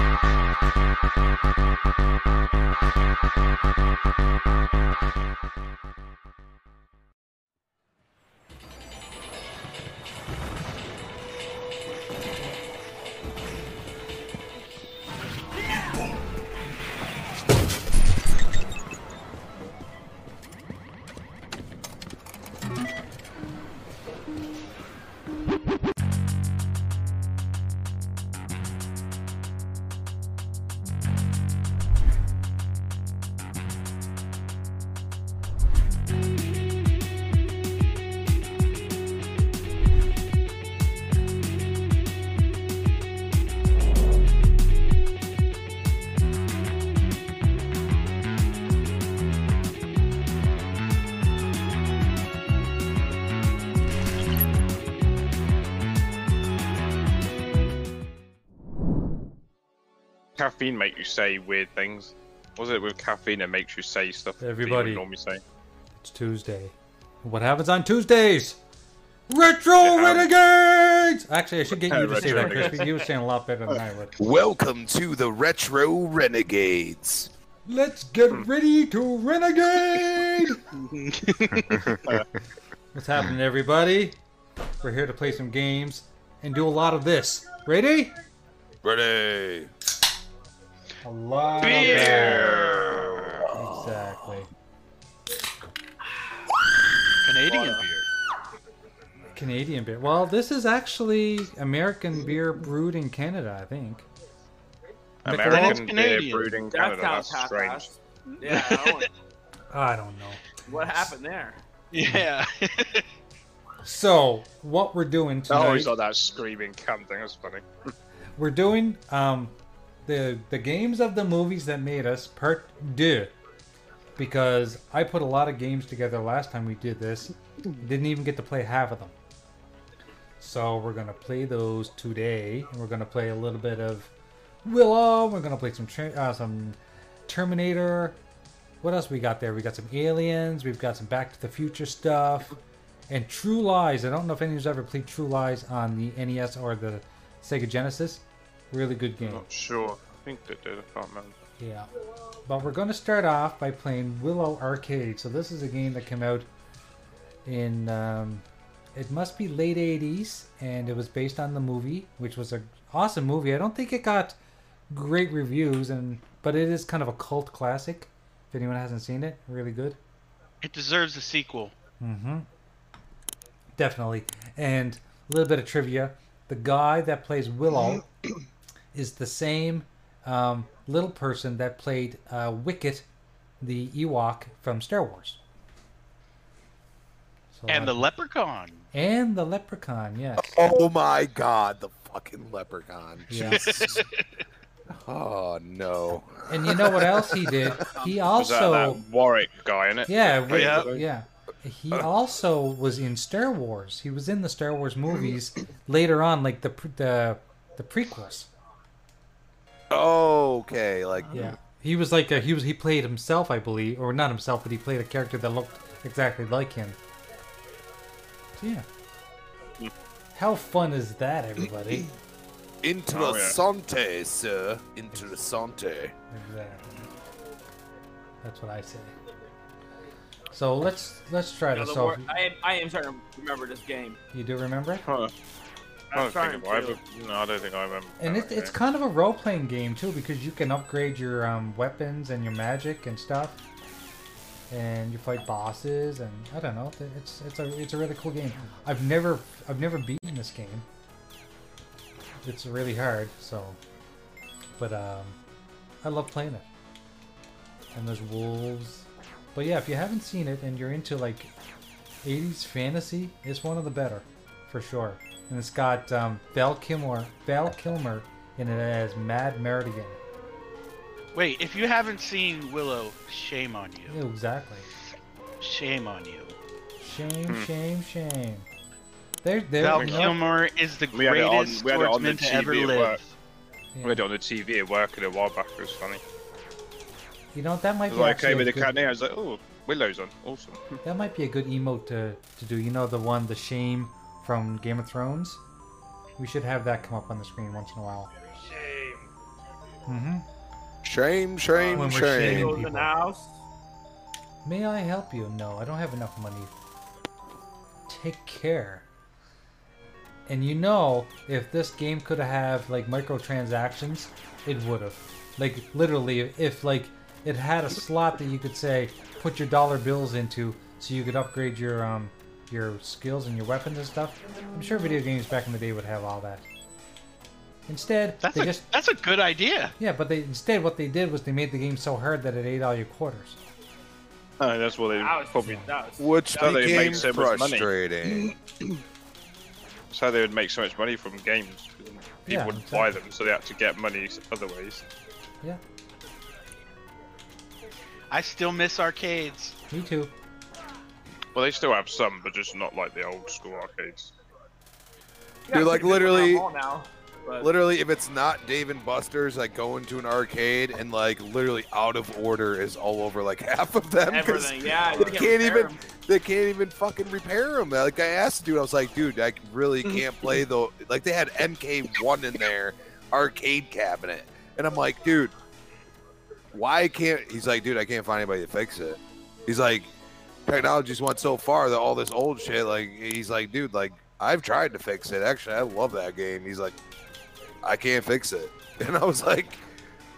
Oh, Caffeine make you say weird things. Was it with caffeine that makes you say stuff that Everybody. you would normally say? It's Tuesday. What happens on Tuesdays? Retro Yeah. um, Renegades! Actually, I should get you to say Retro that, Crispy. Renegades. You were saying a lot better than I would. Welcome to the Retro Renegades. Let's get ready to renegade! What's happening, everybody? We're here to play some games and do a lot of this. Ready? Ready? A lot Beer. of Exactly. Canadian beer. Canadian beer. Well, this is actually American beer brewed in Canada, I think. American it's beer Canadian. brewed in That Canada. sounds That's strange. half-assed. Yeah, I don't- I don't know. what happened there? Yeah. So, what we're doing I tonight. always like Oh, that screaming cunt thing. That's funny. we're doing um, the the games of the movies that made us part deux because I put a lot of games together last time we did this. Didn't even get to play half of them. So we're gonna play those today, and we're gonna play a little bit of Willow. We're gonna play some tra- uh, some Terminator. What else we got there? We got some Aliens. We've got some Back to the Future stuff, and True Lies. I don't know if anyone's ever played True Lies on the NES or the Sega Genesis. Really good game. Not sure. I think they did. I can't remember. Yeah. But we're going to start off by playing Willow Arcade. So this is a game that came out in um, it must be late 80s and it was based on the movie, which was an awesome movie. I don't think it got great reviews and but it is kind of a cult classic. If anyone hasn't seen it, really good. It deserves a sequel. Mm-hmm. Definitely. And a little bit of trivia: the guy that plays Willow is the same um, little person that played uh, Wicket, the Ewok from Star Wars. So And the that- leprechaun. and the leprechaun, yes. Oh my god, the fucking leprechaun. Yeah. Jesus. oh no. And you know what else he did? He Was that also that Warwick guy in it? Yeah, we- yeah. yeah, He Uh. also was in Star Wars. He was in the Star Wars movies later on, like the pre- the the prequels. Okay, like Yeah, he was like a, he was he played himself, I believe, or not himself, but he played a character that looked exactly like him. So, yeah. How fun is that, everybody? interessante, sir. Interessante. exactly. That's what I say. So let's let's try You know, this. the So wor- I, am, I am starting to remember this game. you do remember it? Huh. I don't I'm think starting it was, to. but- No, I don't think I remember. And that, it's it's yeah. kind of a role playing game too because you can upgrade your um, weapons and your magic and stuff. and you fight bosses, and I don't know. It's it's a it's a really cool game. I've never I've never beaten this game. It's really hard, so. But um, I love playing it. And there's wolves. But yeah, if you haven't seen it and you're into like 80s fantasy, it's one of the better, for sure. And it's got um, Val Kilmer, Val Kilmer in it as Mad Meridian. Wait, if you haven't seen Willow, shame on you. Ew, Exactly. Shame on you. Shame, shame, shame. There, there. Hmm. Val we go. Kilmer is the We had it on- greatest we had it on the swordsman to ever TV at work. live. Yeah. We had it on the TV at work and a while back. It was funny. You know that might be So I actually came in the a cat good, and I was like, oh, Willow's on. Awesome. that might be a good emote to, to do. You know the one, the shame from Game of Thrones. We should have that come up on the screen once in a while. Shame. hmm Shame, shame, When we're shame. shaming. Goes in the house. May I help you? No, I don't have enough money. Take care. And you know, if this game could have like microtransactions, it would have. Like literally, if like it had a slot that you could say put your dollar bills into, so you could upgrade your um your skills and your weapons and stuff. I'm sure video games back in the day would have all that. Instead, That's they a, just that's a good idea. yeah, but they instead what they did was they made the game so hard that it ate all your quarters. Oh, that's what they That was probably. that was- Which Now they became make so much money. frustrating. That's how they would make so much money from games. People Yeah, wouldn't buy them, so they had to get money s- other ways. Yeah, I still miss arcades. me too. Well, they still have some, but just not like the old school arcades. Yeah, Dude, like, people have literally- them all now, but- Literally, if it's not Dave and Buster's, I go into an arcade and like literally out of order is all over like half of them. 'cause Everything, yeah. you They can't repair even 'em. they can't even fucking repair them. Like I asked the dude, I was like, dude, I really Mm-hmm. can't play though. Like they had MK1 in their arcade cabinet, and I'm like, dude, why can't? He's like, dude, I can't find anybody to fix it. He's like, technology's went so far that all this old shit. Like he's like, dude, like I've tried to fix it. Actually, I love that game. He's like, I can't fix it, and I was like.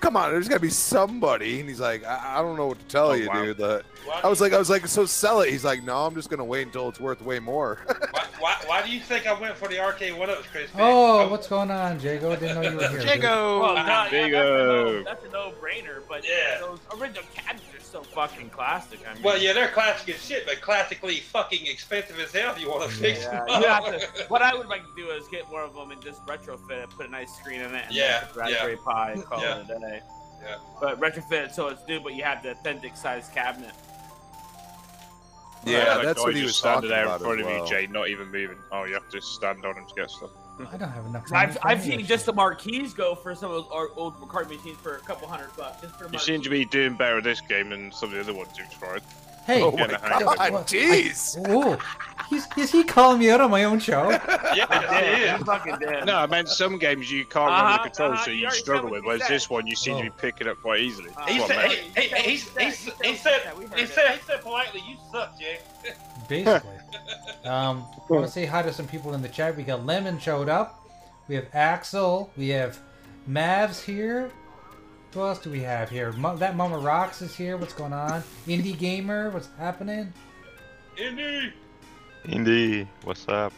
Come on, there's gotta be somebody. And he's like, I, I don't know what to tell Oh, you, wow. dude. The, Why, I was like, I was like, so sell it. He's like, no, I'm just gonna wait until it's worth way more. why, why, why do you think I went for the arcade one ups, Chris? man? Oh, I'm- what's going on, Jago? I didn't know you were here. dude. Jago! Well, no, yeah, that's, a Bingo. no, that's a no-brainer, but uh, Yeah. those original cabinets are so fucking classic. I mean, Well, yeah, they're classic as shit, but classically fucking expensive as hell. If you want to fix Yeah, them, you have to, what I would like to do is get one of them and just retrofit it, put a nice screen in it, and Yeah, make a raspberry Pi and call it a day. Yeah. But retrofit it so it's new, but you have the authentic size cabinet. Like, yeah, that that's guy what he just was standing talking there about. in front as of well. you, Jay, not even moving. Oh, you have to stand on him to get stuff. I don't have enough. money I've, for any I've of seen this just the shit. marquees go for some of those ar- old card machines for a couple hundred bucks. Just for You seem to be doing better at this game than some of the other ones you've tried. Hey, Oh my Getting a hang of God, it. what- jeez. Ooh, he's, is he calling me out on my own show? yeah, it Yeah, is. you fucking did. No, I meant some games you can't Uh-huh, remember the controls, uh-huh, so you you already said struggle what with. you Whereas said. this one, you seem to be Oh. picking up quite easily. Uh, That's He what I said, meant. he, he, he, he, he said, he said, he said politely, "You suck, Jay." Basically. Um, I want to say hi to some people in the chat. We got Lemon showed up. We have Axel. We have Mavs here. Who else do we have here? Mu- that Mama Rocks is here. What's going on? Indie Gamer, what's happening? Indy, Indy, what's up?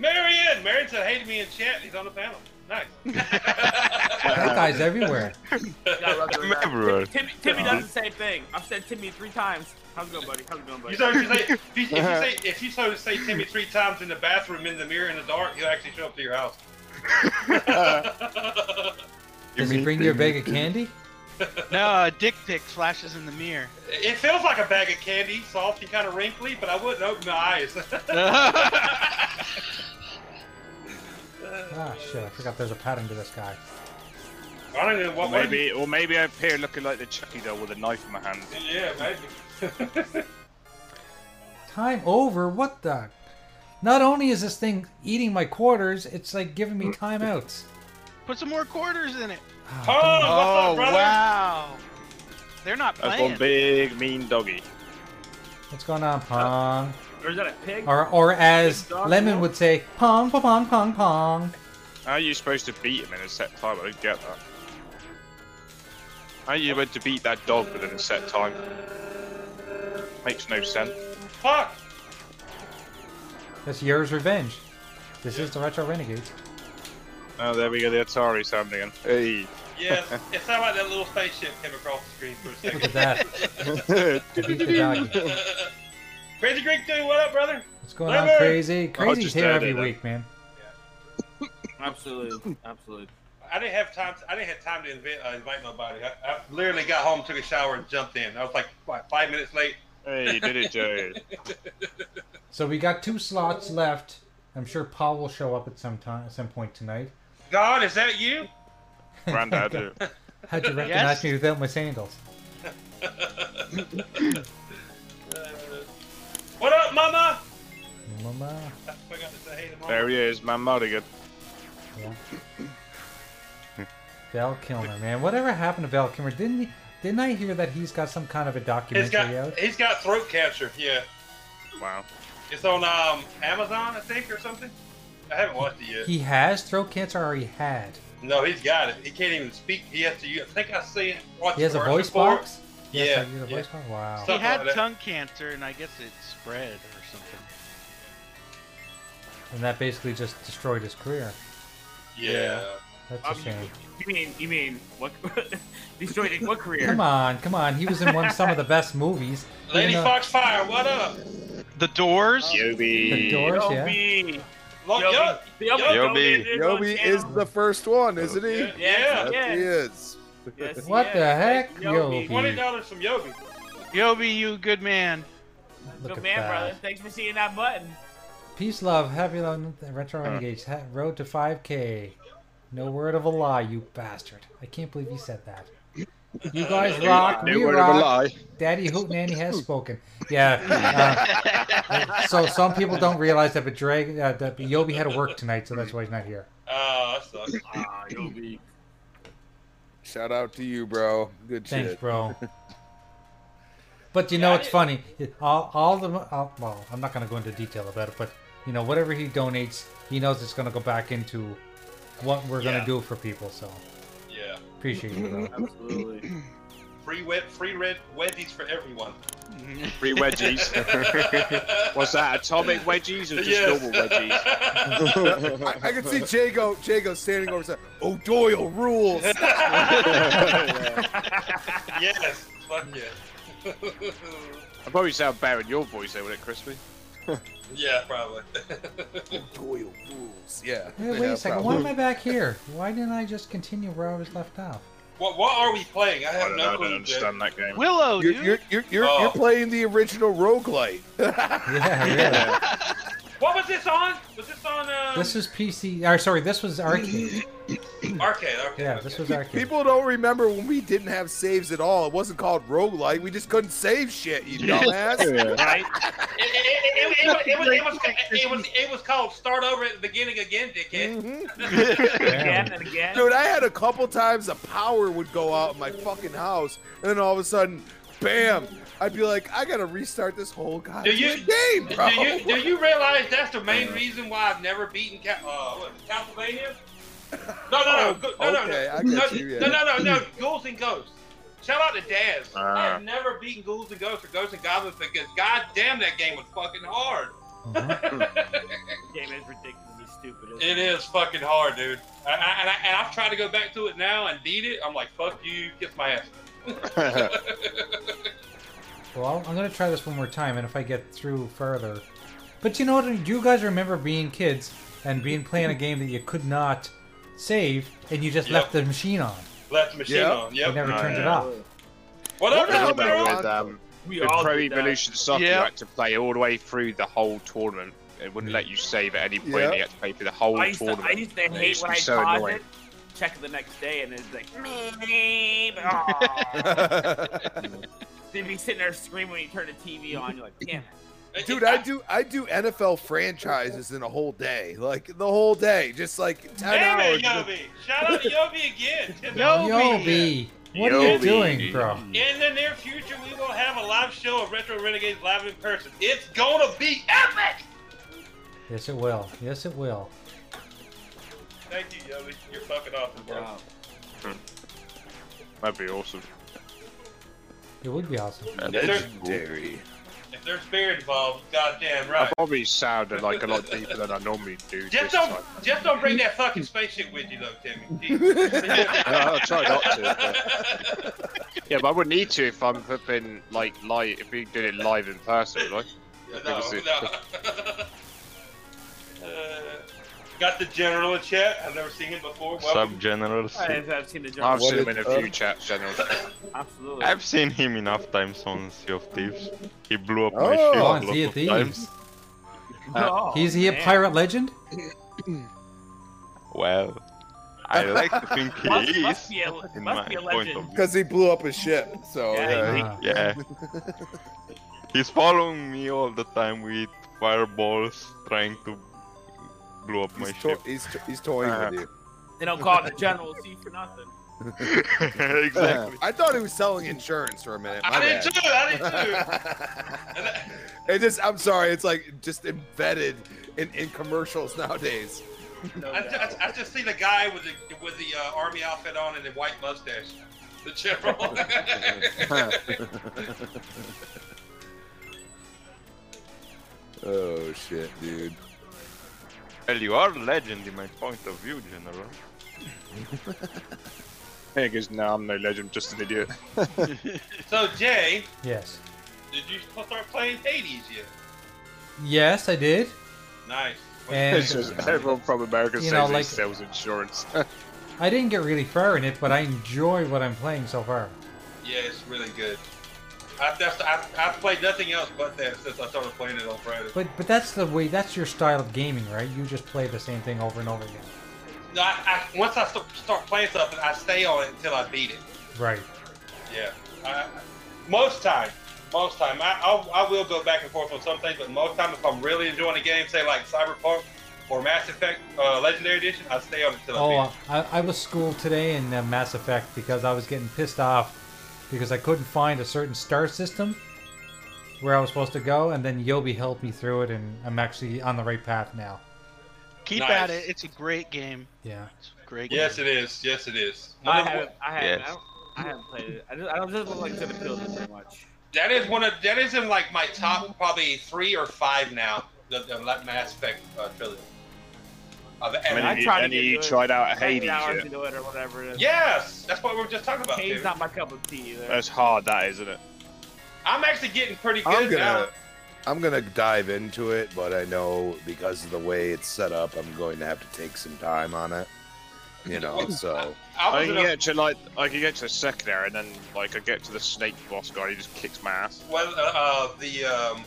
Marion, Marion said, "Hated me in chat." He's on the panel. Nice. That guy's everywhere. Everywhere. Timmy, Timmy does the same thing. I've said Timmy three times. How's it going, buddy? How's it going, buddy? You know, if you say, if you, if you say, if you so say Timmy three times in the bathroom, in the mirror, in the dark, he'll actually show up to your house. Does he bring you a bag of candy? No, a uh, dick pic flashes in the mirror. it feels like a bag of candy, soft and kind of wrinkly, but I wouldn't open my eyes. Ah, shit, I forgot there's a pattern to this guy. I don't know Or what maybe. maybe, or maybe I appear looking like the Chucky doll with a knife in my hand. Yeah, maybe. Time over? What the? Not only is this thing eating my quarters, it's like giving me Mm. timeouts. Put some more quarters in it. Oh, what's up, brother? wow. They're not That's playing. one big mean doggy. What's going on, Pong? Uh, Or is that a pig? Or, or as Lemon would say, Pong, pong, pong, pong, pong. How are you supposed to beat him in a set time? I don't get that. How are you meant to beat that dog within a set time? Makes no sense. Fuck! That's Yours Revenge. This is the Retro Renegades. Oh, there we go, the Atari sound again. Hey. Yes, it sounded like that little spaceship came across the screen for a Look second. at that. Beat the doggy. Crazy Greek dude, what up, brother? What's going on, Whatever. Crazy? Crazy's just here added every that. week, man. Absolutely, absolutely. I didn't have time. To, I didn't have time to invite, uh, invite nobody. I, I literally got home, took a shower, and jumped in. I was like what, five minutes late. Hey, you did it, Joe. So we got two slots left. I'm sure Paul will show up at some time, at some point tonight. God, is that you? Grandad. uh, How'd you recognize Yes. me without my sandals? What up, Mama? Mama. I forgot to say hey to Mama. There he is, man Mulligan. Yeah. Val Kilmer, man. Whatever happened to Val Kilmer? Didn't he, didn't I hear that he's got some kind of a He's documentary out? got he's got throat cancer. Yeah, Wow. it's on um, Amazon, I think, or something. I haven't watched it yet. He has throat cancer or he had. No, he's got it. He can't even speak. He has to. use- I think I see. watched He has a commercial voice for it. box? Yeah, He has a yeah. voice box? Wow. So- He Something had like that. tongue cancer, and I guess it spread or something. and that basically just destroyed his career. Yeah. That's Um, a you, shame. you mean you mean what? destroyed in what career? Come on, come on. He was in one some of the best movies. Lady Even though- Foxfire, what up? The doors? The Yobi. doors, Yo, yeah. B. Lo- Yo, yo- B. Yo, Yo, B. B. did one Yobi channel. is the first one, isn't he? yeah, Yeah. Yep, Yes. he is. Yes, he What is. the heck, Thank Yobi? Twenty dollars from Yogi. Yobi, you good man. Look Good at man, that. brother. Thanks for seeing that button. Peace, love, happy love, retro renegades. Ha- road to 5K. No word of a lie, you bastard. I can't believe you said that. You guys Uh, rock. No we word rock. of a lie. Daddy Hootenanny has spoken. Yeah. uh, so some people don't realize that, but Drag, uh, that Yobi had to work tonight, so that's why he's not here. Oh, that sucks. Ah, Yo, B. Shout out to you, bro. Good Thanks, shit. bro. But you Yeah, know, I it's funny. It- All, all the all, well, I'm not going to go into detail about it, but you know, whatever he donates, he knows it's going to go back into what we're going Yeah. to do for people. So Yeah. appreciate you, bro. Absolutely. Free wet, free red wedgies for everyone. Three wedgies. What's that, atomic wedgies or just normal wedgies? I, I can see Jago, Jago standing over there. O'Doyle rules. yes. Fuck yeah. I probably sound better in your voice though, wouldn't it, Crispy? yeah, probably. O'Doyle rules. Yeah. Hey, wait Yeah, a second. Why probably. am I back here? Why didn't I just continue where I was left off? what What are we playing? I I have don't know, no I don't clue. Jack. understand that game. Willow, You're, dude. you're, you're, you're, you're Oh. playing the original roguelite. Yeah, really. What was this on? Was this on um, this is PC. Or sorry, this was arcade. arcade? Okay. Yeah, this was arcade. People don't remember when we didn't have saves at all. It wasn't called roguelite. We just couldn't save shit, you dumbass. Right? It, it, it, it, was- it, was, it, was, it, was, it was called Start Over at the Beginning Again, dickhead. Mhm. Yeah. Again and again. Dude, I had a couple times the power would go out in my fucking house, and then all of a sudden, bam! I'd be like, I gotta restart this whole Do goddamn you- game, bro. Do you do you realize that's the main reason why I've never beaten Ca- uh, what, Castlevania? No, no, no, go- no, no, Oh, okay, no, I no, get you, yeah. Uh. no, no, no, no, Ghouls and Ghosts. Shout out to Daz. I Ah. have never beaten Ghouls and Ghosts or Ghosts and Goblins because goddamn that game was fucking hard. Mhm. Uh-huh. This game is ridiculously stupid. isn't It is fucking hard, dude. I, I, and, I, and I've tried to go back to it now and beat it. I'm like, fuck you, kiss my ass. Well, I'll- I'm gonna try this one more time, and if I get through further, but you know what? You guys remember being kids and being playing a game that you could not save, and you just Yep. left the machine on. Left the machine Yeah. on. You Yep. never Oh, turned it yeah. off. What up, What I Yeah, Mr. did but Merrill? I- that with um, We with all Pro did that. Evolution Soccer. Yeah. You had to play all the way through the whole tournament. It wouldn't let you save at any point. Yeah. You had to play through the whole I used, to, I tournament. used to It hate used to when I be so paused annoying. it, check it the next day, and it's like, me. Aw. They'd be sitting there screaming when you turn the TV on. You're like, damn. Dude, I do I do NFL franchises in a whole day, like the whole day, just like ten Damn hours. it, Yobi. Shout out to Yobi again. Yo, Yobi. B, what are you Yobi. doing, bro? In the near future, we will have a live show of Retro Renegades live in person. It's gonna be epic! Yes, it will. Yes, it will. Thank you, Yobi. You're fucking awesome, bro. Wow. That'd be awesome. It would be awesome. Is there- Legendary. there's beer involved. Goddamn right. Probably sounded like a lot deeper than I normally do. Just this don't, time. just don't bring that fucking spaceship with you, though, Timmy. No, I'll try not to. but- Yeah, but I wouldn't need to if I'm flipping like live. If we did it live in person, like. No, Obviously. no. uh, got the general in chat. I've never seen him before. Sub Welcome. general. I've, I've seen the I've jump. What seen him in is a few up? chats, general. Absolutely. I've seen him enough times on Sea of Thieves. He blew up Oh. my ship a Oh, lot Sea of of Thieves. times. Oh, Is he a man. pirate legend? Well, I like to think he Must, must is. be a, In must my be a point of legend. view. Because he blew up his ship. So uh, Yeah, yeah, Ah. Yeah. He's following me all the time with fireballs, trying to blow up my he's, to- ship. he's, to- he's toying Uh, with you. They don't call it the General C for nothing. exactly. I thought he was selling insurance for a minute. My I did bad. too. I did too. And that- it just, I'm sorry, it's like just embedded in, in commercials nowadays. No I, doubt. ju- I, ju- I just seen a guy with the with the uh, army outfit on and a white mustache. The general. Oh shit, dude. Well, you are a legend in my point of view, General. He goes, "No, I'm no legend. Just an idiot." so Jay, Yes. did you start playing Hades yet? Yes, I did. Nice. It's And just everyone from America You says know, he like- sells insurance. I didn't get really far in it, but I enjoy what I'm playing so far. Yeah, it's really good. I, that's, I, I've played nothing else but that since I started playing it on Friday. But but that's the way that's your style of gaming, right? You just play the same thing over and over again. No, I, I, once I st- start playing something, I stay on it until I beat it. Right. Yeah. I, most time, most time, I, I'll, I will go back and forth on some things, but most time, if I'm really enjoying a game, say like Cyberpunk or Mass Effect uh, Legendary Edition, I stay on it until I beat Oh, I, I was schooled today in uh, Mass Effect because I was getting pissed off because I couldn't find a certain star system where I was supposed to go, and then Yobi helped me through it, and I'm actually on the right path now. Keep Nice. at it. It's a great game. Yeah. It's a great it. Yes, game. it is. Yes, it is. I One of- haven't. I haven't. Yes. I, don't, I haven't played it. I, just, I don't just look like it's gonna kill me very much. That is one of that is in like my top probably three or five now. The, the Mass Effect uh, trilogy. Of- I mean, I have you, tried to any get of you good. tried out Eight Hades hours yet? into it or whatever. It is. Yes, that's what we were just talking about. Cade's dude. not my cup of tea either. That's hard, that isn't it? I'm actually getting pretty good I'm now. gonna I'm gonna dive into it, but I know because of the way it's set up, I'm going to have to take some time on it. You know, so I I was can in a, get to like, I can get to the second area, and then like I get to the snake boss guy. He just kicks my ass. well, uh, uh, the um,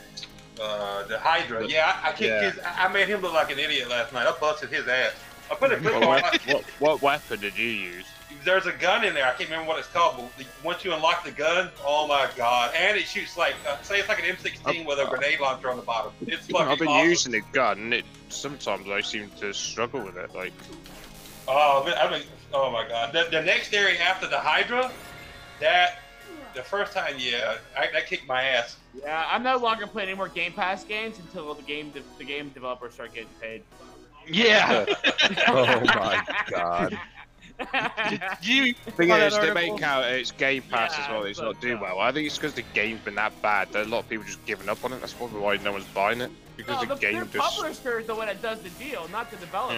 uh, the Hydra. Yeah, I, I kicked Yeah. his. I I made him look like an idiot last night. I busted his ass. I put a clip What, on. wep- what, what weapon did you use? There's a gun in there. I can't remember what it's called, but the- once you unlock the gun, oh my god! And it shoots like uh, say it's like an M16 with a grenade launcher on the bottom. It's fucking I've been awesome. using a gun. It sometimes I seem to struggle with it. Like, Oh, man, I mean, oh my God! The, the next area after the Hydra, that the first time, yeah, I, that kicked my ass. Yeah, I'm no longer playing any more Game Pass games until the game de- the game developers start getting paid. Yeah. Oh my god. you thing Well, is, that they article- make out it's Game Pass as Yeah, well. It's but, not doing uh, well. I think it's because the game's been that bad. That a lot of people just giving up on it. That's probably why no one's buying it because no, the, the, game the just. publisher is the one that does the deal, not the developer.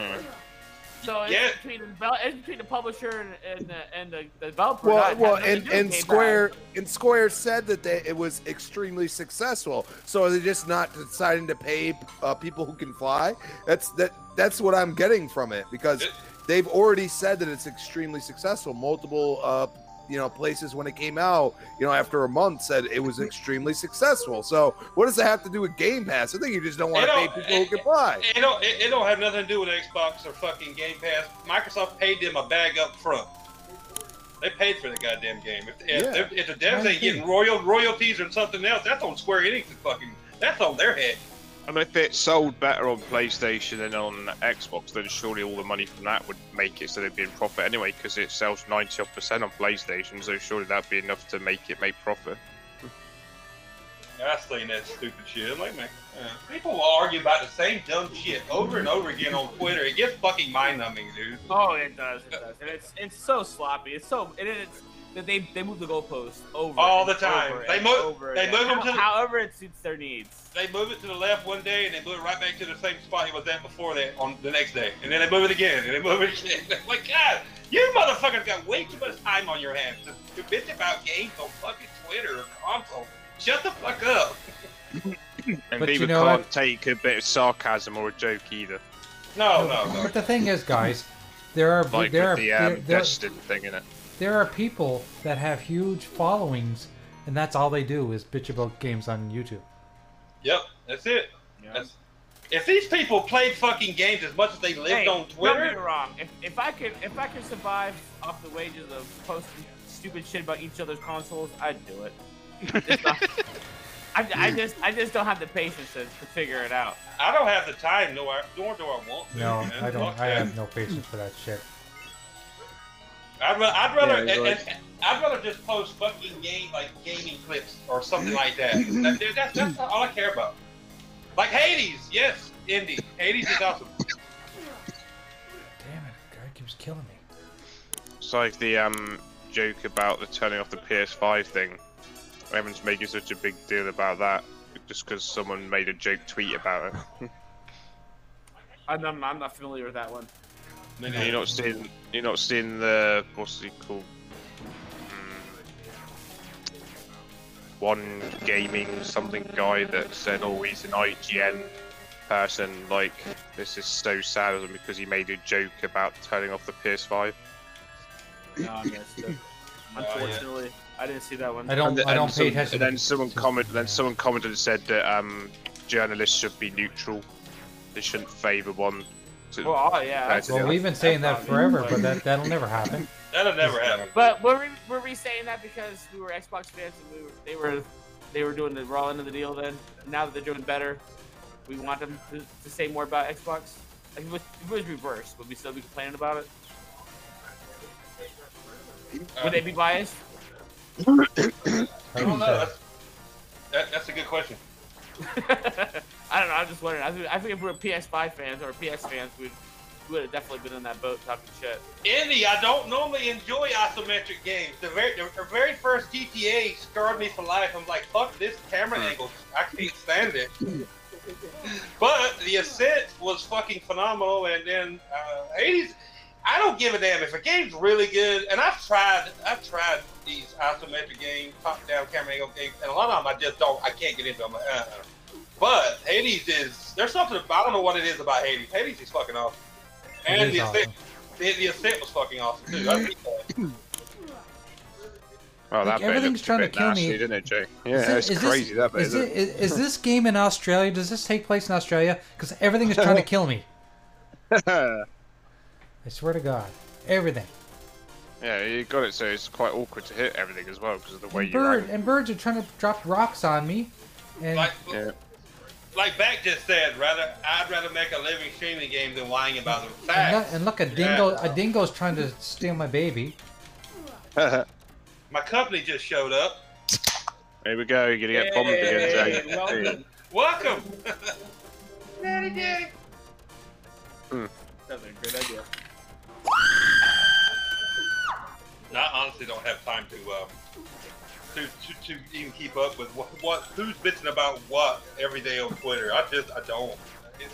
So it's Hmm. Yeah. between the devel- it's between the publisher and and the, and the, the developer. Well, not- well, not the and, new and Game Square Pass. and Square said that they, it was extremely successful. So are they just not deciding to pay uh, people who can fly? That's that. That's what I'm getting from it because they've already said that it's extremely successful. Multiple, uh, you know, places when it came out, you know, after a month said it was extremely successful. So what does that have to do with Game Pass? I think you just don't want It to pay don't- people who can fly. It don't, it, it don't have nothing to do with Xbox or fucking Game Pass. Microsoft paid them a bag up front. They paid for the goddamn game. If, if, Yeah. if the devs ain't Nineteen. getting royal royalties or something else, that's on Square Enix. and Fucking, that's on their head. And if it sold better on PlayStation than on Xbox, then surely all the money from that would make it so they'd be in profit anyway. Because it sells ninety odd percent on PlayStation, so surely that'd be enough to make it make profit. And I seen that stupid shit. I'm like, man, uh, people will argue about the same dumb shit over and over again on Twitter. It gets fucking mind numbing, dude. Oh, it does, it does, and it's it's so sloppy. It's so and it's that they they move the goalposts over All and the time. over They and move- over they again. move 'em to the- however it suits their needs. They move it to the left one day and they move it right back to the same spot it was at before that on the next day. And then they move it again and they move it again. I'm like, God, you motherfuckers got way too much time on your hands to, to bitch about games on fucking Twitter or console. Shut the fuck up. And But people you know can't what? take a bit of sarcasm or a joke either. No, no, no. But the thing is, guys, there are Like there are with the there, um, there- Destin thing in it. there are people that have huge followings, and that's all they do is bitch about games on YouTube. Yep, that's it. That's- if these people played fucking games as much as they lived Hey, on Don't get me Twitter, wrong. If, if I could if I could survive off the wages of posting stupid shit about each other's consoles, I'd do it. Just not- I, I just I just don't have the patience to, to figure it out. I don't have the time, nor, nor do I want to. No, man. I Fuck don't. I that. have no patience for that shit. I'd, ra- I'd rather Yeah, you're and- and- I'd rather just post fucking game like gaming clips or something like that. That- that- that's, that's all I care about. Like Hades, yes, indie. Hades is awesome. Damn it, guy keeps killing me. It's like the um, joke about the turning off the PS5 thing. Everyone's making such a big deal about that just because someone made a joke tweet about it. I'm, I'm, I'm not familiar with that one. And you're not seeing, you're not seeing the what's it called? Mm. One gaming something guy that said, "Oh, he's an IGN person." Like this is so sad of him because he made a joke about turning off the PS5. No, I missed Oh, it. Unfortunately, I didn't see that one. I don't. And, I don't and some- pay attention. and to- then someone commented. Then someone commented and said that um, journalists should be neutral. They shouldn't favour one. To, Well, oh, yeah. That's- Well, we've been saying that forever, but that that'll never happen. That'll never happen. But were we, were we saying that because we were Xbox fans and we were, they were they were doing the raw end of the deal then? Now that they're doing better, we want them to, to say more about Xbox? Like, if it was, if it was reversed, would we still be complaining about it? Uh, Would they be biased? I don't know. That's, that, that's a good question. I don't know. I'm just wondering. I think, I think if we were PS5 fans or PS fans, we'd, we would have definitely been in that boat talking shit. Indie, I don't normally enjoy isometric games. The very, the, the very first GTA scarred me for life. I'm like, fuck this camera angle. I can't stand it. but the ascent was fucking phenomenal, and then uh, 80s. I don't give a damn if a game's really good. And I've tried, I've tried these isometric games, top-down camera angle games, and a lot of them I just don't. I can't get into them. Like, uh-uh. But Hades is there's something. I don't know what it is about Hades. Hades is fucking awesome. And is the awesome. ascent, the, the ascent was fucking awesome too. I think that. Well, Like, that bit looked a everything's trying to bit kill nasty, me. didn't it, Jay? Yeah, Is it- it's is this- crazy that bit. Is, isn't it, is, is this game in Australia? Does this take place in Australia? Because everything is trying to kill me. it? I swear to God, everything. yeah, you got it. So it's quite awkward to hit everything as well because of the way And, you. bird, are and birds are trying to drop rocks on me. And Like, Yeah. like back just said, rather I'd rather make a living streaming game than whining about them. And, Facts. lo- and look, a dingo, a dingo's trying to steal my baby. My company just showed up. Here we go. You're gonna get bombed again, Jay. Hey, welcome. Welcome. Daddy, daddy. That's a great idea. No, I honestly don't have time to um to, to, to even keep up with what, what who's bitching about what every day on Twitter. I just I don't. It, it's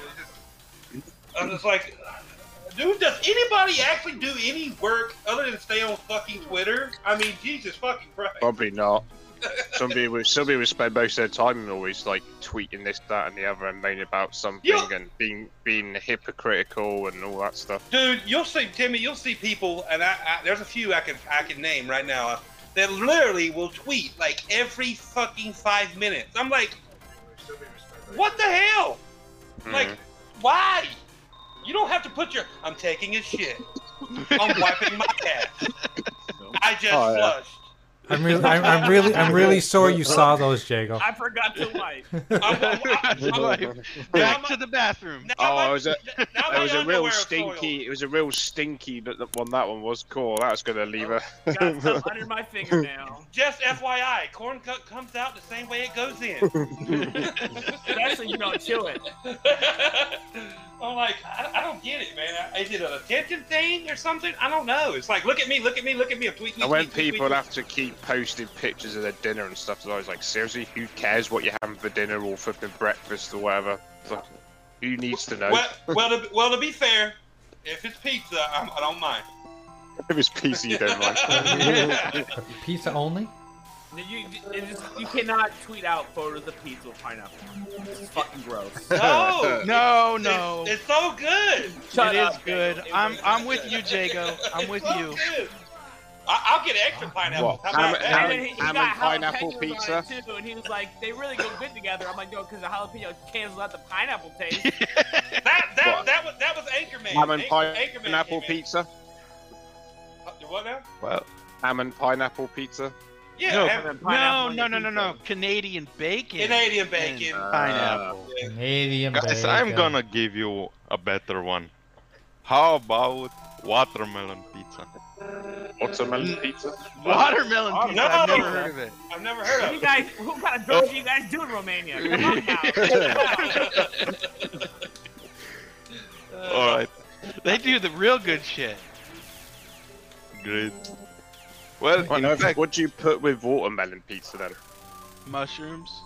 just- I'm just like, dude. Does anybody actually do any work other than stay on fucking Twitter? I mean, Jesus fucking Christ. Probably not. Some people, some people spend most of their time always like tweeting this, that, and the other, and moaning about something Yeah. and being being hypocritical and all that stuff. Dude, you'll see Timmy. You'll see people, and I, I there's a few I can I can name right now that literally will tweet like every fucking five minutes. I'm like, what the hell? Hmm. Like, why? You don't have to put your. I'm taking a shit. I'm wiping my ass. I just Oh, yeah. flushed. I'm really, I'm, I'm really, I'm really sore you saw those, Jago. I forgot to wipe. I'm, I'm, I'm, I'm, Like, Back to the bathroom. now Oh, my- it was a, now my it was a underwear real is stinky. It was a real stinky that that one. That one was cool. That's gonna Oh, leave a. Got some under my fingernail. soiled. Just FYI, corn co- comes out the same way it goes in. Especially if you don't chew it. I'm like, I, I don't get it, man. I- Is it an attention thing or something? I don't know. It's like, look at me, look at me, look at me. I'm tweet, tweet, And when tweet, tweet, people tweet. have to keep posting pictures of their dinner and stuff, I was like, seriously, who cares what you're having for dinner or fucking breakfast or whatever? It's like, who needs to know? Well, well, to, well, to be fair, if it's pizza, I'm, I don't mind. If it's PC, don't mind. Pizza only? You, it just, you cannot tweet out photos of pizza with pineapple. It's fucking gross. no, No, it's- no. it's, so good. Shut it is up, good. Jago. It I'm was- I'm with you, Jago. I'm It's with so you. Good. I, I'll get extra pineapple. What? How Ham- about ham- that? And then he, he ham got and pineapple jalapenos pizza. on it, Too, and he was like, they really go good together. I'm like, no, because the jalapeno cancels out the pineapple taste. That that, What? that was that was Anchorman. Ham and Anch- Anchorman pineapple came in. pizza. Uh, What now? Well, Ham and pineapple pizza. Yeah, No. ham- No, no, no, no, no. Canadian bacon. Canadian bacon. and uh, Pineapple. Uh, Canadian guys, I'm bacon. gonna give you a better one. How about watermelon pizza? Watermelon pizza. Watermelon Oh, pizza. no. I've never heard of it. I've never heard What of. do you it. guys, what kind of drugs do you guys do in Romania? Come on now. All right, They do the real good shit. great. Well, Well, in no, fact, what do you put with watermelon pizza then? Mushrooms.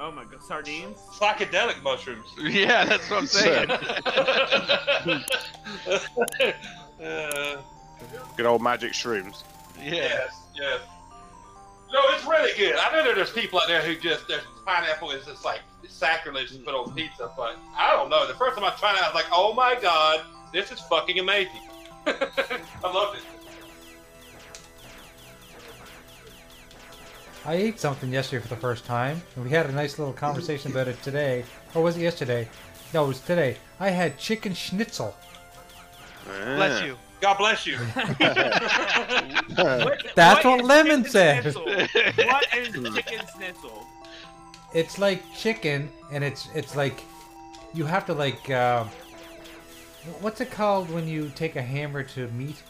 Oh my god, sardines? Psychedelic mushrooms. Yeah, that's what I'm saying. uh, Good old magic shrooms. Yeah. yes, yes. No, it's really good. I know there- there's people out there who just their pineapple is just like sacrilege to put on pizza, but I don't know. The first time I tried it, I was like, "Oh my god, this is fucking amazing." I loved it. I ate something yesterday for the first time, and we had a nice little conversation about it today. Or was it yesterday? No, it was today. I had chicken schnitzel. Bless you. God bless you. What- That's what is Lemon chicken said. schnitzel? What is chicken schnitzel? It's like chicken, and it's it's like you have to like uh, what's it called when you take a hammer to meat?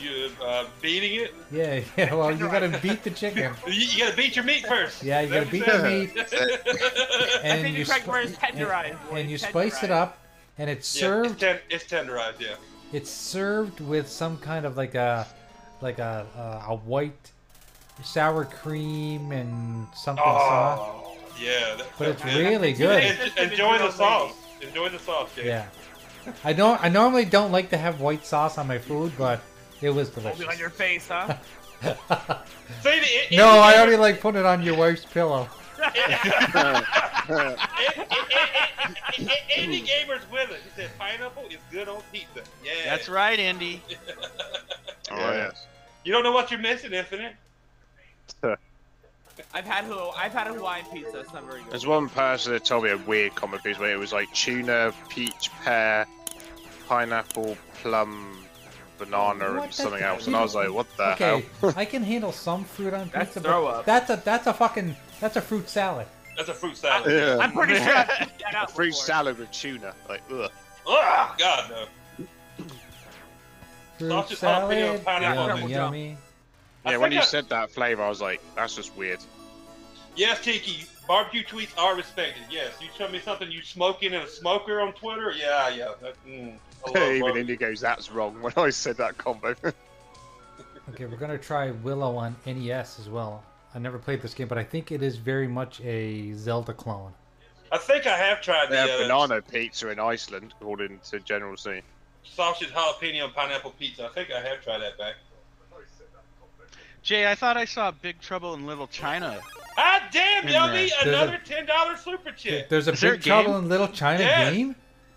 you you uh, beating it? Yeah, yeah. Well, you gotta beat the chicken. You, you gotta beat your meat first. Yeah, you gotta That's beat what the it meat, says. I and think you you're correct sp- where it's and- tenderized. boy, and you it's spice it tenderized. up, and it's Yeah, it's, served ten- it's tenderized, yeah. It's served with some kind of like a, like a a, a white sour cream and something sauce. Oh, yeah. that- But it's that- really en- good. en- Enjoy the sauce. Enjoy the sauce, Jake. Yeah. I don't. I normally don't like to have white sauce on my food, but it was Hold it on delicious. your face, huh? See, it, it, No, I it- already like put it on your wife's pillow. it- it- it- it- it- Andy Gamer's with it. He said pineapple is good on pizza. Yeah. That's right, Andy. Oh, Yeah. yes. You don't know what you're missing, Infinite. I've had Hawaii, I've had Hawaiian pizza. It's not very good. There's one person that told me a weird common piece where it was like tuna, peach, pear, pineapple, plum, banana, What and the- something else. And I was like, what the hell? Okay, I can handle some fruit on That's pizza. throw but up. That's a that's a fucking that's a fruit salad. That's a fruit salad. Yeah. I'm pretty sure I've eaten that out Fruit before. salad with tuna. Like, ugh. Ugh, God, no. Fruit Sausage, salad, jalapeno, pineapple, yum, and- yummy. I Yeah, when think you I- said that flavour, I was like, that's just weird. Yes, Tiki, barbecue tweets are respected. Yes, you show me something you smoking in a smoker on Twitter. Yeah, yeah. that- mm, I love Even barbecue. Indy goes, that's wrong when I said that combo. Okay, we're gonna try Willow on NES as well. I never played this game, but I think it is very much a Zelda clone. I think I have tried They have the uh, banana pizza in Iceland, according to General C. sausage jalapeno and pineapple pizza. I think I have tried that back. Jay, I thought I saw Big Trouble in Little China. Ah, damn, In y'all there. need There's another ten dollar super chip. There's a Is there big a game? trouble in Little China Yeah. game.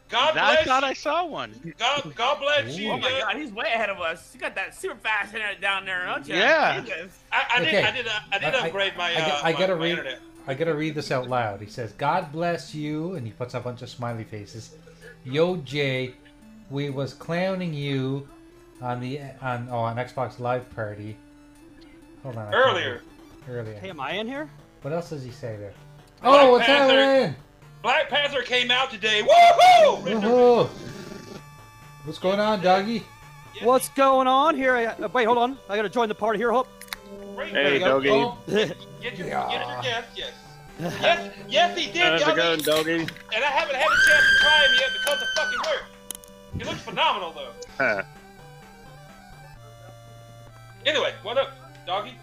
God I bless. thought you. I saw one. God, God bless you. Oh my yeah. god, he's way ahead of us. You got that super fast internet down there, don't you? Yeah. Jesus. I, I did. Okay. I did. uh, I did I- I- upgrade my. I, Uh, I gotta my, my read. internet. I gotta read this out loud. He says, "God bless you," and he puts a bunch of smiley faces. Yo, Jay, we was clowning you on the on oh on Xbox Live Party. Hold on. I can't Earlier, read. Earlier. Hey, am I in here? What else does he say there? Black oh, what's Panther. happening? Black Panther came out today. Woohoo! Woohoo! What's going on, doggy? What's going on here? I, uh, wait, hold on. I gotta join the party here. Hold. Great Hey, man. doggy. Oh, Get your, Yeah. get your yes, yes. Yes, yes, he did, How's y'all. it going, doggy? And I haven't had a chance to try him yet because of fucking work. He looks phenomenal, though. Huh. Anyway, what up, doggy?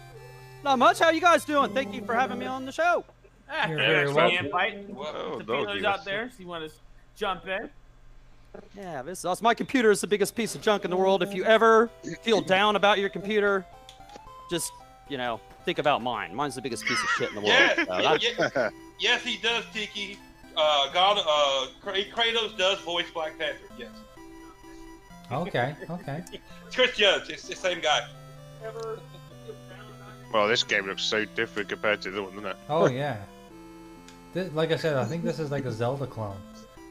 Not much. How you guys doing? Thank you for having me on the show. Ah, You're thanks very for the welcome. invite. What? Oh, The doggy. feelers that's- out there, so you want to jump in? Yeah, this is awesome. My computer is the biggest piece of junk in the world. If you ever feel down about your computer, just you know, think about mine. Mine's the biggest piece of shit in the world. Yes, Uh, that- yes, yes, he does, Tiki. Uh, God, uh, Kra- Kratos does voice Black Panther. Yes, okay, okay. it's Chris Judge. It's the same guy. Well, this game looks so different compared to the one, doesn't it? Oh yeah. Thi- like I said, I think this is like a Zelda clone.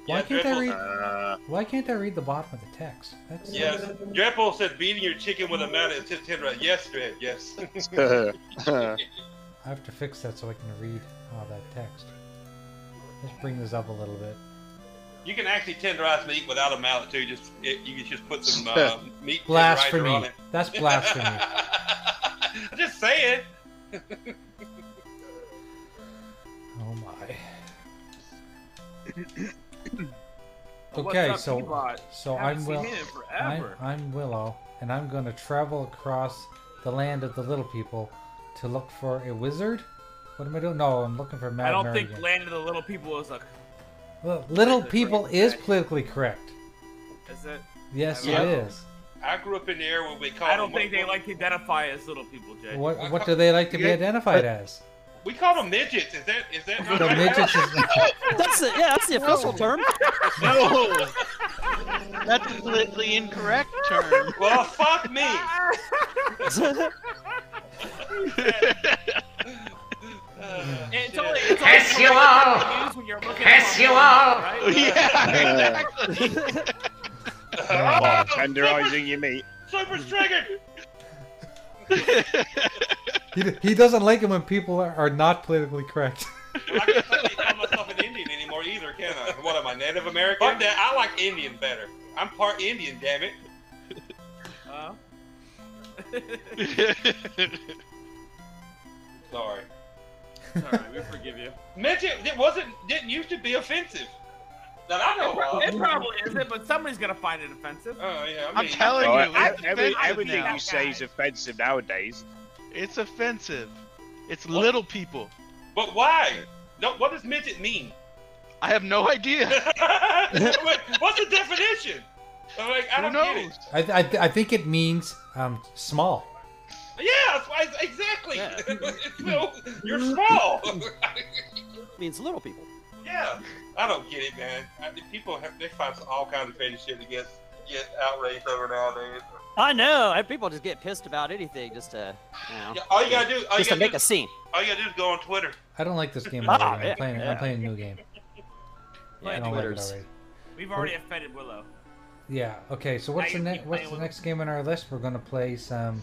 Why Yeah, can't I Dreadful- read? Uh, Why can't I read the bottom of the text? That's Yes, Dreadful said beating your chicken with a mallet is his ten right. Yes, Dread. Yes. I have to fix that so I can read all that text. Let's bring this up a little bit. You can actually tenderize meat without a mallet too. Just it, you can just put some uh, meat tenderizer on Blasphemy. it. That's blasphemy. I'm just saying. oh my. What's Okay, up, so Peabot? so Haven't I'm seen Will. him I'm, forever. I'm Willow, and I'm going to travel across the land of the little people to look for a wizard. What am I doing? No, I'm looking for Mad I don't Marigan. think Land of the Little People is a. Well, little Politically people correct. is politically correct. Is it? Yes, Yeah. it is. I grew up in the era when we called. I don't them- think they like to identify as little people, Jay. What what do they like to be identified as? We called them midgets. Is that is that The midgets is That's the, yeah, that's the official term. No! That's a politically incorrect term. Well, fuck me. Uh, It's shit. only, it's only Piss you off! When you're looking Piss you Uh, off! Right? yeah, while tenderizing your meat. Super's triggered. he, he doesn't like it when people are, are not politically correct. I can't fucking call myself an Indian anymore either, can I? What am I, Native American? Fuck that. I like Indian better. I'm part Indian, damn it. Uh, Sorry. it's alright, we forgive you. Midget, it wasn't didn't used to be offensive. That I know It of. probably isn't, but somebody's gonna find it offensive. Oh yeah, I I'm mean, telling Well, you, it's e- every, offensive everything now. you say is offensive nowadays. It's offensive. It's little people. but why? No, what does midget mean? I have no idea. What- What's the definition? I'm like, I Who don't get it. knows? I, I, I think it means um, small. Yeah, that's why, exactly. Yeah. no, you're small. means little people. yeah, I don't get it, man. I, the people have they find all kinds of crazy shit to get get outraged over nowadays. I know. and People just get pissed about anything just to, you know, Yeah, all you gotta do, all you just to gotta make do, a scene. all you gotta do is go on Twitter. I don't like this game Ah, already. I'm yeah, playing I'm yeah. playing a new game. I Yeah, don't like it Twitter's. already. We've already offended Willow. Yeah. Okay. So what's the Now you next keep what's playing the with- next game on our list? We're gonna play some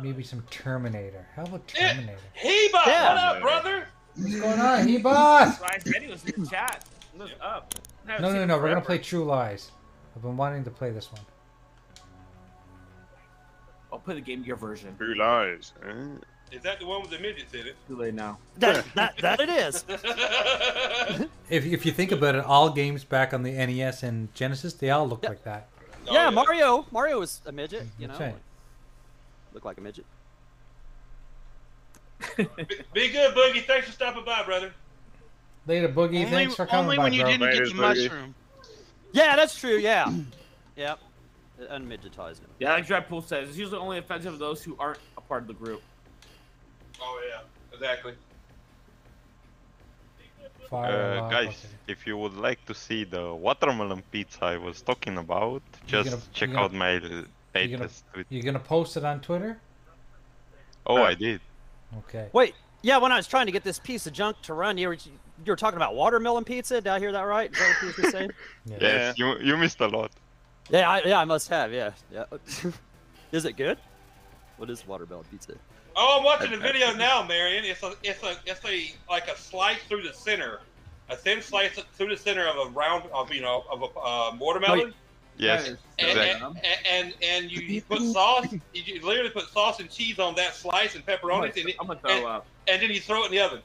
maybe some Terminator. How about Eh, Yeah. Terminator? Heba, Yeah. what up, brother? What's going on, Heba? So I said he was in the chat. Look up. I haven't No, seen no, him no. We're gonna forever. play True Lies. I've been wanting to play this one. I'll play the Game Gear version. Who lies? eh? Is that the one with the midgets in it? Too late now. That, that, that it is. If, if you think about it, all games back on the NES and Genesis, they all look Yeah. like that. Uh, Oh, yeah, Mario. Mario was a midget. You know, That's right. look like a midget. Be, be good, Boogie. Thanks for stopping by, brother. Later, Boogie. Only, thanks for coming only by, when you bro. didn't get Later, the buddy. mushroom. Yeah, that's true. Yeah. yep. Unmidgetized him. Yeah, like Dreadpool says, it's usually only offensive to those who aren't a part of the group. Oh yeah, exactly. Fire Uh, alarm, guys, okay. if you would like to see the watermelon pizza I was talking about, just gonna- check you gonna- out my l- gonna- latest tweet. you gonna post it on Twitter? Oh, I did. Okay. Wait, yeah, when I was trying to get this piece of junk to run, you were you were talking about watermelon pizza. Did I hear that right? Is that what you were saying? Yes, you you missed a lot. yeah, I, yeah, I must have. Yeah, yeah. is it good? What is watermelon pizza? Oh, I'm watching the video now, Marion. It's a, it's a, it's a like a slice through the center, a thin slice through the center of a round of you know of a uh, watermelon. Yes, and, exactly. and, and and you put sauce. You you literally put sauce and cheese on that slice and I'm pepperoni, gonna, and, it- I'm gonna throw up. and then you throw it in the oven.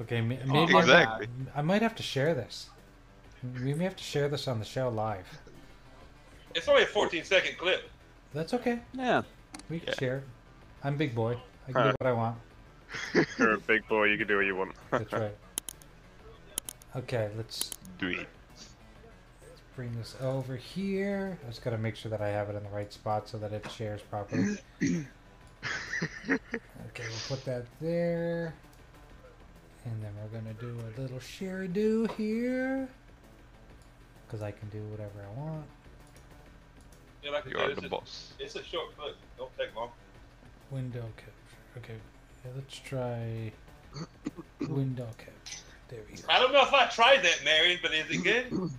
Okay, ma- maybe Oh, Exactly. I, I might have to share this. We may have to share this on the show live. It's only a 14 second clip. That's okay. Yeah. We can Yeah. share. it. I'm big boy. I can do Alright. what I want. You're a big boy. You can do what you want. That's right. Okay, let's Do it. bring this over here. I just gotta make sure that I have it in the right spot so that it shares properly. okay, we'll put that there. And then we're gonna do a little share do here. Because I can do whatever I want. Yeah, like I You said, are it's the a- boss. It's a short clip. Don't take long. Window capture. Okay, yeah, let's try window capture. There we go. I don't know if I tried that, Marion, but is it good?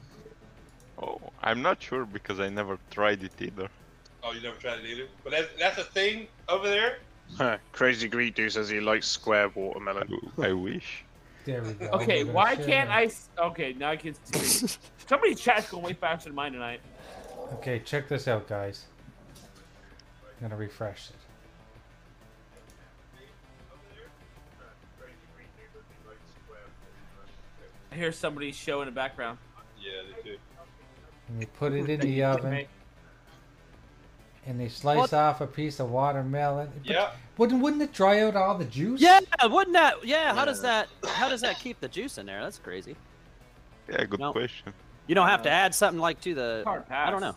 Oh, I'm not sure because I never tried it either. oh, you never tried it either. But that's that's a thing over there. Huh, Crazy Greedo says he likes square watermelon. I wish. There we go. Okay, We're gonna why share can't that. I? s- Okay, now I can see. Somebody's chat's going way faster than mine tonight. Okay, check this out, guys. I'm gonna refresh it. I hear somebody's show in the background. Yeah, they do. and they put it in the oven, and they slice What? off a piece of watermelon. But Yeah. Wouldn't wouldn't it dry out all the juice? Yeah, wouldn't that? Yeah, how does that? How does that keep the juice in there? That's crazy. Yeah, good No. question. You don't have to add something like to the. Hard pass. I don't know.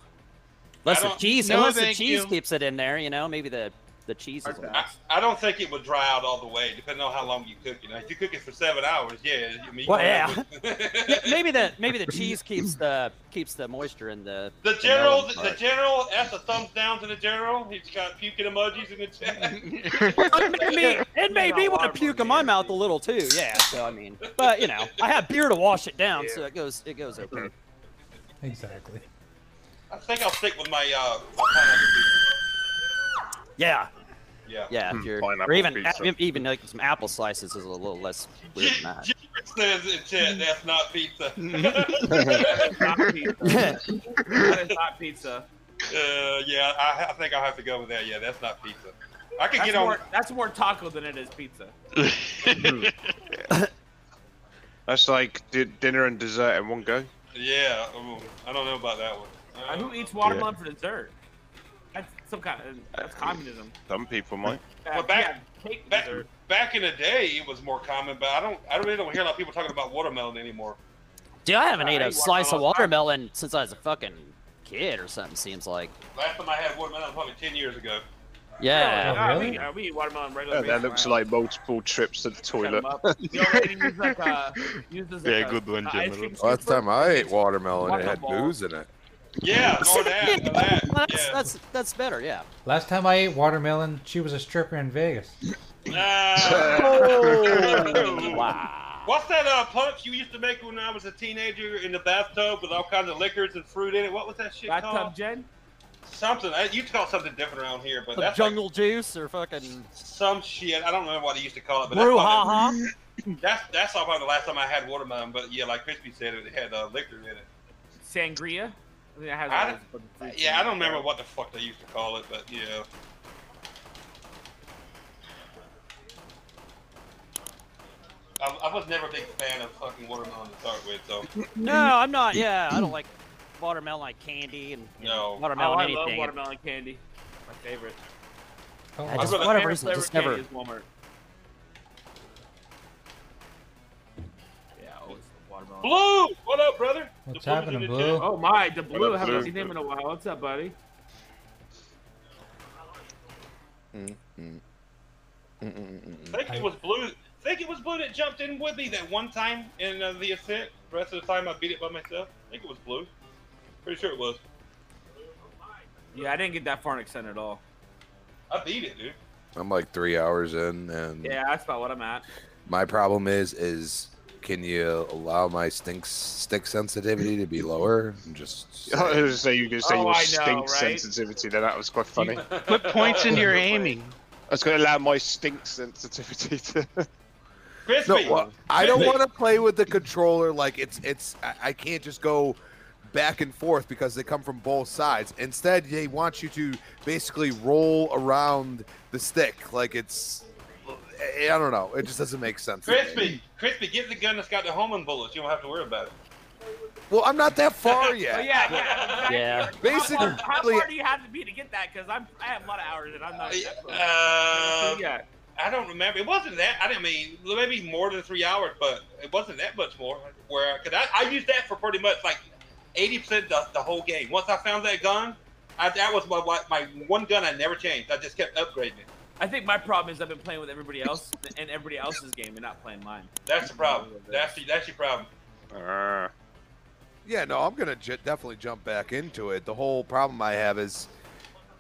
Unless the don't- cheese, no, unless the thank cheese you. keeps it in there, you know, maybe the the cheese is. Hard I, pass. I don't think it would dry out all the way, depending on how long you cook it. Now, if you cook it for seven hours, yeah. I mean, you Well, probably yeah. would- Yeah, maybe the maybe the cheese keeps the keeps the moisture in the. The general, melon the, part. general, that's a thumbs down to the general. He's got puking emojis in the chat. It made me, it made me want to Watermelon, puke in my yeah. mouth a little too. Yeah, so I mean, but you know, I have beer to wash it down, so it goes it goes okay. Exactly. I think I'll stick with my uh. my pineapple Yeah, pizza. Yeah. yeah. If Hmm, you're, or pineapple even pizza. e- even like some apple slices is a little less weird than that. J- Jennifer says in chat that's not pizza. It's not pizza. that is not pizza. Uh, yeah, I, I think I'll have to go with that. Yeah, that's not pizza. I could That's, get on. more, that's more taco than it is pizza. That's like di- dinner and dessert in one go. Yeah, ooh, I don't know about that one. Uh, Uh, who eats watermelon for dessert? That's some kind of that's communism. Some people might. Uh, Uh, back- yeah, cake back, dessert. back in the day, it was more common, but I don't. I really don't hear a lot of people talking about watermelon anymore. Dude, I haven't I ate a ate slice of watermelon watermelon since I was a fucking kid or something. Seems like. Last time I had watermelon was probably ten years ago. Yeah. Oh, Uh, really? we, uh, we eat watermelon on a regular. Yeah, that looks basis. like multiple trips to the Cut 'em toilet. up. You know, they use like a, use this Yeah, like a- good one, a ice General. cream Last scooper. time I ate watermelon, it had Guacamole. booze in it. Yeah, more that. More that. Well, that's, yeah. that's that's better. Yeah. Last time I ate watermelon, she was a stripper in Vegas. Ah. Nah. wow. What's that uh, punch you used to make when I was a teenager in the bathtub with all kinds of liquors and fruit in it? What was that shit called? Bathtub Jen. Something. I, you call it something different around here, but Some that's like jungle juice or fucking some shit. I don't remember what they used to call it, but that's probably, brouhaha. that's that's probably the last time I had watermelon. But yeah, like Crispy said, it had uh, liquor in it. Sangria. I think it has I all don't- those fucking fruits in Yeah, I it. don't remember what the fuck they used to call it, but yeah. I, I was never a big fan of fucking watermelon to start with, so No, I'm not. Yeah, I don't like watermelon like candy and no. watermelon oh, I anything. love watermelon candy. My favorite. Oh, I just, I've for got a Favorite whatever reason, I flavor just candy never. Is Walmart. Yeah, always the watermelon. Blue, what up, brother? What's The happening, in the Blue? Oh my, the blue. up, Haven't Blue? seen him in a while. What's up, buddy? chat. I think it was blue. I think it was blue that jumped in with me that one time in uh, the ascent. The rest of the time I beat it by myself. I think it was blue. Pretty sure it was. Yeah, I didn't get that far in extent at all. I beat it, dude. I'm like three hours in, and Yeah, that's about what I'm at. my problem is, is can you allow my stink stick sensitivity to be lower? And just I was gonna say you could say Oh, you I was know, stink right? sensitivity. Then that was quite funny. Put points into your aiming. I was going to allow my stink sensitivity to. No, Crispy. well, I don't want to play with the controller. Like it's it's. I, I can't just go back and forth because they come from both sides. Instead, they want you to basically roll around the stick. Like it's. I I don't know. It just doesn't make sense. to me. Crispy, Crispy, get the gun that's got the Holman bullets. You won't have to worry about it. Well, I'm not that far Oh, yet. yeah, yeah. Yeah. Basically, How far, how far do you have to be to get that? Because I'm I have a lot of hours and I'm not. that close. Uh, yeah. I don't remember. It wasn't that. I didn't mean maybe more than three hours, but it wasn't that much more. Where because I, I used that for pretty much like eighty percent the, the whole game. Once I found that gun, I, that was my, my my one gun I never changed. I just kept upgrading it. I think my problem is I've been playing with everybody else and everybody else's game and not playing mine. That's the problem. That's the, that's your problem. Ah. Uh, Yeah, no, I'm gonna j- definitely jump back into it. The whole problem I have is,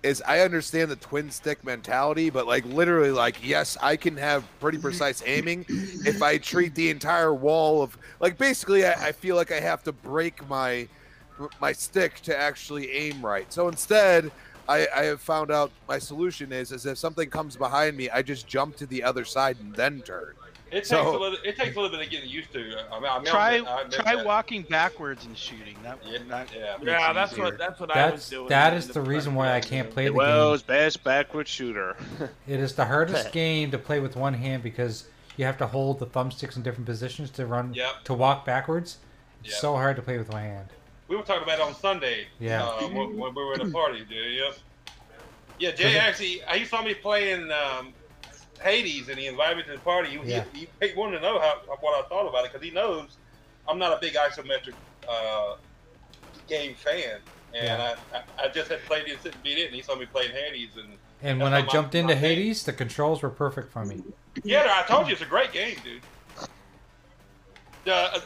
is I understand the twin stick mentality, but like literally, like yes, I can have pretty precise aiming if I treat the entire wall of like basically, I, I feel like I have to break my my stick to actually aim right. So instead, I, I have found out my solution is is if something comes behind me, I just jump to the other side and then turn. It takes So- a little. It takes a little bit of getting used to. uh, I mean, I mean, Try I admit try that. walking backwards and shooting. That Yeah, that- yeah. Yeah, that's easier. what that's what I was That's doing. that in is the reason why I can't play the World's best backward shooter. game. It is the hardest game to play with one hand because you have to hold the thumbsticks in different positions to run Yep. to walk backwards. It's Yep. so hard to play with one hand. We were talking about it on Sunday. Yeah. Uh, when, when we were at a party, dude. Yeah. Yeah, Jay actually, uh, he saw me playing um, Hades, and he invited me to the party. He, Yeah. he, he wanted to know how what I thought about it because he knows I'm not a big isometric uh, game fan, and Yeah. I, I, I just had played it and beat it, and he saw me playing Hades, and And That's when I not my- jumped into my thing. Hades, the controls were perfect for me. Yeah, I told you it's a great game, dude. Uh,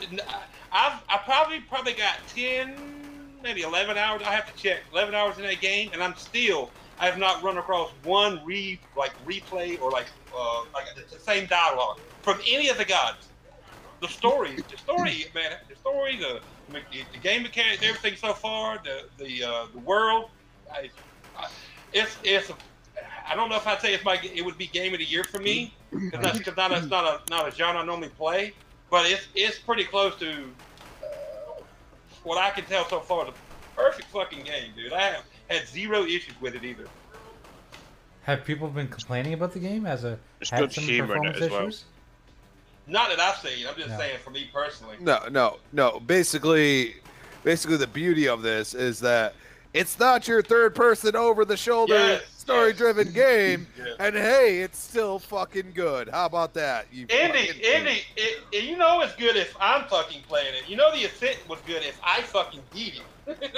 I've I probably probably got ten, maybe eleven hours. I have to check eleven hours in that game, and I'm still I have not run across one re like replay or like uh, like the same dialogue from any of the gods. The story, the story, man, the story, the the, the game mechanics, everything so far, the the uh, the world. I, I, it's it's. I don't know if I'd say it's my it would be game of the year for me because that's 'cause not, it's not a not a genre I normally play, but it's it's pretty close to uh, what I can tell so far. The perfect fucking game, dude. I have had zero issues with it either. Have people been complaining about the game as a There's had good some humor in it performance as well. issues? Not that I've seen. I'm just No. saying for me personally. No, no, no. Basically, basically, the beauty of this is that it's not your third-person over-the-shoulder Yes, story-driven game, Yes. and hey, it's still fucking good. How about that? You Indy, fucking- Indy, it, it, you know it's good if I'm fucking playing it. You know the ascent was good if I fucking beat it.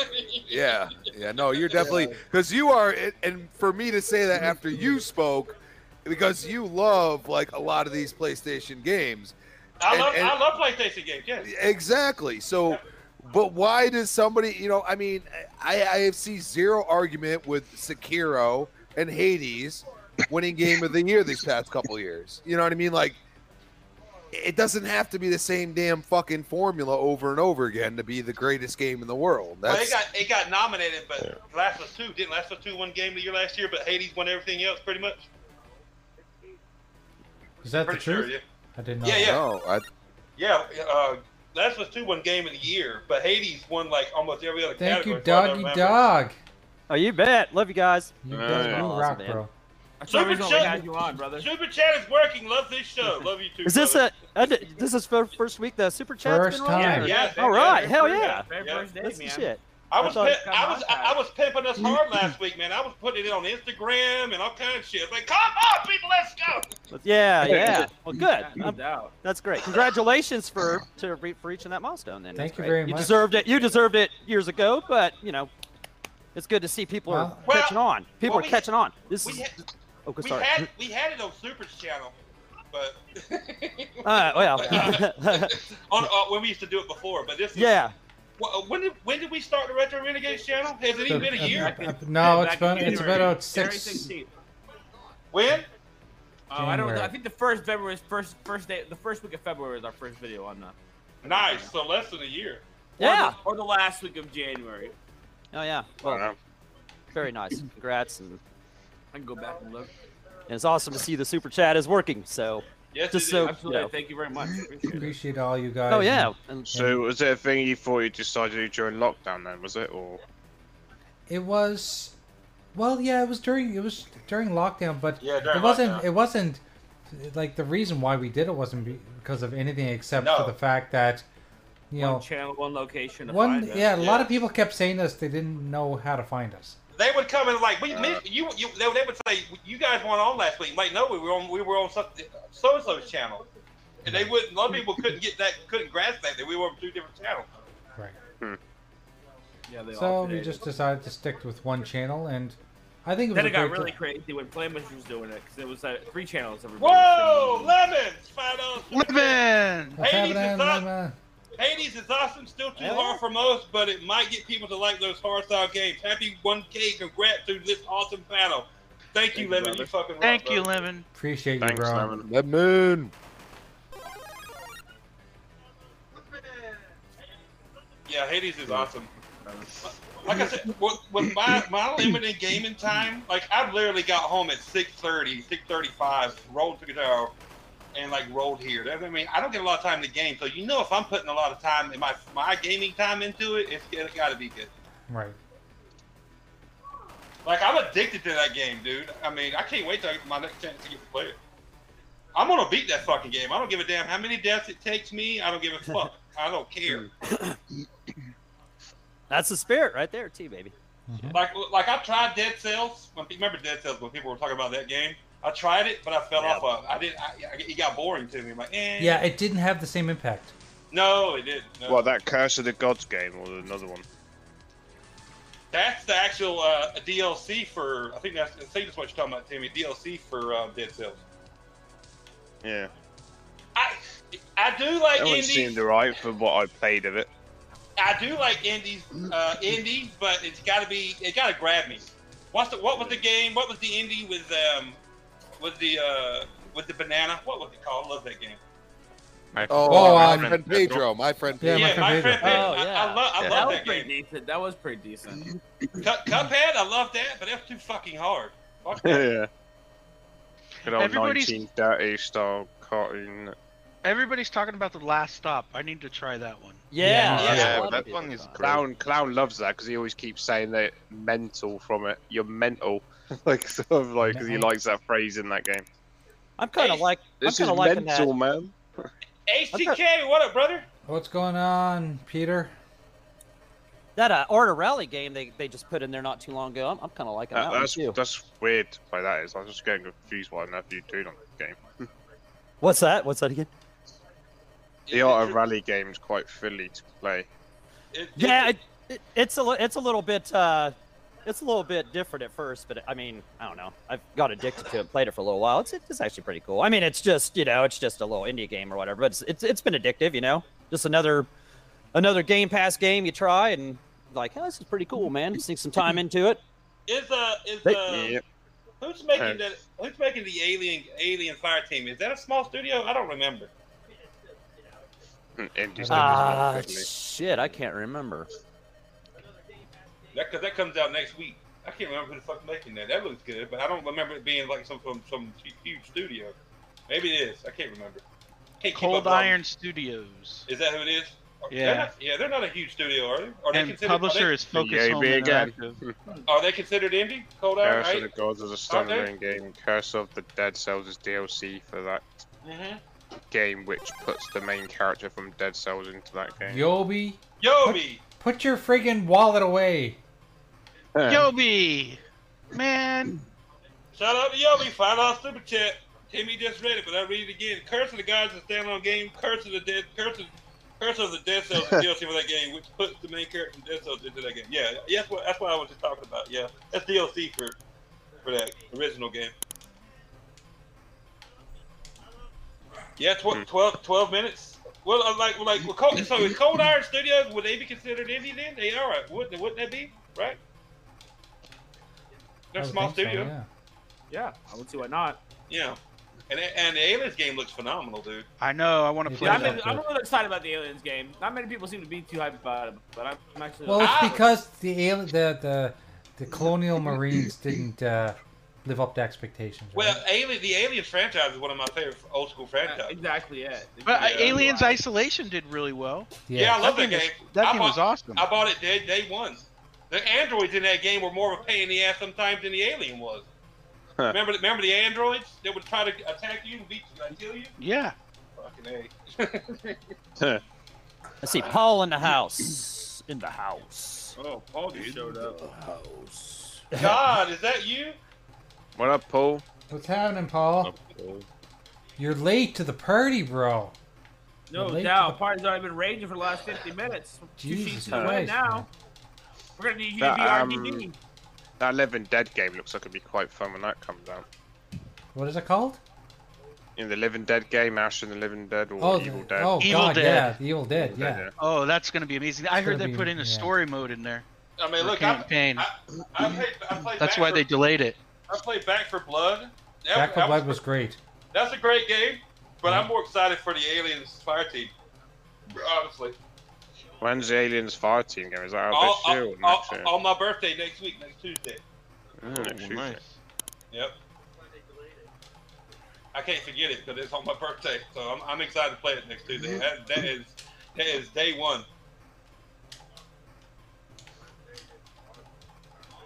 Yeah, yeah. No, you're definitely because you are, and- and for me to say that after you spoke, because you love like a lot of these PlayStation games. I And- love and- I love PlayStation games. Yes. Exactly. So, but why does somebody, you know, I mean, I, I see zero argument with Sekiro and Hades winning game of the year these past couple years. You know what I mean? Like, it doesn't have to be the same damn fucking formula over and over again to be the greatest game in the world. Well, That's, it got it got nominated, but Last of Us Two didn't Last of Us Two win game of the year last year, but Hades won everything else pretty much. Is that the Pretty truth? sure, yeah. I didn't know. Yeah, that. yeah. No, I, Yeah, uh, Last of Us Two won game of the year, but Hades won like almost every other Thank category. you, as far as I doggy remember. dog. Oh, you bet. Love you guys. You Oh, guys yeah. rule Awesome, rock, man. bro. That's the reason why we Super had Chat- you on, brother. Super chat is working. Love this show. Love you too. Is this brother. a, a uh, this is for first week the super chat? First time. Yeah, yeah, All right, yeah. hell Very yeah. first- Very Yeah. first day, That's the man. shit. I was, I thought it pimp- I was was, coming I, I was pimping us hard last week, man. I was putting it on Instagram and all kind of shit. Like, come on, people, let's go. But yeah, yeah. Well, good. Yeah, no Um, doubt. that's great. Congratulations for to re- for reaching that milestone. Then Thank That's you great. very You much. deserved it. You deserved it years ago, but you know, it's good to see people are Well- Well- catching on. People well, are we- catching on. This We is had, oh, we sorry. had, we had it on Super's channel, but Uh, well, on uh, when we used to do it before. But this, is- yeah. Wh- uh, when did when did we start the Retro Renegades channel? Has it even been Uh, a year? uh, uh, no, Yeah, it's back been in it's been January. out January six. 16th. When? Uh, I don't know. January. I think the first February was first first day. The first week of February was our first video on the. Nice. So less than a year. Yeah. Or the, or the last week of January. Oh yeah. Well, Wow. very nice. Congrats and I can go back and look. And it's awesome to see the super chat is working. So Yes, Just it so- is. Absolutely. Yeah. Thank you very much. Appreciate it. Appreciate all you guys. oh yeah, and So was it a thing you thought you decided to do during lockdown then, was it? Or It was, well, yeah, it was during it was during lockdown, but Yeah, during it wasn't. lockdown. It wasn't like the reason why we did it wasn't be- because of anything except No. for the fact that you know One channel, one location. to one. find us. Yeah, a lot yeah. of people kept saying us they didn't know how to find us. They would come and like we, miss you, you. They, they would say you guys weren't on last week. Like no, we were on. We were on so and so's channel, and they wouldn't. A lot of people couldn't get that. Couldn't grasp that that we were on two different channels. Right. Yeah, they So all we did. just decided to stick with one channel, and I think it was Then a it got great really de- crazy when Flamish was doing it because it was uh, three channels. Everybody. was Whoa, streaming. lemons, five dollars. Living! What's Hades happening, is up. Lama? Hades is awesome. Still too Yeah. hard for most, but it might get people to like those hard style games. Happy 1K. Congrats to this awesome panel. Thank Thank you, you, Lemon. brother. You fucking rock, Thank you, brother. Lemon. Appreciate you, thanks, bro. Simon. That moon. Yeah, Hades is awesome. Like I said, with, with my my limited gaming time, like I've literally got home at 6.30, 6.35, rolled to guitar, and like rolled here. That, I mean, I don't get a lot of time to game, so you know if I'm putting a lot of time in my my gaming time into it, it's, it's got to be good. Right. Like I'm addicted to that game, dude. I mean, I can't wait till I get my next chance to get to play it. I'm gonna beat that fucking game. I don't give a damn how many deaths it takes me. I don't give a fuck. I don't care. that's the spirit right there, too, baby. Like like I tried Dead Cells. When, remember Dead Cells when people were talking about that game? I tried it, but I fell Yeah. off of. it. I did. I, I, it got boring to me. I'm like, eh. Yeah, it didn't have the same impact. No, it didn't. No. Well, that Curse of the Gods game or another one. that's the actual uh, DLC for. I think that's. I think that's what you're talking about, Timmy. DLC for uh, Dead Cells. Yeah. I I do like That one indies. seemed alright for what I played of it. I do like indies, uh, indies, but it's got to be, it got to grab me. What's the, what was the game? What was the indie with um, with the uh, with the banana? What was it called? I love that game. My Oh, Oh, my um, friend Pedro. My friend Yeah, Pedro. my my friend friend Pedro. Pedro. Oh, I- yeah. I, love, I Yeah. That love was that pretty game. decent. That was pretty decent. Cup, Cuphead, I love that, but that's too fucking hard. Fuck that. yeah. Good old Everybody's- 1930 style cartoon. Everybody's talking about the last stop. I need to try that one. Yeah, Yeah, that's yeah, what that it one is great. Clown, clown loves that because he always keeps saying that mental from it. You're mental, like sort of like 'cause he Mental. likes that phrase in that game. I'm kind of Hey, like This I'm is kind of liking that. mental, man. HTK, what up, brother? What's going on, Peter? That uh, Order Rally game they, they just put in there not too long ago. I'm, I'm kind of liking that, That- one Uh, that's too. that's weird to play that is. I was just getting confused what on earth you doing on that game. What's that? What's that again? The art of rally game's quite fiddly to play. It- it- Yeah, it, it, it's a li- it's a little bit uh, it's a little bit different at first, but I mean I don't know. I've got addicted to it, played it for a little while. It's it's actually pretty cool. I mean it's just you know it's just a little indie game or whatever, but it's it's, it's been addictive. You know, just another another Game Pass game you try and like oh this is pretty cool man. Sink some time into it. is uh is They- uh yeah, who's making Hey. the who's making the Alien Alien Fire Team? Is that a small studio? I don't remember. indie stuff Ah is not fiddly. shit, I can't remember. That cause that comes out next week. I can't remember who the fuck's making that. That looks good, but I don't remember it being like some from some huge studio. Maybe it is. I can't remember. Can't keep Cold up on- Iron Studios. Is that who it is? Are- they're Yeah. not- yeah, they're not a huge studio, are they? Are they And considered, publisher are is Focus Yay, Home big guy. Interactive. they, are they considered indie? Cold Iron, Curse of right? the Gods is a standalone game. Curse of the Dead Cells is DLC for that Mm-hmm. game, which puts the main character from Dead Cells into that game. Yobi, Yobi. put your friggin' wallet away. Yobi! Man! Shout out to Yobi. Five dollar super chat. Timmy just read it, but I read it again. Curse of the Gods is a standalone game. Curse of the Dead. Curse of Curse of the Dead Cells is DLC for that game, which puts the main character from Dead Cells into that game. Yeah, yeah, that's what that's what I was just talking about. Yeah, that's DLC for for that original game. Yeah, tw- 12, 12 minutes. Well, uh, like, well, like, well, Cold, so is Cold Iron Studios would they be considered indie then? They are, right? wouldn't wouldn't that be right? They're I a would small think so, studio. yeah. Yeah, I would see why not. Yeah. And, and the Aliens game looks phenomenal, dude. I know, Oh, I want to Yeah, play Yeah, Please I'm, that. don't I'm do a little excited about the aliens game. Not many people seem to be too hyped about it, but I'm, I'm actually. Well, it's Ah! because the ali- the the, the colonial marines didn't uh, live up to expectations. Right? Well, Alien, the Aliens franchise is one of my favorite old school Uh, franchises. exactly it. But uh, Yeah, Aliens I. Isolation did really well. Yeah, I love that, game was, game. that I game bought, was awesome. I bought it day, day one. The androids in that game were more of a pain in the ass sometimes than the alien was. Huh. Remember, remember the androids that would try to attack you and beat you and kill you? yeah. Fucking a. Let's see, Paul in the house. In the house. Oh, Paul just showed up. House. God, is that you? What up, Paul? What's happening, Paul? You're late to the party, bro. No Relate to doubt. the- Party's already been raging for the last 50 minutes. Two sheets Jesus to the wind Christ. now. We're going to need you to That, be um, RDD. That Living Dead game looks like it'd be quite fun when that comes out. What is it called? In the Living Dead game, Ash and the Living Dead or Oh, Evil the- Dead. oh Evil God, Dead. yeah, the Evil Dead, Evil yeah. Dead, Oh, that's gonna be amazing. I It's heard gonna they be- put in a yeah. story mode in there. I mean, for look, I, campaign. I, I played. I played that's Back why for, they delayed it. I played Back for Blood. That, Back for that Blood was- was great. That's a great game, but I'm more excited for the aliens fire team. Honestly, When's the Aliens Fire Team game? Is that out all, this year or all- next year? on my birthday next week, next Tuesday. Oh, next Tuesday. nice. Yep. I can't forget it because it's on my birthday, so I'm, I'm excited to play it next Tuesday. That, that is that is day one.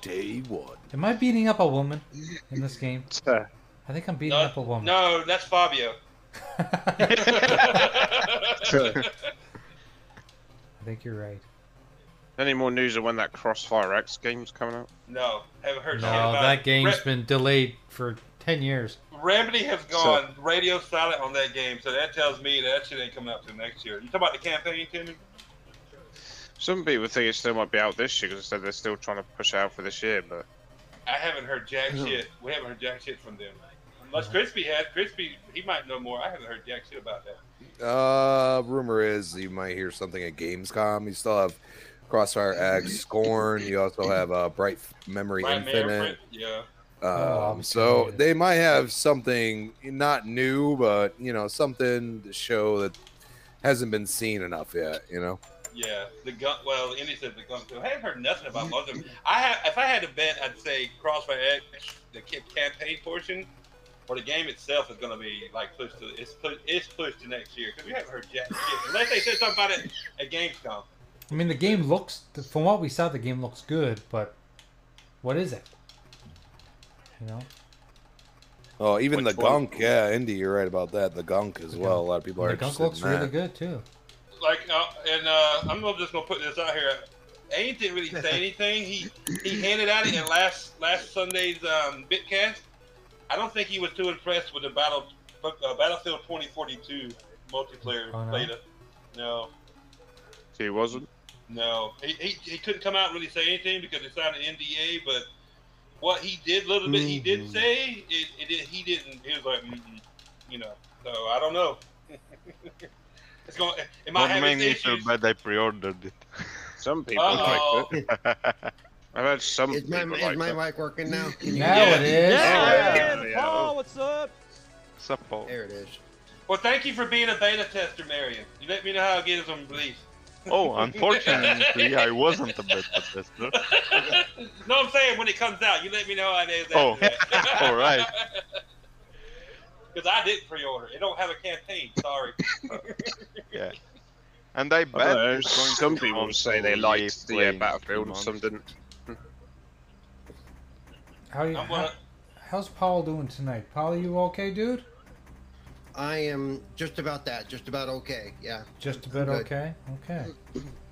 Day one. Am I beating up a woman in this game? I think I'm beating No, up a woman. no, that's Fabio. I think you're right. Any more news of when that Crossfire X game's coming out? no, haven't heard shit No, about that it. game's Re- been delayed for ten years. Remedy has gone radio silent on that game, so that tells me that shit ain't coming out till next year. You talking about the campaign, Timmy? Some people think it still might be out this year because they said they're still trying to push it out for this year, but I haven't heard jack shit. We haven't heard jack shit from them. Unless Crispy had Crispy, he might know more. I haven't heard jack shit about that. Uh, rumor is you might hear something at Gamescom. You still have Crossfire X, Scorn. You also have uh, Bright Memory Right, man, Infinite. Fred? Yeah. Oh, Um, I'm so excited. they might have something not new, but you know something to show that hasn't been seen enough yet. You know, Yeah, the gun. Well, Indy said the gun. I haven't heard nothing about most of them. I have. If I had to bet, I'd say Crossfire X, the ca- campaign portion, or the game itself is going to be like pushed to. It's pushed. It's pushed to next year because we haven't heard jack shit unless they said something about it at Gamescom. I mean, the game looks, from what we saw, the game looks good, but what is it? You know, oh, even Which the one? gunk. Yeah, Indy, you're right about that. The gunk as The well. gunk. A lot of people are the gunk interested looks in that. really good too. Like, uh, and uh, I'm gonna- just gonna put this out here. Ain't didn't really say anything. He he handed out it in last last Sunday's um, bitcast. I don't think he was too impressed with the battle uh, Battlefield 2042 multiplayer Oh, no? beta. No. he wasn't. No, he, he, he couldn't come out and really say anything because it signed an NDA. But what he did, little bit he Mm-hmm. did say, it, it did- he didn't. He was like, Mm-mm, you know. So I don't know. it's going. It might What have made its me so issues. bad I pre-ordered it. Some people Uh-oh. liked it. I've heard some Is my, people is like my it. mic working now? Can you- Now it is. Yeah, Yeah. man, Paul, what's up? Suppo. There it is. Well, thank you for being a beta tester, Marion. You let me know how it gets on release. Oh, unfortunately, I wasn't a beta tester. no, I'm saying when it comes out, you let me know how it is. Oh. All Because right. I did pre-order. It don't have a campaign. Sorry. And I I bet don't know, it's going some to people come say they to liked the play uh, in two Battlefield, months. some didn't. How you? I'm gonna. How, how's Paul doing tonight? Paul, you okay, dude? I am just about that. Just about okay. Yeah. Just about Good. okay. Okay.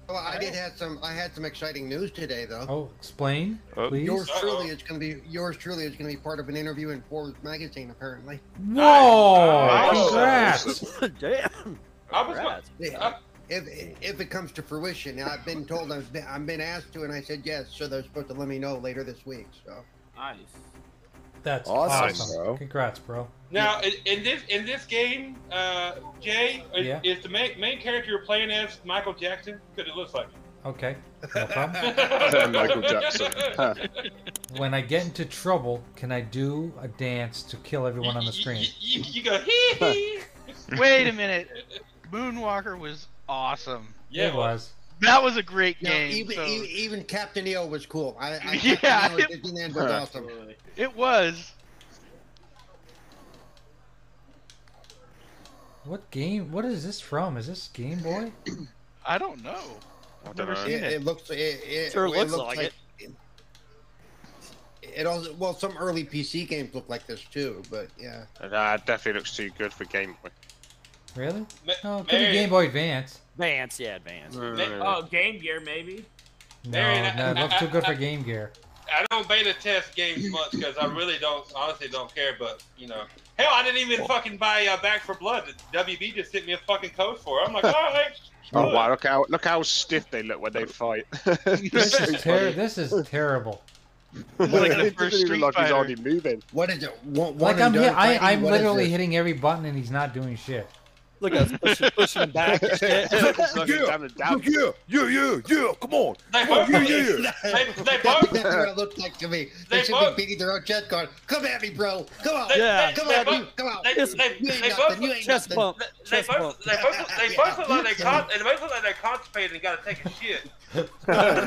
Well, I did have some. I had some exciting news today, though. Oh, explain, Oh, please. Uh, Yours Uh-oh. truly is going to be yours truly is going to be part of an interview in Forbes magazine. Apparently, Whoa! Nice. Congrats! Damn. I was. Gonna, Congrats. Yeah. if if it comes to fruition, now, I've been told I've been, I've been asked to, and I said yes. So they're supposed to let me know later this week. So Nice. That's awesome, Awesome, bro. Congrats, bro. Now, in, in this in this game, uh, Jay is, Yeah. is the main, main character you're playing as Michael Jackson? Because it looks like Okay, no problem. him. Michael Jackson. Huh. when I get into trouble, can I do a dance to kill everyone on the screen? You, you, you go hee hee. Wait a minute. Moonwalker was awesome. Yeah, it well, was. that was a great No, game. even, so- even even Captain EO was cool. I, I Yeah. Captain EO at Disneyland was awesome. It was. What game? What is this from? Is this Game Boy? I don't know. I I've don't never know. It, seen it. it looks it, it, Sure it looks like it. It also well, some early PC games look like this too, but yeah. Nah, uh, it definitely looks too good for Game Boy. Really? Ma- No, it could be Mary, Game Boy Advance. Advance, yeah, advance. Oh, Game Gear maybe. No, Mary, I- no, it looks too good for Game Gear. I don't beta test games much because I really don't, honestly, don't care. But you know, hell, I didn't even fucking buy uh, Back for Blood. that WB just sent me a fucking code for. it. I'm like, all right. Oh good. wow! Look how look how stiff they look when they fight. Oh. This is, ter- this is terrible. It's like the It doesn't first even Street look like he's Fighter. already moving. What is it? One, one Like I'm, and hit- done I, fighting? I'm What is literally this? hitting every button and he's not doing shit. Look at us pushing, pushing back. and shit. Look, it's Yeah, down and down. yeah, yeah, yeah, yeah. Come on. They Come on, both, yeah, yeah, yeah. they, they That's both, exactly what it looked like to me. They, They should both- be beating their own chest going, Come at me, bro. Come on. they, Yeah. they, Come they on, both- you. Come on. they, Yes. they, You they ain't both, nothing. You ain't Chest nothing. bump. they Chest bump. both, they both, they both look like they con, they both look like they constipated and gotta take a shit.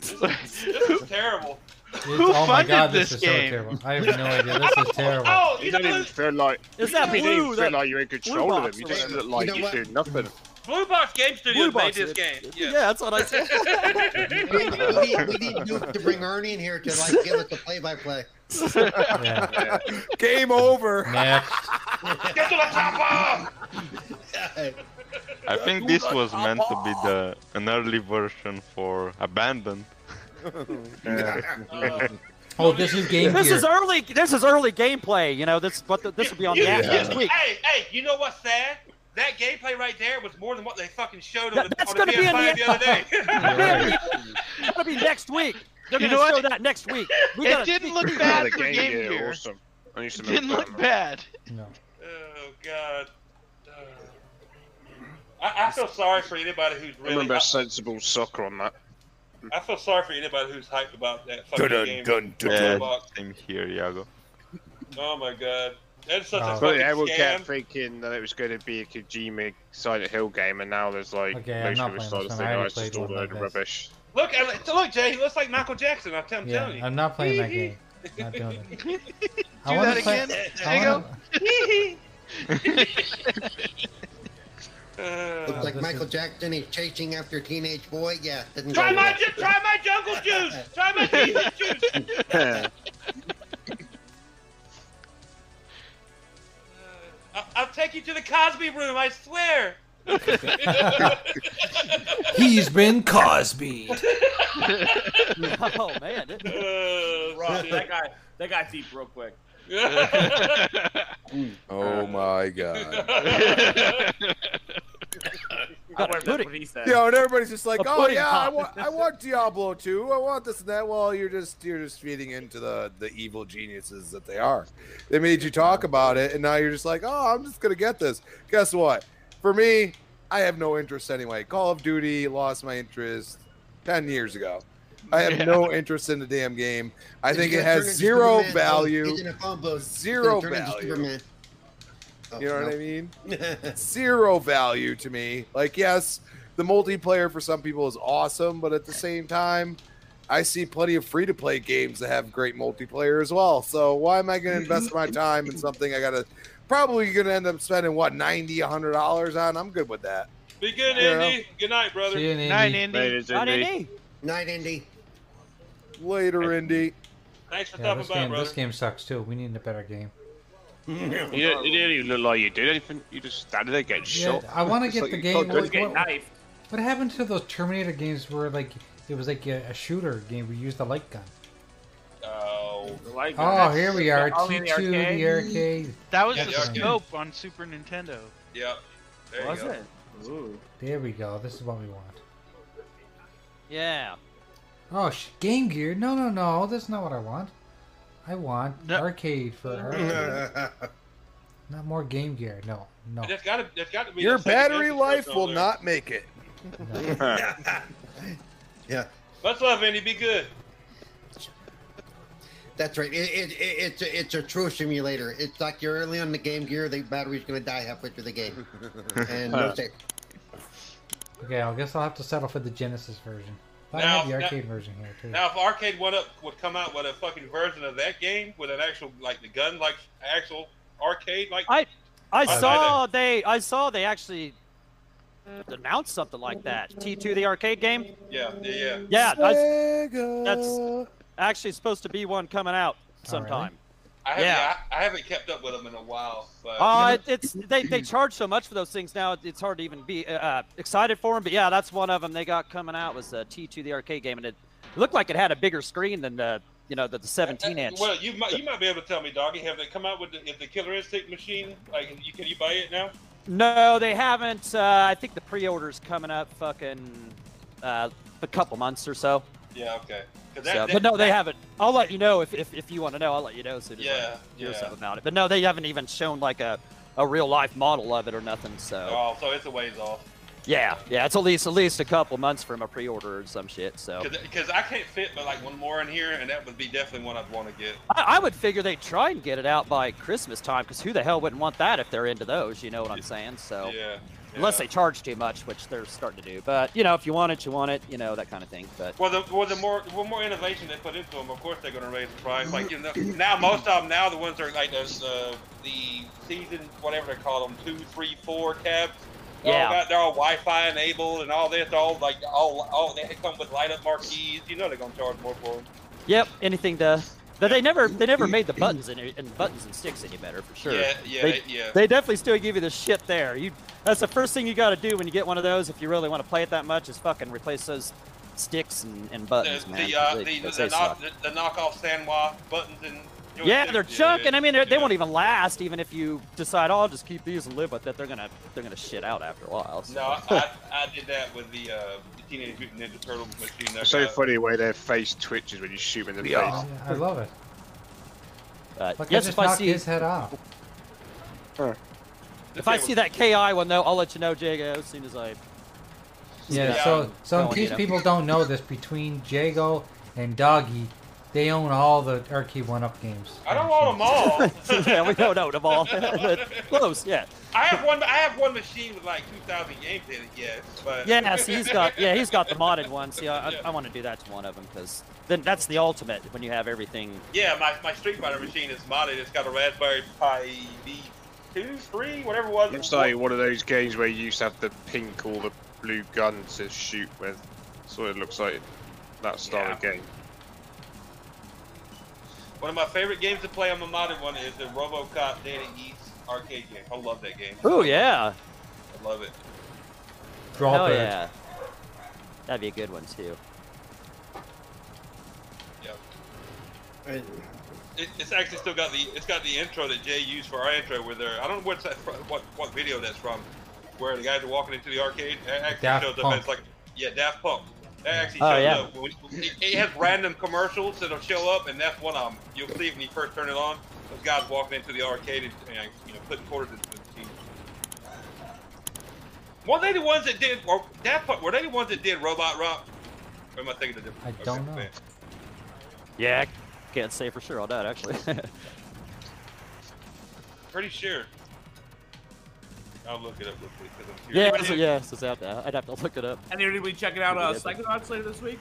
this is terrible. It's, Who oh my funded god, this, this is game? so terrible. I have no idea. This is terrible. Oh, You you don't even lose. feel like Is that you don't even blue? feel That like you're in control of box them. You over just there. look like You know you're what? doing nothing. Blue Box Game blue Studios made box. this it- game. Yeah. Yeah. that's what I said. We need, we need, we need Duke to bring Ernie in here to like give us a play by play. Yeah. Game over. Next. Get to the chopper! I think this was meant to be the an early version for Abandoned. Uh, Oh, this is Game This Gear. is early. This is early gameplay. You know, this but th- this will be on the you- app you- next week. Hey, hey, you know what's sad? That gameplay right there was more than what they fucking showed on That- the, that's on the gonna be in PS5 the- the other day. Man, That'll be next week. They're You gonna know show what? that next week. We It got didn't look Yeah, bad the for Game Gear, Gear. awesome. I used to It know didn't that, look man. bad. no. Oh God. Uh, I, I feel sorry for anybody who's I really. remember I, a sensible soccer on that. I feel sorry for anybody who's hyped about that fucking Dun, dun, game. dun, dun. Yeah, box. same here, Yago. Oh my God. That's such Oh. a But But fucking everyone scam. kept thinking that it was going to be a Kojima Silent Hill game, and now there's like Okay, I'm most not people playing started this one. I thinking oh, already it's just played all one a load like of this. rubbish. Look, I, look, Jay. He looks like Michael Jackson. I'm, I'm Yeah, telling you. I'm not playing that game. Not doing it. I Do wanna that play- again. I There you wanna- Looks Uh, like Michael Jackson is chasing after a teenage boy. Yeah. Didn't try go my well. ju- try my jungle juice. Try my Jesus juice. I- I'll take you to the Cosby room. I swear. He's been Cosby. to. Oh man. it- Uh, Rob, shit. that guy, that got deep real quick. Oh my god. I Got wonder a if that's pudding. what he said. Yo, and everybody's just like, A oh pudding yeah, I pop." want, I want Diablo 2. I want this and that. Well, you're just, you're just feeding into the, the evil geniuses that they are. They made you talk about it, and now you're just like, oh, I'm just gonna get this. Guess what? For me, I have no interest anyway. Call of Duty lost my interest ten years ago. I have no interest in the damn game. I think He's it gonna has turn into zero Superman. Oh, value. He's in a phone booth. He's gonna Zero turn into value. Superman. Oh, You know what I nope. mean? zero value to me. Like, yes, the multiplayer for some people is awesome, but at the same time, I see plenty of free to play games that have great multiplayer as well. So why am I going to invest my time in something I got to probably going to end up spending what 90 100 dollars on? I'm good with that. Be good, Yeah. Andy. Good night, brother. See you, Nine Andy. Indy. Not any. Night, Indy. Later, Indy. Thanks for Yeah, stopping this by, game, brother. this game sucks too. We need a better game. You don't, you don't even look like you did anything. You just standing there getting Yeah, shot. I want to It's get like the you game. can't do What, it. Get what, knifed. what happened to those Terminator games where like it was like a, a shooter game? We used the light gun. Oh, Like, Oh, here we are. All in T the two arcade? the arcade. That was Yeah, the they are good. scope on Super Nintendo. yep. There you Was go. it? Ooh. There we go. This is what we want. Yeah. Oh, sh- Game Gear? No, no, no. That's not what I want. I want No. arcade for arcade. not more Game Gear. No, no. That's gotta, that's gotta be Your that second battery Andy life person will over there. not make it. no. yeah. Much love, Andy. Be good. That's right. It, it, it, it's a, it's a true simulator. It's like you're early on the Game Gear. The battery's gonna die halfway through the game, and no save. Okay, I guess I'll have to settle for the Genesis version. But I Now- have the now- arcade version here too. Now, if Arcade One Up would come out with a fucking version of that game with an actual, like the gun, like actual arcade, like I- I buy saw they I saw they actually announced something like that. T2 the arcade game. yeah, yeah, yeah. Yeah, that's Sega. actually supposed to be one coming out really? sometime. I haven't, Yeah. I, I haven't kept up with them in a while, but Uh, it- it's they, they charge so much for those things now. it- It's hard to even be uh, excited for them. But yeah, that's one of them they got coming out was the T2 the arcade game, and it looked like it had a bigger screen than the you know the, the 17 inch. Well, you might you might be able to tell me, doggy. Have they come out with the, if the Killer Instinct machine? Like, you can you buy it now? No, they haven't. Uh, I think the pre-order's coming up fucking uh, a couple months or so. Yeah, okay. 'Cause that- So, that- but no, they haven't. I'll let you know if, if, if you want to know. I'll let you know as soon as Yeah, I hear yeah. something about it. But no, they haven't even shown like a, a real life model of it or nothing. So Oh, so it's a ways off. yeah, yeah, it's at least at least a couple months from a pre-order or some shit. So Because I can't fit but like one more in here, and that would be definitely one I'd want to get. I, I would figure they'd try and get it out by Christmas time because who the hell wouldn't want that if they're into those? You know what I'm saying? So Yeah. yeah. unless they charge too much, which they're starting to do. But you know, if you want it, you want it. You know that kind of thing. But Well, the, well, the more well, more innovation they put into them, of course they're going to raise the price. Like you know, now most of them now the ones that are like those uh, the season whatever they call them two, three, four cabs. They're Yeah. all, got, they're all Wi-Fi enabled and all this. All like all all they come with light up marquees. You know they're going to charge more for them. Yep, anything to. But they never they never made the buttons any, and buttons and sticks any better for sure. Yeah, yeah, They- yeah. They definitely still give you the shit there. You that's the first thing you got to do when you get one of those if you really want to play it that much is fucking replace those sticks and, and buttons, the man. the, 'cause uh, they- the, the, 'cause they knock, suck. the, the knockoff Sanwa buttons and yeah, they're joysticks. junk, and I mean they're- they yeah. won't even last even if you decide oh, I'll just keep these and live with it. They're gonna they're gonna shit out after a while. so. No, I, I did that with the, uh, the Teenage Mutant Ninja Turtle machine. that It's so got- funny the way their face twitches when you shoot 'em in the Yeah. face. Yeah, I love it. But Look, I yes, just if I knocked see his head off. if I thing see was- that KI one though, I'll let you know, Jago, as soon as I. Yeah, Yeah, so so in no, case you know. people don't know this, between Jago and Doggy, they own all the arcade one up games. I don't want them all. yeah, we don't know them all, but close. Yeah. I have one. I have one machine with like 2,000 games in it. Yes, but Yeah, so he's got yeah he's got the modded one. See, I, Yeah. I, I want to do that to one of them because then that's the ultimate when you have everything. yeah, my, my Street Fighter machine is modded. It's got a Raspberry Pi V two, three, whatever it was. It's like one of those games where you used to have the pink or the blue gun to shoot with. That's what it looks like. That style of game. One of my favorite games to play on my modded one is the RoboCop Data East arcade game. I love that game. Oh yeah, I love it. Draw oh bird. yeah, that'd be a good one too. I- it. It's actually still got the it's got the intro that Jay used for our intro. Where they're I don't know what's that from, what what video that's from, where the guys are walking into the arcade. It actually Daft shows up. Punk. It's like yeah, Daft Punk. That actually Oh, shows yeah. up. When- It, it has random commercials that'll show up, and that's one of them. You'll see it when you first turn it on. Those guys walking into the arcade and, and you know putting quarters into the machine. Were they the ones that did or Daft Punk? Were they the ones that did Robot Rock? Or am I thinking of the I different? don't okay, know. man. Yeah, I can't say for sure on that actually. Pretty sure. I'll look it up real quick because I'm yeah, curious. so, yeah, so it's out there. I'd have to look it up. Anybody be checking out uh, Psychonauts later this week?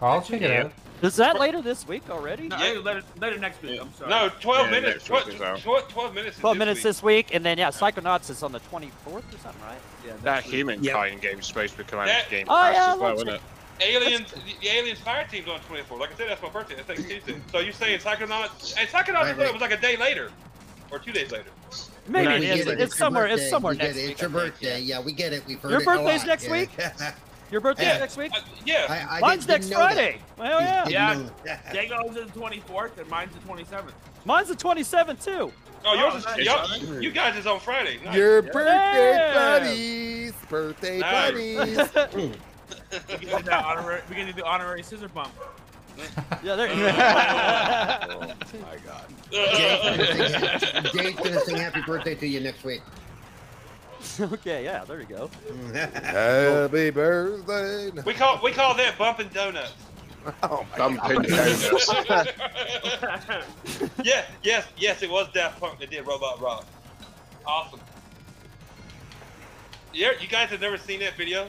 I'll check it out. Is that later this week already? No, Yeah. later, later next week. I'm sorry. No, 12 Yeah, minutes. next week 12, is out. 12 12 minutes. is Twelve this minutes week. this week, and then yeah, Psychonauts is on the twenty fourth or something, right? Yeah, next That week. humankind game's supposed to be coming out That- of Game Oh, Pass yeah, as well, that's isn't it? Aliens, the, the Aliens Fire Team's on 24. Like I said, that's my birthday. That's next Tuesday. So you're saying Psychonauts. And Psychonauts I Right, thought it right. was like a day later. Or two days later. Maybe we it get is. it, It's your somewhere. birthday, It's somewhere we get next it, week. It's your I think, birthday. Yeah. we get it. We've heard Your it a birthday's lot, next yeah. week? yeah. Your birthday's Yeah. next week. Yeah. I, I Mine's didn't next know that. Friday. Well, yeah. Didn't Yeah. know that. Django's is the 24th and mine's the 27th. Mine's the 27th too. oh, yours is. nice. y'all, you guys is on Friday. Nice. Your birthday Yeah. buddies, birthday Nice. buddies. We can do that honorary, we can do the honorary scissor pump. Yeah, there you go. my Oh, God. Jade's gonna sing happy birthday to you next week. Mm-hmm. okay, yeah, there you go. Happy birthday. we call we call that bumping donuts. Oh my Dumb pinch. yeah, yes, yes, it was Daft Punk that did Robot Rock. Awesome. Yeah, you guys have never seen that video?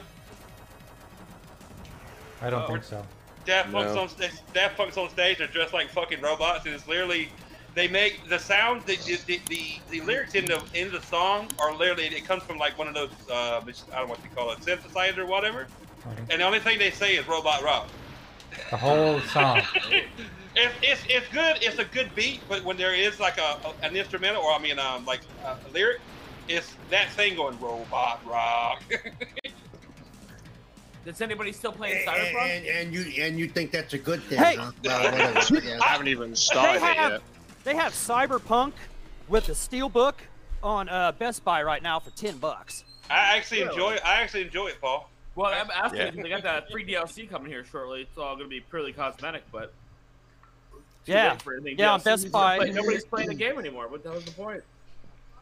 I don't Oh. think so. Daft Punk's No. on stage. Daft Punk's on stage. They're dressed like fucking robots, and it's literally they make the sound. The the, the, the, the lyrics in the in the song are literally it comes from like one of those uh, mach- I don't know what you call it synthesizer or whatever. Okay. And the only thing they say is robot rock. The whole song. Oh. It's, it's, it's good. It's a good beat, but when there is like a, a- an instrumental or I mean um like a lyric, it's that thing going robot rock. Does anybody still play And, Cyberpunk? and, and you and you think that's a good thing? Hey! Huh? Well, whatever, yeah. I haven't even started They have- yet. They have Cyberpunk with the steelbook on uh, Best Buy right now for ten bucks. I actually enjoy. I actually enjoy it, Paul. Well, I'm asking because they got that free DLC coming here shortly. It's all going to be purely cosmetic, but too Yeah. late for anything Yeah, DLC. Best Nobody's Buy. playing- Nobody's playing the game anymore. What the hell's the point?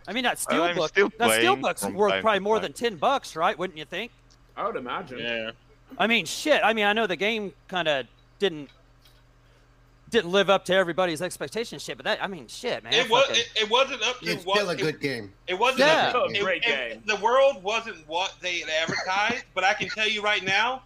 I mean that Well, I'm steelbook. still that playing steelbook's from time worth to probably more time. than ten bucks, right? Wouldn't you think? I would imagine. Yeah. I mean, shit. I mean, I know the game kind of didn't didn't live up to everybody's expectations, shit. But that, I mean, shit, man. it was. fucking- It, it wasn't up to It's what. still a it- good game. It wasn't. Yeah. a- Oh, it's a it- great it- game. The world wasn't what they advertised, but I can tell you right now,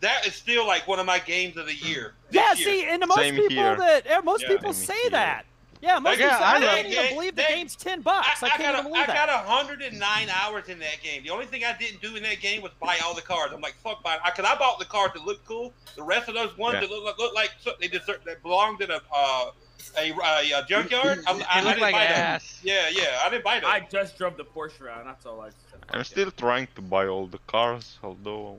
that is still like one of my games of the year. this yeah, year. see, and the most Same people here. that yeah, most Yeah. people Same say here. that. Yeah, Like, most people. yeah, say, I I, love can't even game- believe the they- game's ten bucks. I, I, I got, can't even a, believe I that. got 109 hours in that game. The only thing I didn't do in that game was buy all the cards. I'm like, fuck, buy because I bought the cards that looked cool. The rest of those ones Yeah. that look, look, look like so- they deserve, that belonged in a uh, a, a, a junkyard. I, I, I You look didn't like buy that. ass. Yeah, yeah, I didn't buy that. I just drove the Porsche around. That's all I. I'm still trying to buy all the cars, although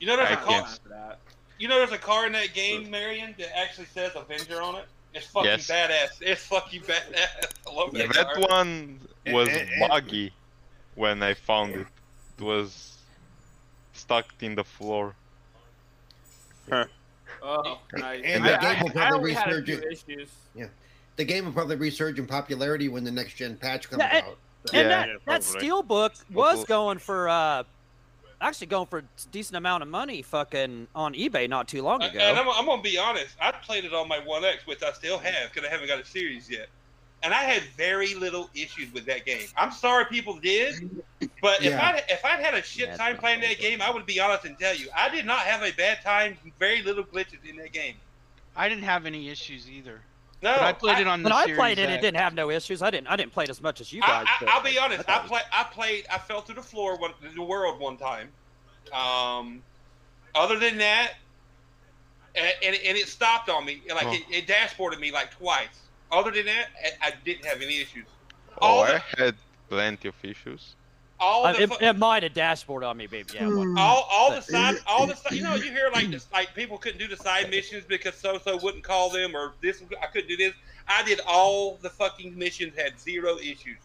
you know, there's I a car. can't You know, there's a car in that game, Marion, that actually says Avenger on it. It's fucking Yes. badass. It's fucking badass. I love that, that car. one was Eh, eh, eh. buggy when I found it. It was stuck in the floor. Oh, nice. And I, the game will I- I probably only had a few resurge it. issues. The game will probably resurge in popularity when the next gen patch comes Yeah, and- out. And Yeah, that, yeah, that probably. steel book was Hopefully. going for uh actually going for a decent amount of money fucking on eBay not too long Uh, ago. and I'm, I'm gonna be honest. I played it on my One X, which I still have because I haven't got a series yet. And I had very little issues with that game. I'm sorry people did, but if Yeah. I if I'd had a shit That's time not playing that bullshit. game, I would be honest and tell you I did not have a bad time. Very little glitches in that game. I didn't have any issues either. No, But I played it on the when I Series played it, it X. didn't have no issues. I didn't I didn't play it as much as you I, guys. I, but- I'll be honest. I thought- play. I played. I fell to the floor one, the world one time. Um, other than that, and, and, and it stopped on me. Like Oh. it, it dashboarded me like twice. Other than that, I, I didn't have any issues. Oh, All I the, had plenty of issues. all Uh, the, it, fu- it might have dashboard on me, baby. Yeah, well, all, all the side, all the side. You know, you hear like this, like people couldn't do the side missions because so so wouldn't call them or this. I couldn't do this. I did all the fucking missions, had zero issues.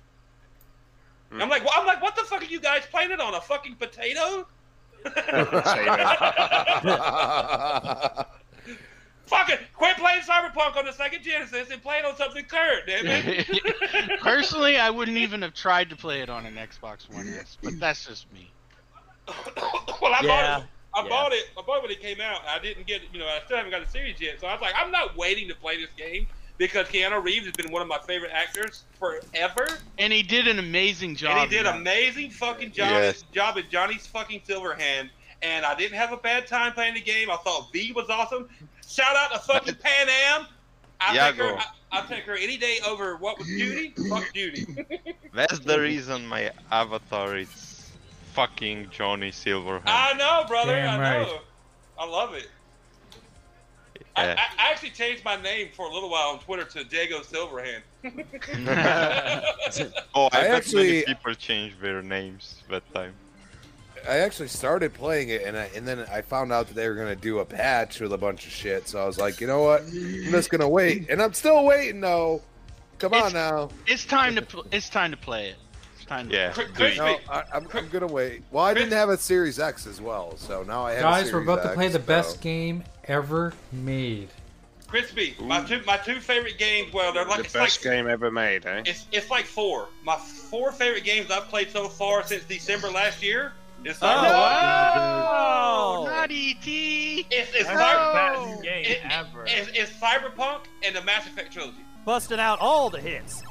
Hmm. I'm like, well, I'm like, what the fuck are you guys playing it on a fucking potato? God. Fucking quit playing Cyberpunk on the second Genesis and play it on something current, damn it. Personally, I wouldn't even have tried to play it on an Xbox One S, but that's just me. well, I Yeah, bought it. I yeah. bought it. I bought it when it came out. and I didn't get, you know, I still haven't got a series yet. So I was like, I'm not waiting to play this game because Keanu Reeves has been one of my favorite actors forever, And he did an amazing job. and he in did that. amazing fucking job Yes. job at Johnny's fucking Silverhand. And I didn't have a bad time playing the game. I thought V was awesome. Shout out to fucking Pan Am. I take her. Yago. I, I'll take her any day over what was Judy. Fuck Judy. That's the reason my avatar is fucking Johnny Silverhand. I know, brother. Damn I right. know. I love it. I, I, Yeah. I actually changed my name for a little while on Twitter to Dago Silverhand. ah. oh, I, I bet actually- many people changed their names that time. I actually started playing it, and I, and then I found out that they were gonna do a patch with a bunch of shit. So I was like, you know what? I'm just gonna wait, and I'm still waiting though. Come It's- on now. It's time to pl- it's time to play it. It's time. To Yeah. Cr- do it. Crispy, No, I, I'm, I'm gonna wait. Well, I didn't have a Series X as well, so now I have. a Guys, Series we're about to play X, the so- best game ever made. Crispy. My two my two favorite games. Well, they're like the it's best like game ever made, eh? it's it's like four. My four favorite games I've played so far since December last year It's Oh, Cyberpunk. wow. not ET. It's, it's, That's cyber, the No. best game It- ever. it's, it's Cyberpunk and the Mass Effect trilogy. Busting out all the hits.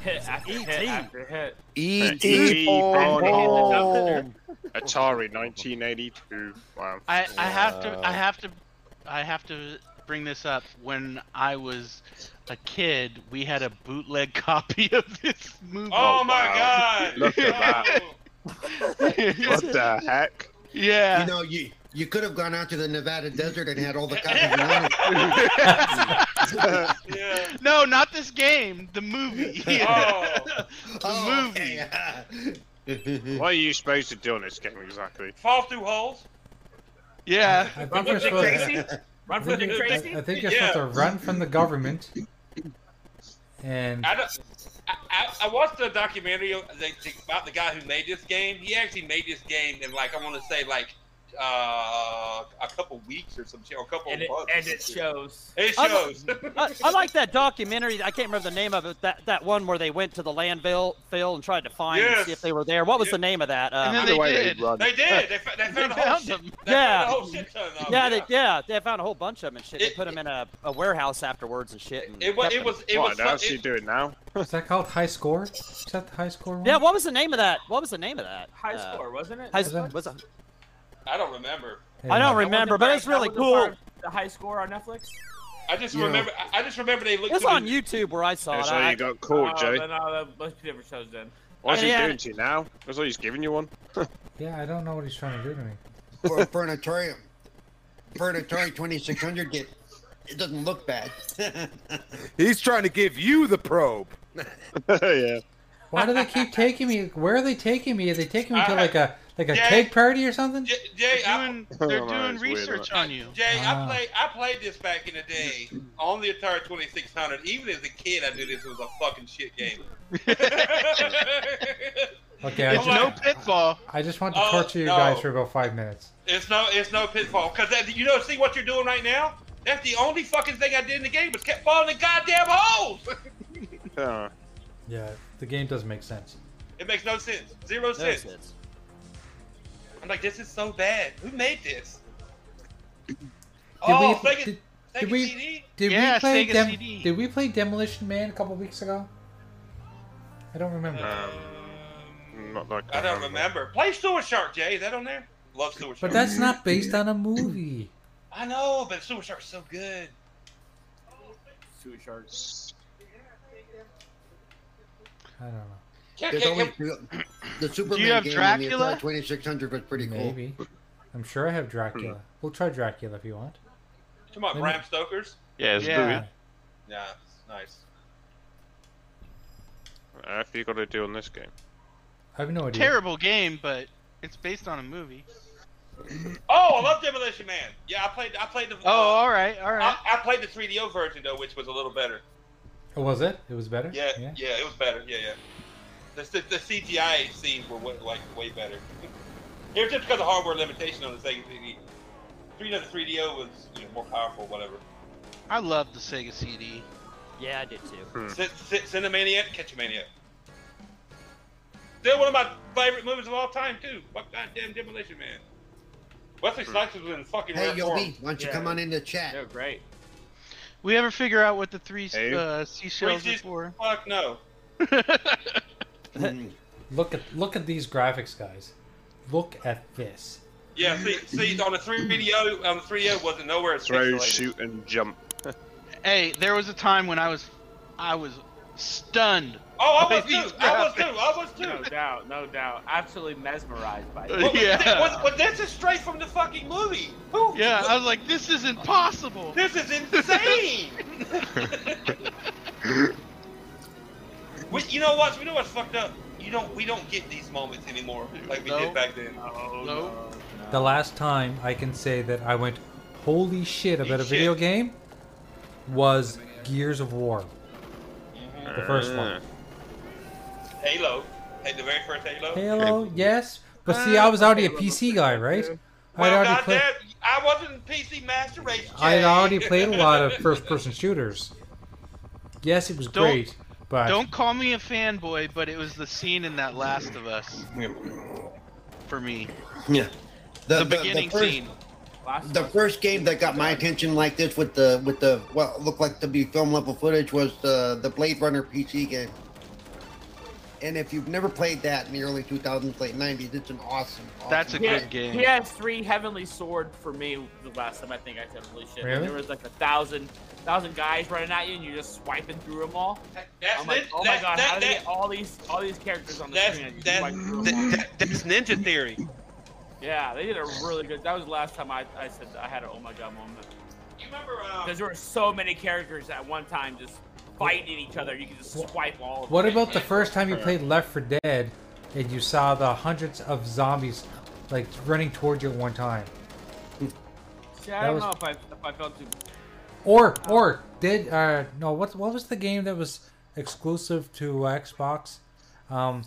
hit after ET. hit after hit. E.T. E.T. Boom, Boom. Atari 1982. Wow. I, I have Uh. to I have to I have to bring this up. When I was a kid, we had a bootleg copy of this movie. Oh, Oh, my wow. god! Look at No. What the heck? yeah. You know, you you could have gone out to the Nevada desert and had all the copies you wanted. Yeah. no, not this game. The movie. Oh. the Oh, movie. okay. What are you supposed to do in this game exactly? Fall through holes. Yeah. I Run think from you're Dick supposed to. Tracy. Run from Dick I Tracy. I think you're Yeah. supposed to run from the government. And I, don't, I, I, I watched the documentary of- that- about the guy who made this game. He actually made this game in like I want to say like uh, a couple weeks or some shit, or a couple And it, months. or and some it shit. shows. It I'm- shows. I, I like that documentary. I can't remember the name of it. That that one where they went to the landfill fill and tried to find and Yes. see if they were there. What was Yeah. the name of that? And Um, then they did. they did. They, fa- they They found a whole found shit. them. They Yeah. found a whole shit ton of them. yeah, they yeah they found a whole bunch of them and shit. They It- put them in a, a warehouse afterwards and shit. And It, was. kept It 'em. was. It what was. the hell's It, she doing now? is that called high score? Is that the high score one? Yeah, what was the name of that? What was the name of that? High Uh, score, wasn't it? High Was score. it- Was it? I don't remember. Yeah. I don't That wasn't remember, but very- it's really that cool. wasn't part of The high score on Netflix. I just Yeah. remember. I- I just remember they looked. It's through on the- YouTube where I saw That's it. all I- you got Oh, caught, no, Joe. no, no, that must be different shows then. What's he Yeah. doing to you now? That's all he's giving you one. Yeah, I don't know what he's trying to do to me. For, for an Atari, for an Atari 2600, get it doesn't look bad. He's trying to give you the probe. yeah. Why do they keep taking me? Where are they taking me? Are they taking me to I- like a like a Yeah. cake party or something? J- Jay, They're I, doing, they're doing Oh, that's weird, research right? on you. Jay, Ah. I played. I played this back in the day on the Atari 2600. Even as a kid, I knew this was a fucking shit game. Okay, I It's just, no pitfall. I just want to Oh, torture you no. guys for about five minutes. it's no. It's no pitfall. Cause that, you know, see what you're doing right now. That's the only fucking thing I did in the game was kept falling in goddamn holes. Uh, Yeah, the game does make sense. It makes no sense. Zero No sense. sense. I'm like, this is so bad. Who made this? Did oh, we- Sega, did- Sega did we- CD? Did Yeah, we play Sega Dem- CD. Did we play Demolition Man a couple weeks ago? I don't remember. Uh, Um, not like I don't remember. Play Sewer Shark, Jay. Is that on there? Love Sewer Shark. but that's not based on a movie. I know, but Sewer Shark's so good. Suicide Sharks. I don't know. Can, There's can- always can- the Superman have game Dracula? on the Atari 2600 was pretty cool. Maybe. I'm sure I have Dracula. We'll try Dracula if you want. come on, Bram Stoker's. Yes, Yeah. do it. Nah, it's nice. What you got to do on this game? I have no idea. Terrible game, but it's based on a movie. Oh, I love Demolition Man. Yeah, I played. I played the. uh, Oh, all right, all right. I, I played the 3DO version though, which was a little better. Oh, was it? It was better. Yeah, yeah, it was better. Yeah, yeah. The, the, the CGI scenes were way, like way better. it was just because of hardware limitation on the Sega CD. 3 the 3DO was you know, more powerful, whatever. I love the Sega CD. Yeah, I did too. Hmm. C- C- Cinemaniac, Catchamaniac. Still one of my favorite movies of all time too. Fuck goddamn Demolition Man. Wesley Snipes was in fucking Hey, rare form. Yobi, why don't you Yeah. come on in the chat? They're great. We ever figure out what the three Hey. uh, seashells Three are seas- for? Fuck no. Mm. Look at look at these graphics, guys. Look at this. Yeah, see, see, on the three video, on the three video wasn't nowhere. Throw, pixelated. shoot, and jump. Hey, there was a time when I was, I was stunned. Oh, I was These too. I was too. I was No too. doubt, no doubt. Absolutely mesmerized by Uh, it. But, Yeah. but, but this is straight from the fucking movie. Who? Yeah, I was like, this is impossible. This is insane. we, you know what? You know what's fucked up? You don't. We don't get these moments anymore like we No. did back then. No. The last time I can say that I went, holy shit, about a Shit. video game, was Gears of War, the first one. Halo. Hey, the very first Halo. Halo, yes, but see, I was already a PC guy, right? I'd well, already goddamn, played. I wasn't PC Master Race. I'd Jay. already played a lot of first-person shooters. Yes, it was Don't- great, but Don't call me a fanboy, but it was the scene in that Last of Us. for me. Yeah. The, beginning first, scene. Last The first game that got my attention like this with the with the what looked like to be film level footage was the the Blade Runner PC game. And if you've never played that in the early 2000s, late 90s, it's an awesome. awesome That's a game. good game. PS3 Heavenly Sword for me the last time I think I said holy shit. Really? There was like a thousand thousand guys running at you and you're just swiping through them all. That's I'm like, nin- oh my that- god, that- how did I that- get all these all these characters on the that's, screen? I just that's, swiped through 'em all. that, that's ninja theory. Yeah, they did a really good. That was the last time I, I said I had an oh my god moment You remember? Um, because there were so many characters at one time just fighting each other. You could just swipe all. Of What them. about the first time you played Left for Dead and you saw the hundreds of zombies like running towards you at one time? See, I don't that know was- if I if I felt too. Or or did uh no what what was the game that was exclusive to Xbox? Um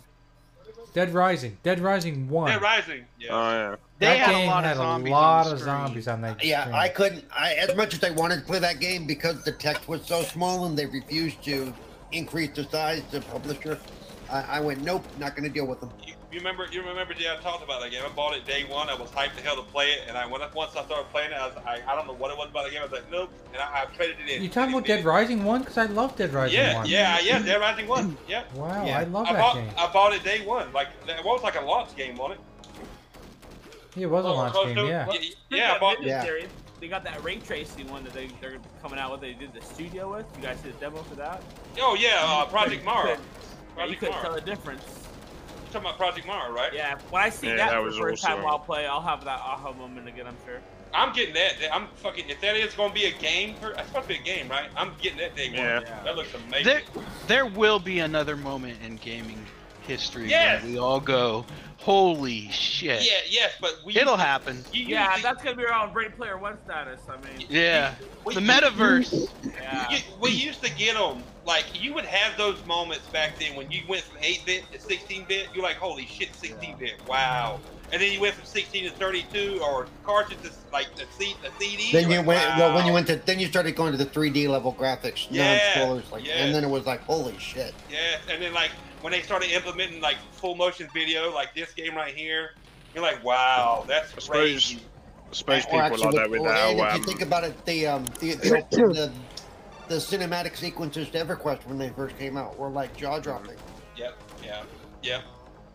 Dead Rising. Dead Rising 1. Dead Rising. Yeah. Oh yeah. They that had a game lot of had a zombies on lot the of screen. zombies on that Yeah, screen. I couldn't. I as much as I wanted to play that game because the text was so small and they refused to increase the size. The publisher, I, I went, nope, not going to deal with them. You, you remember? You remember? Yeah, I talked about that game. I bought it day one. I was hyped to hell to play it, and I went up once I started playing it. I was, I, I don't know what it was about the game. I was like, nope, and I, I traded it in. You talking about It- it- Dead Rising 1 cuz I love Dead Rising Yeah, 1. yeah, yeah. Dead Rising one. Yep. Wow, Yeah. I love I that bought, game. I bought it day one. Like it was like a launch game on it. It was a launch close game, to- Oh, yeah. y- yeah, I Speaking of bought. Ninja Yeah. Theory, They got that ray tracing one that they they're coming out with. They did the studio with. You guys see the demo for that? Oh yeah, uh, Mm-hmm. Project Mara. Couldn't- yeah, you Project couldn't tell Mara. the difference. You're talking about Project Mara, right? Yeah, when I see Yeah, that, that for was the first also- time I'll play, I'll have that aha moment again. I'm sure. I'm getting that. that- I'm fucking. If that is going to be a game, for, that's supposed to be a game, right? I'm getting that day one. Yeah. That looks amazing. There, there will be another moment in gaming history Yes! where we all go, "Holy shit!" yeah. Yes, but we. It'll happen. You, you- Yeah, you- that's gonna be around Ready Player One status. I mean, Yeah, we- the metaverse. yeah. You, we used to get them. Like you would have those moments back then when you went from 8-bit to 16-bit. You're like, holy shit, 16-bit, wow. And then you went from 16 to 32, or cartridge to like the, C, the CD. Then you're you like, went. Well, when you wow. went to, then you started going to the 3D level graphics, Yeah, non-spoilers, like, yeah. and then it was like, holy shit. Yes, and then like when they started implementing like full motion video, like this game right here, you're like, wow, that's I suppose- crazy. I suppose Or people like actually, that with well, and now. if you Um, think about it, the um, the the, the the cinematic sequences to EverQuest when they first came out were like jaw-dropping. Yep, yeah, yep.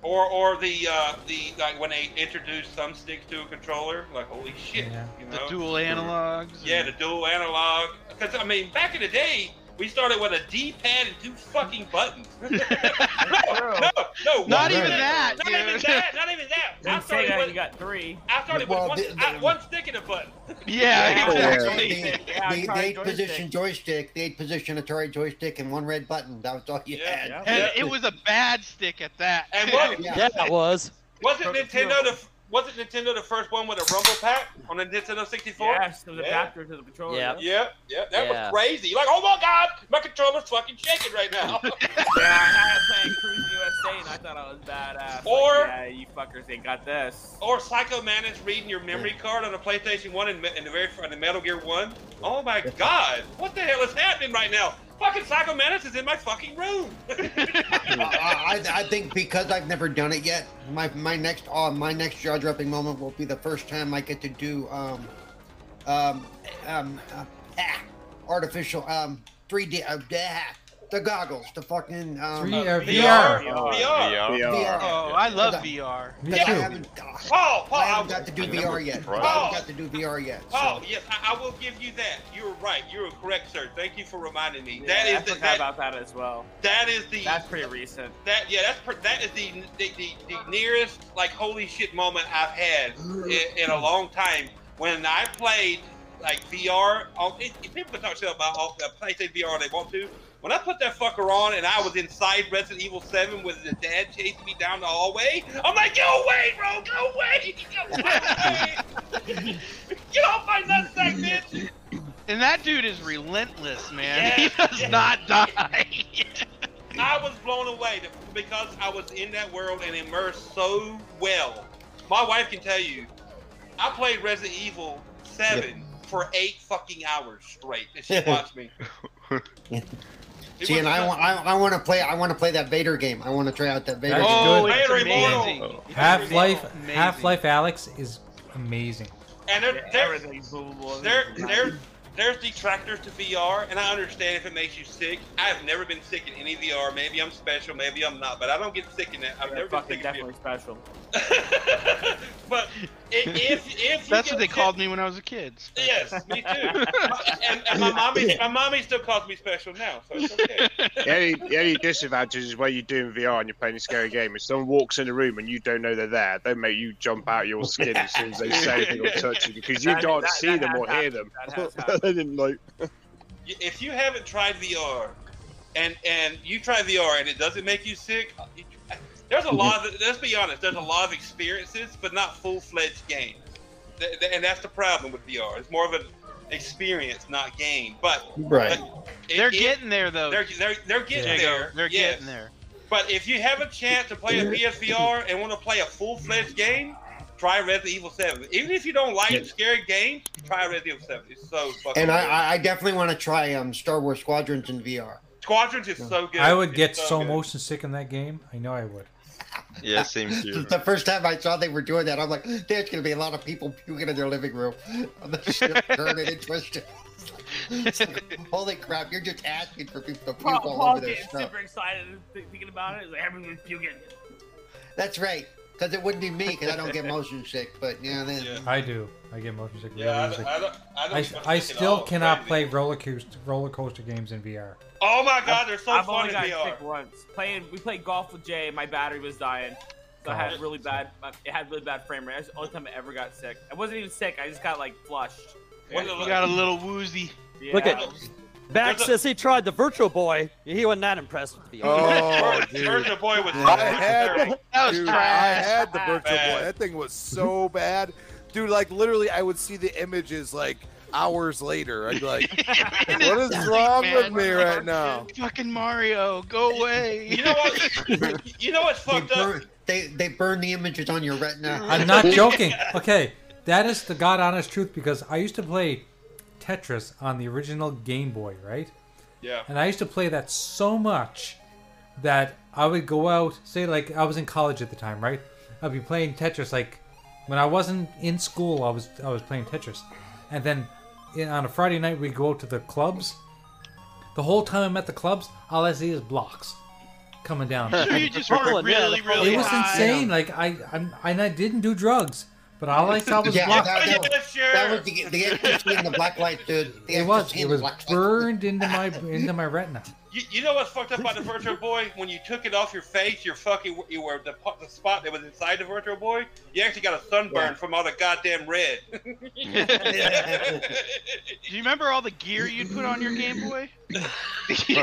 Or or the uh, the like when they introduced some sticks to a controller, like holy shit, Yeah. you The Uh, know? dual analogs. yeah, the dual analog. Because I mean, back in the day, we started with a D-pad and two fucking buttons. no, no, no, Not one even button. that, Not dude. even that. Not even that. I Then started Sega, you with. got three. I started Well, with the- one, I- the- one stick and a button. yeah, Yeah. exactly. The, the- Yeah, the- the Atari eight position joystick. joystick, the eight position Atari joystick, and one red button. That was all you Yeah. had. Yeah. And it was a bad stick at that. And what, Yeah. Yeah, it was. Wasn't Perfect Nintendo field. the wasn't Nintendo the first one with a rumble pack on the Nintendo 64? Yes, it was Yeah. adapter to the controller. Yeah. Yep, yep, that Yeah. was crazy. You're like, oh my god, my controller's fucking shaking right now. Yeah, I had it playing Cruise USA and I thought I was badass. Or- like, yeah, you fuckers ain't got this. or Psycho Man is reading your memory card on a PlayStation One and, and the very and the Metal Gear One. Oh my god, what the hell is happening right now? Fucking Psycho Manus is in my fucking room. I, I, I think because I've never done it yet, my my next uh, my next jaw dropping moment will be the first time I get to do um um um uh, ah, artificial um 3D uh, ah, the goggles the fucking um, Three- that uh, VR, VR. VR. VR. VR. Oh, I love VR. Me I too. haven't, ah, Paul, Paul, I I, haven't got to do I never VR yet. tried. I haven't got to do VR yet. So. Paul, Oh, yes, I, I will give you that. You're right. You're correct, sir. Thank you for reminding me. Yeah, that I is the, forgot that, about that as well. that is the That's pretty recent. That yeah, that's per- that is the the, the the nearest like holy shit moment I've had in, in a long time when I played like VR. On, it, it- people can talk shit about all, uh, PlayStation VR all they want to. When I put that fucker on and I was inside Resident Evil Seven with the dad chasing me down the hallway, I'm like, go away, bro, go away, go away, get off my nutsack, bitch. And that dude is relentless, man. Yeah. He does not die. I was blown away because I was in that world and immersed so well. My wife can tell you, I played Resident Evil Seven for eight fucking hours straight, and she watched me. See, and I want I, I want to play I want to play that Vader game. I want to try out that Vader. That's Oh, good. Vader Immortal. amazing. It's Half Life, amazing. Half Life, Alex is amazing. And Yeah, there, there, everything's movable. there, there, there's detractors to VR, and I understand if it makes you sick. I've never been sick in any VR. Maybe I'm special, maybe I'm not, but I don't get sick in it. I've They're never been fucking sick in VR. definitely special. but i- if if you That's get what they sick- called me when I was a kid. Yes, me too. and, and my mommy, my mommy still calls me special now, so it's okay. The only, the only disadvantage is when you're doing VR and you're playing a scary game. If someone walks in the room and you don't know they're there, they make you jump out of your skin as soon as they say anything or touch you because you That- can't that- see that them has or hear happened. them. That has happened. They didn't like- Y- if you haven't tried VR, and and you try VR and it doesn't make you sick, you- there's a lot. Of, let's be honest. There's a lot of experiences, but not full fledged games. Th- th- and that's the problem with VR. It's more of an experience, not game. But Right. it- They're it- getting there though. They're, they're, they're getting Jago. there. They're yes. getting there. But if you have a chance to play a PSVR and want to play a full fledged game, try Resident Evil 7. Even if you don't like scary games, try Resident Evil 7. It's so fucking And I, good. I- I definitely want to try um Star Wars Squadrons in VR. Squadrons is so good. I would It's uh, get so good. motion sick in that game. I know I would. Yeah, same here. The first time I saw they were doing that, I'm like, there's gonna be a lot of people puking in their living room. I'm gonna just turn it and twist it. It's like, Holy crap! You're just asking for people to puke Paul, all Paul's over their getting stuff. super excited and th- thinking about it. He's like, everyone's puking. That's right, because it wouldn't be me, because I don't get motion sick. But yeah, then Yeah. I do. I get motion sick. Really Yeah, I, easy. don't- I, don't, I, don't I, even I think at still all. cannot Crazy. play roller coaster, roller coaster games in VR. Oh my god, they're so I've fun only in gotten VR. sick once. Playing, we played golf with Jay. and My battery was dying, so I had really bad. uh, It had really bad frame rate. That's the only time I ever got sick. I wasn't even sick. I just got like flushed. When You the- got a little woozy. Yeah. Look at- Back There's a- since he tried the Virtual Boy, he wasn't that impressed with the. Oh, Virgin- dude. Virgin of Boy was I had terrible. That was Dude, I trash. had the virtual boy. Bad. That thing was so bad. Dude, like literally I would see the images like hours later. I'd be like, what is wrong with me right now? Fucking Mario, go away. You know what? you know what's they fucked up? burn, they they burn the images on your retina. I'm not joking. Okay, that is the god honest truth because I used to play Tetris on the original Game Boy, right? Yeah. And I used to play that so much that I would go out, say, like, I was in college at the time, right? I'd be playing Tetris. Like, when I wasn't in school, I was I was playing Tetris. And then in, on a Friday night, we'd go out to the clubs. The whole time I'm at the clubs, all I see is blocks coming down. you just work Rolling, yeah, really, the really it was high. insane. Like, I, I'm, and I didn't do drugs, but all I saw was Yeah, blocks. that- that- Yeah, sure. That was the, the ecstasy and the black light, dude. The It was. ecstasy It and the was black light. burned into my into my retina. You, you know what's fucked up about the Virtual Boy? When you took it off your face, your fucking you were the, po- the spot that was inside the Virtual Boy. You actually got a sunburn Yeah. from all the goddamn red. Do you remember all the gear you'd put on your Game Boy? Oh, you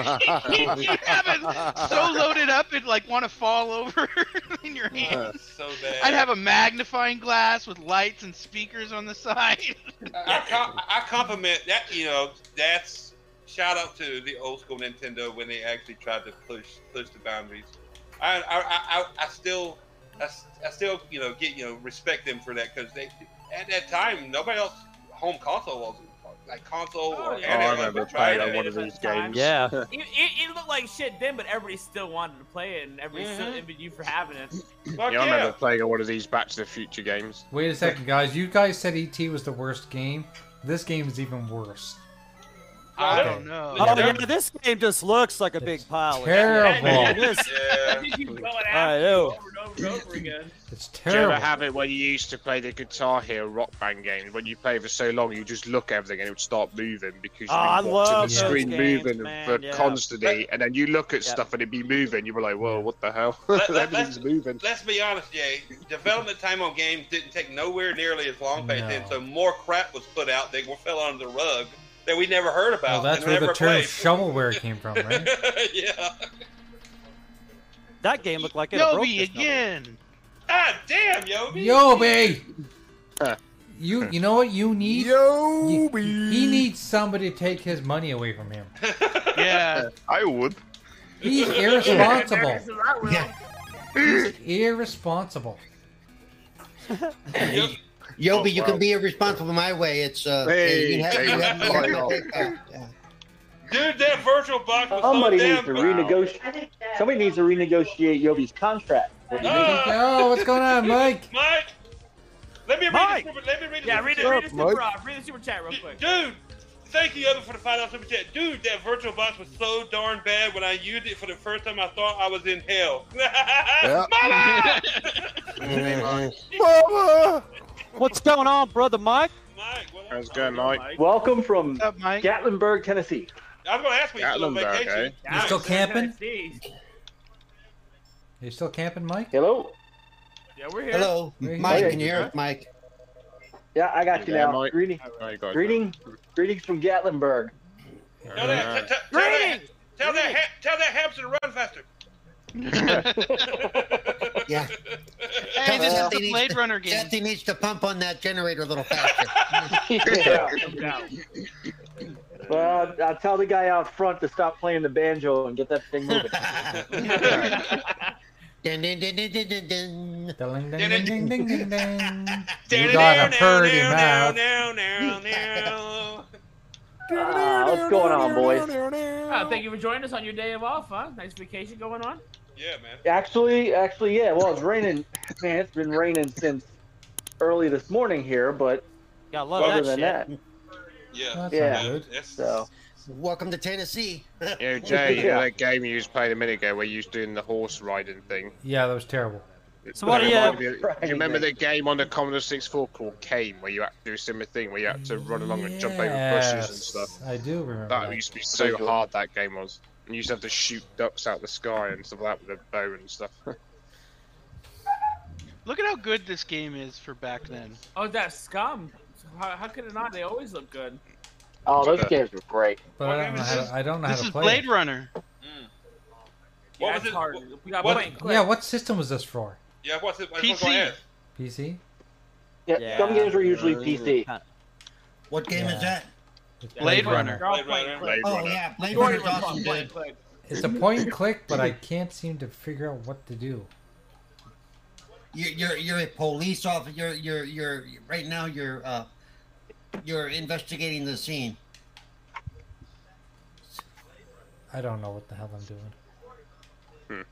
have it so loaded up it like want to fall over in your hand. so bad. I'd have a magnifying glass with lights and speakers on the side. I, com- I compliment that. You know, that's shout out to the old school Nintendo when they actually tried to push push the boundaries. I I, I, I- I still I, s- I still you know get you know respect them for that because they at that time nobody else home console was like console Oh, or yeah. Oh, I anything remember was trying playing to- on one of these games. Yeah. It, it, it looked like shit then, but everybody still wanted to play it, and everybody still Mhm. envied you for having it. Fuck Yeah, I remember yeah. playing on one of these Back to the Future games. Wait a second, guys. You guys said ET was the worst game. This game is even worse. I I don't know. Oh yeah, this game just looks like a big pile. of shit. Terrible. This, Yeah. You keep going I after it know. over and over and over again. It's Do you ever terrible. have it when you used to play the Guitar Hero Rock Band games? When you play for so long, you just look at everything and it would start moving because Oh, I you love watching the those screen games, moving man, for yeah. constantly, and then you look at Yeah. stuff and it'd be moving. You were like, "Whoa, what the hell? Let- let- Everything's moving." Let's be honest, Jay. Development time on games didn't take nowhere nearly as long back No. then, so more crap was put out that fell under the rug that we never heard Well, about. that's and where the never term played. shovelware came from, right? yeah. that game looked like it broke Yobi this number. again. Ah, damn, Yobi. Yobi. You you know what you need? Yo, He, he needs somebody to take his money away from him. Yeah. I would. He's There irresponsible. it is, I will. Yeah. Irresponsible. Yo- Yobi, Oh, you wow. can be irresponsible my way. It's uh, Hey, you have, hey, you have hey. yeah. Dude, that virtual box was Somebody so damn needs to bad. renegotiate. Somebody needs to renegotiate Yovi's contract. Ah, Oh, what's going on, Mike? Mike, let me read Mike! the super. Let me read the Yeah, super read it. chat. Read the Mike? super. Uh, read the super chat real quick. Dude, thank you, Evan, for the five dollars super chat. Dude, that virtual box was so darn bad when I used it for the first time. I thought I was in hell. Ah! Mama! Mama! What's going on, brother Mike? Mike, what How's it up? going, Mike? Welcome from What's up, Mike? Gatlinburg, Tennessee. I was gonna ask when you still on Gatlinburg, vacation. eh? You still camping? Tennessee. You still camping, Mike? Hello. Yeah, we're here. Hello, Hey, Mike. hey. Can you hear us, Mike? Yeah, I got You you, there, now. Mike? Greeting, Oh, you got- greeting, greetings from Gatlinburg. Tell that, t- t- tell that, Greetings! tell that, ha- tell that hamster to run faster. Yeah. Hey, this is Well- the Blade Runner game. Jesse needs to pump on that generator a little faster. Yeah. Well, I'll tell the guy out front to stop playing the banjo and get that thing moving. Dun, dun, dun, dun, dun, dun, dun. Ding, ding, ding, ding, ding, ding, ding. You Down, got a down, purdy down, mouth. down, down, down. Ah, what's going on, boys? Oh, thank you for joining us on your day of off, huh? Nice vacation going on. Yeah, man. Actually, actually, yeah. Well, it's raining. Man, it's been raining since early this morning here, but Gotta love other that shit. than that, Yeah. That's Yeah. not good. That's- so Welcome to Tennessee. Yeah, Jay, you Yeah. know that game you was playing a minute ago where you was doing the horse riding thing? Yeah, that was terrible. So what That do you- reminded me- Right, you remember man. the game on the Commodore 64 called Kane where you had to do a similar thing where you had to run along and jump over bushes and Yes, stuff? I do remember. That that. used to be so hard, that game was. And you used to have to shoot ducks out the sky and stuff like that with a bow and stuff. Look at how good this game is for back then. Oh, that scum. How, how could it not? They always look good. oh, those games were great. But I don't know how to, I don't know how This to is play. Blade it. Runner. Yeah, What was it's it- hard. what- we got what- playing quick. Yeah, what system was this for? Yeah, what's it? What's PC. going on? PC? Yeah, Yeah. some games were usually PC. What game Yeah. is that? It's Blade Runner. They're all Blade playing Runner. Blade quick. Oh Runner. yeah, Blade Jordan Runner's was awesome, playing dude. quick. It's a point and click, but I can't seem to figure out what to do. You're you're, you're a police officer. You're you're you're right now. You're uh, you're investigating the scene. I don't know what the hell I'm doing.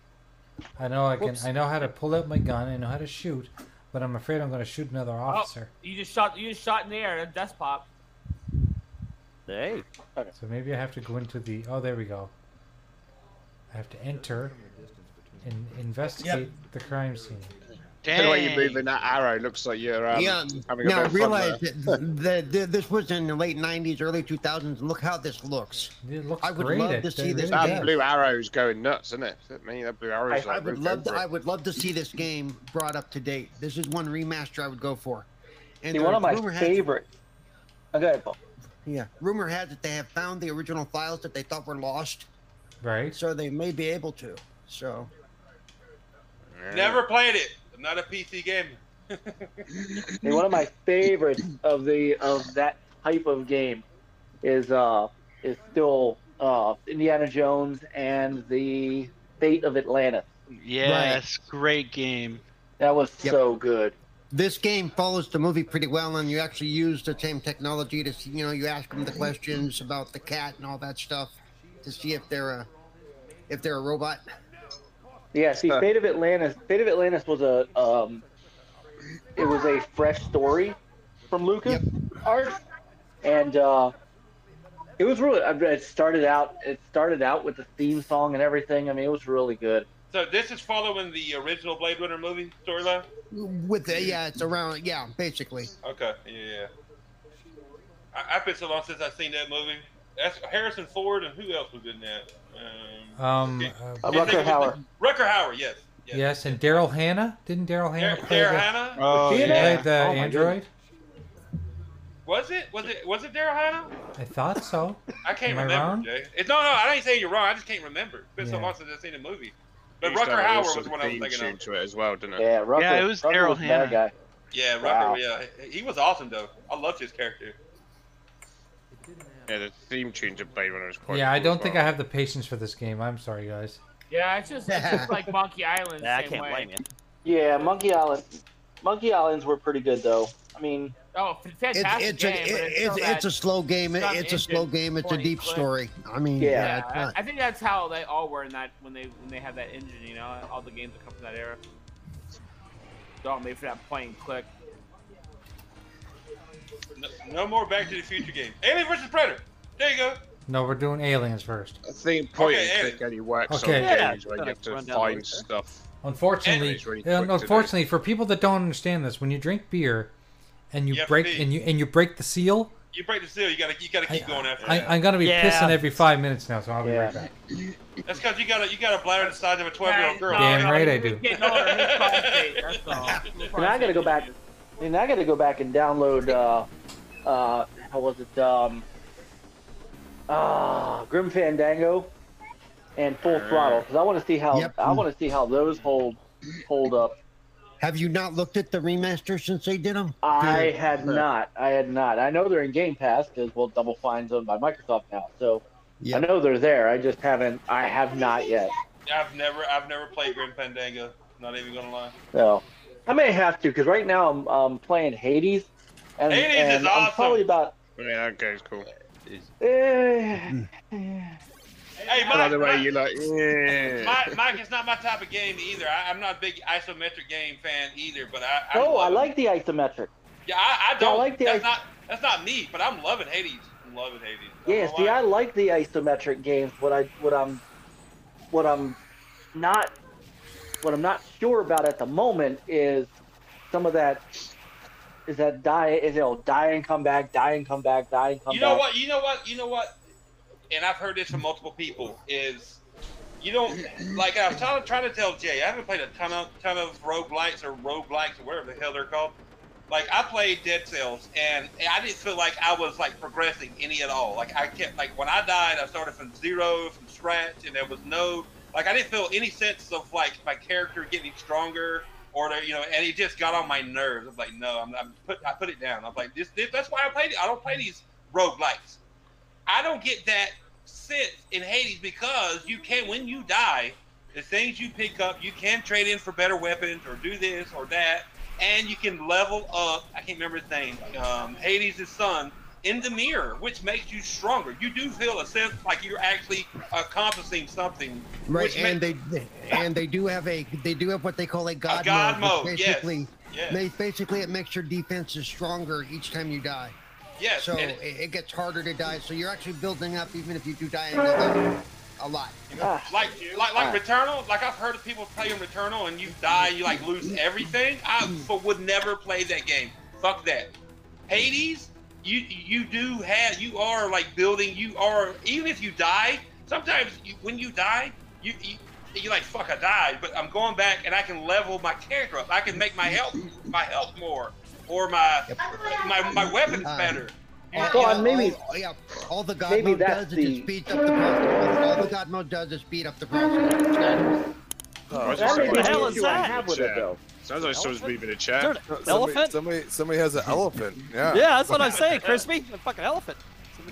I know I can. I know how to pull out my gun. I know how to shoot, but I'm afraid I'm going to shoot another officer. Oh, You just shot. You just shot in the air. That's pop. Hey. So maybe I have to go into the. Oh, there we go. I have to enter and investigate the crime scene. The way you're Dang. moving that arrow looks like you're um, yeah. having a Now bit of fun there. realize that, that, that this was in the late '90s, early 2000s, and look how this looks. It looks I would great. love It- to it see this really That Yeah. does. blue arrow's going nuts, isn't it? I mean, that blue arrow's like I would roof love to. over it. I would love to see this game brought up to date. This is one remaster I would go for. And See, the one of my rumor has it- favorite. oh, Okay, Paul. yeah, rumor has it they have found the original files that they thought were lost, Right. so they may be able to. So Never played it. I'm not a PC gamer. See, one of my favorites of the of that type of game is uh is still uh Indiana Jones and the Fate of Atlantis. Yes, great game. That was Yep. so good. this game follows the movie pretty well, and you actually use the same technology to see. You know, you ask them the questions about the cat and all that stuff to see if they're a if they're a robot. Yeah, see, Fate of Atlantis. Fate of Atlantis was a um, it was a fresh story from Lucas art, and uh, it was really. I mean, It started out. It started out with the theme song and everything. I mean, it was really good. So this is following the original Blade Runner movie storyline. With the, yeah, it's around yeah, basically. Okay, yeah, yeah. I, I've been so long since I've seen that movie. That's Harrison Ford and who else was in that? Um, Um. Okay. uh, Uh, Yeah, Rucker think of it. Hauer. Rucker Hauer, yes. Yes. yes, and Daryl Hannah. Didn't Daryl Hannah Dar- play Dar- the, Hannah? Oh, See you yeah. next- play the Oh, my android? Was it? Was it? Was it Daryl Hannah? I thought so. I can't Am I remember, wrong? Jay. It, no, no, I ain't saying you're wrong. I just can't remember. It's been so Yeah. long since I've seen the movie. But Used to Rucker have an Hauer was awesome the one I was theme thinking tune of. to it as well, didn't it? Yeah, Rucker. Yeah, it was Rucker Daryl was a bad Hannah. guy. Yeah, Rucker. Wow. Yeah, he he was awesome though. I loved his character. Yeah, the theme tune to Blade Runner is quite. Yeah, I cool don't as think I well. have the patience for this game. I'm sorry, guys. Yeah, it's just, it's just like Monkey Island. Nah, I same can't way. blame you. Yeah, Monkey Island. Monkey Islands were pretty good though. I mean, Oh, fantastic it's, it's, game, a, but it, it's, so it's, bad. it's a slow game. It, some it's a slow engine game. It's a point deep click. story. I mean, Yeah. yeah, Yeah, it's I- not- I think that's how they all were in that when they when they had that engine, you know, all the games that come from that era. They're all made for that point and click. No, no more Back to the Future games. Alien versus Predator. There you go. No, we're doing aliens first. I think point Okay, and and- click only works Okay. on Yeah, games where you like have to run down the find list. stuff. Unfortunately, Anyways, really yeah, quick today. unfortunately, for people that don't understand this, when you drink beer and you You have to break pee. and you and you break the seal, You break the seal. You gotta you gotta keep going after I, that. I'm gonna be Yeah. pissing every five minutes now, so I'll be Yeah. right back. That's because you gotta you gotta bladder the size of a twelve year old girl. Damn no, right I he was do. Getting older, he was prostate, that's all. And I gotta go back. And I gotta go back and download. Uh, uh, how was it? Um, uh, Grim Fandango and Full Throttle because I want to see how Yep. I want to see how those hold hold up. have you not looked at the remaster since they did them? I had not. I had not. I know they're in Game Pass because well, Double Fine's owned by Microsoft now, so I Yep. know they're there. I just haven't. I have not yet. I've never I've never played Grim Fandango. Not even gonna lie. No, I may have to because right now I'm um, playing Hades, and, Hades and is I'm awesome. probably about. Yeah, that game's cool. Eh, Hey, By Mike, the way, Mike, you like, yeah. Mike, Mike, it's not my type of game either. I, I'm not a big isometric game fan either, but I, I no, Oh, I love it. like the isometric. Yeah, I, I don't. like the that's idea- not that's not me, but I'm loving Hades. I'm loving Hades. Yeah, see, I like the isometric games. What I what I'm what I'm not what I'm not sure about at the moment is some of that is that die is you know die and come back, die and come back, die and come You back. know what? You know what? You know what? And I've heard this from multiple people is you don't like I was trying, trying to tell Jay. I haven't played a ton of ton of roguelikes or roguelikes or whatever the hell they're called. Like I played Dead Cells, and I didn't feel like I was like progressing any at all. Like I kept like when I died, I started from zero, from scratch, and there was no like I didn't feel any sense of like my character getting stronger or the, you know, and it just got on my nerves. I'm like, no, I'm, I'm put I put it down. I'm like, this, this that's why I played it. I don't play these roguelikes. I don't get that sense in Hades because you can when you die, the things you pick up, you can trade in for better weapons or do this or that, and you can level up. I can't remember his name. Um, Hades' son in the mirror, which makes you stronger. You do feel a sense like you're actually accomplishing something. Right, which ma- and they, they and they do have a they do have what they call a god, god mode. mode, which yes. Basically, yes, they basically it makes your defenses stronger each time you die. yes. So and it, it gets harder to die. So you're actually building up even if you do die another a lot. You know? Ah, like like like Returnal, like I've heard of people playing Returnal and you die, you like lose everything. I Mm. f- would never play that game. Fuck that. Hades, you you do have you are like building. You are even if you die. Sometimes you, when you die, you. you you like fuck I died, but I'm going back and I can level my character up. I can make my health my health more or my Yep. my, my weapons Ah. Um, better. All- So, all- and maybe- all, yeah, all the god maybe mode that's does is the- it speeds up the process. All the god mode does is speed up the process. Oh, That may What be the hell an is issue I that? have with it, though. Sounds like someone's moving a Is there chair. an somebody- elephant? Somebody, somebody has an elephant. Yeah. Yeah, that's what I'm saying, Crispy. A fucking elephant.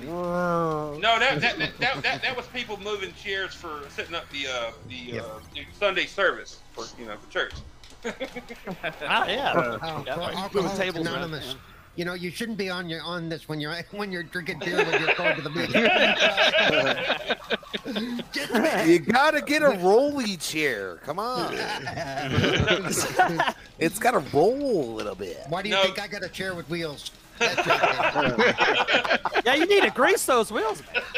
Whoa. No, that that, that, that, that that was people moving chairs for setting up the uh, the, uh, the Sunday service for you know the church. Ah, Oh, yeah. Yeah, for right. Alcoholics Moving tables around, Anonymous. yeah. You know, you shouldn't be on your on this when you're when you're drinking beer when you're going to the meeting. Just- You gotta get a rolly chair. Come on. it's gotta roll a little bit. Why do you No. think I got a chair with wheels? That's right. yeah, you need to grease those wheels. man.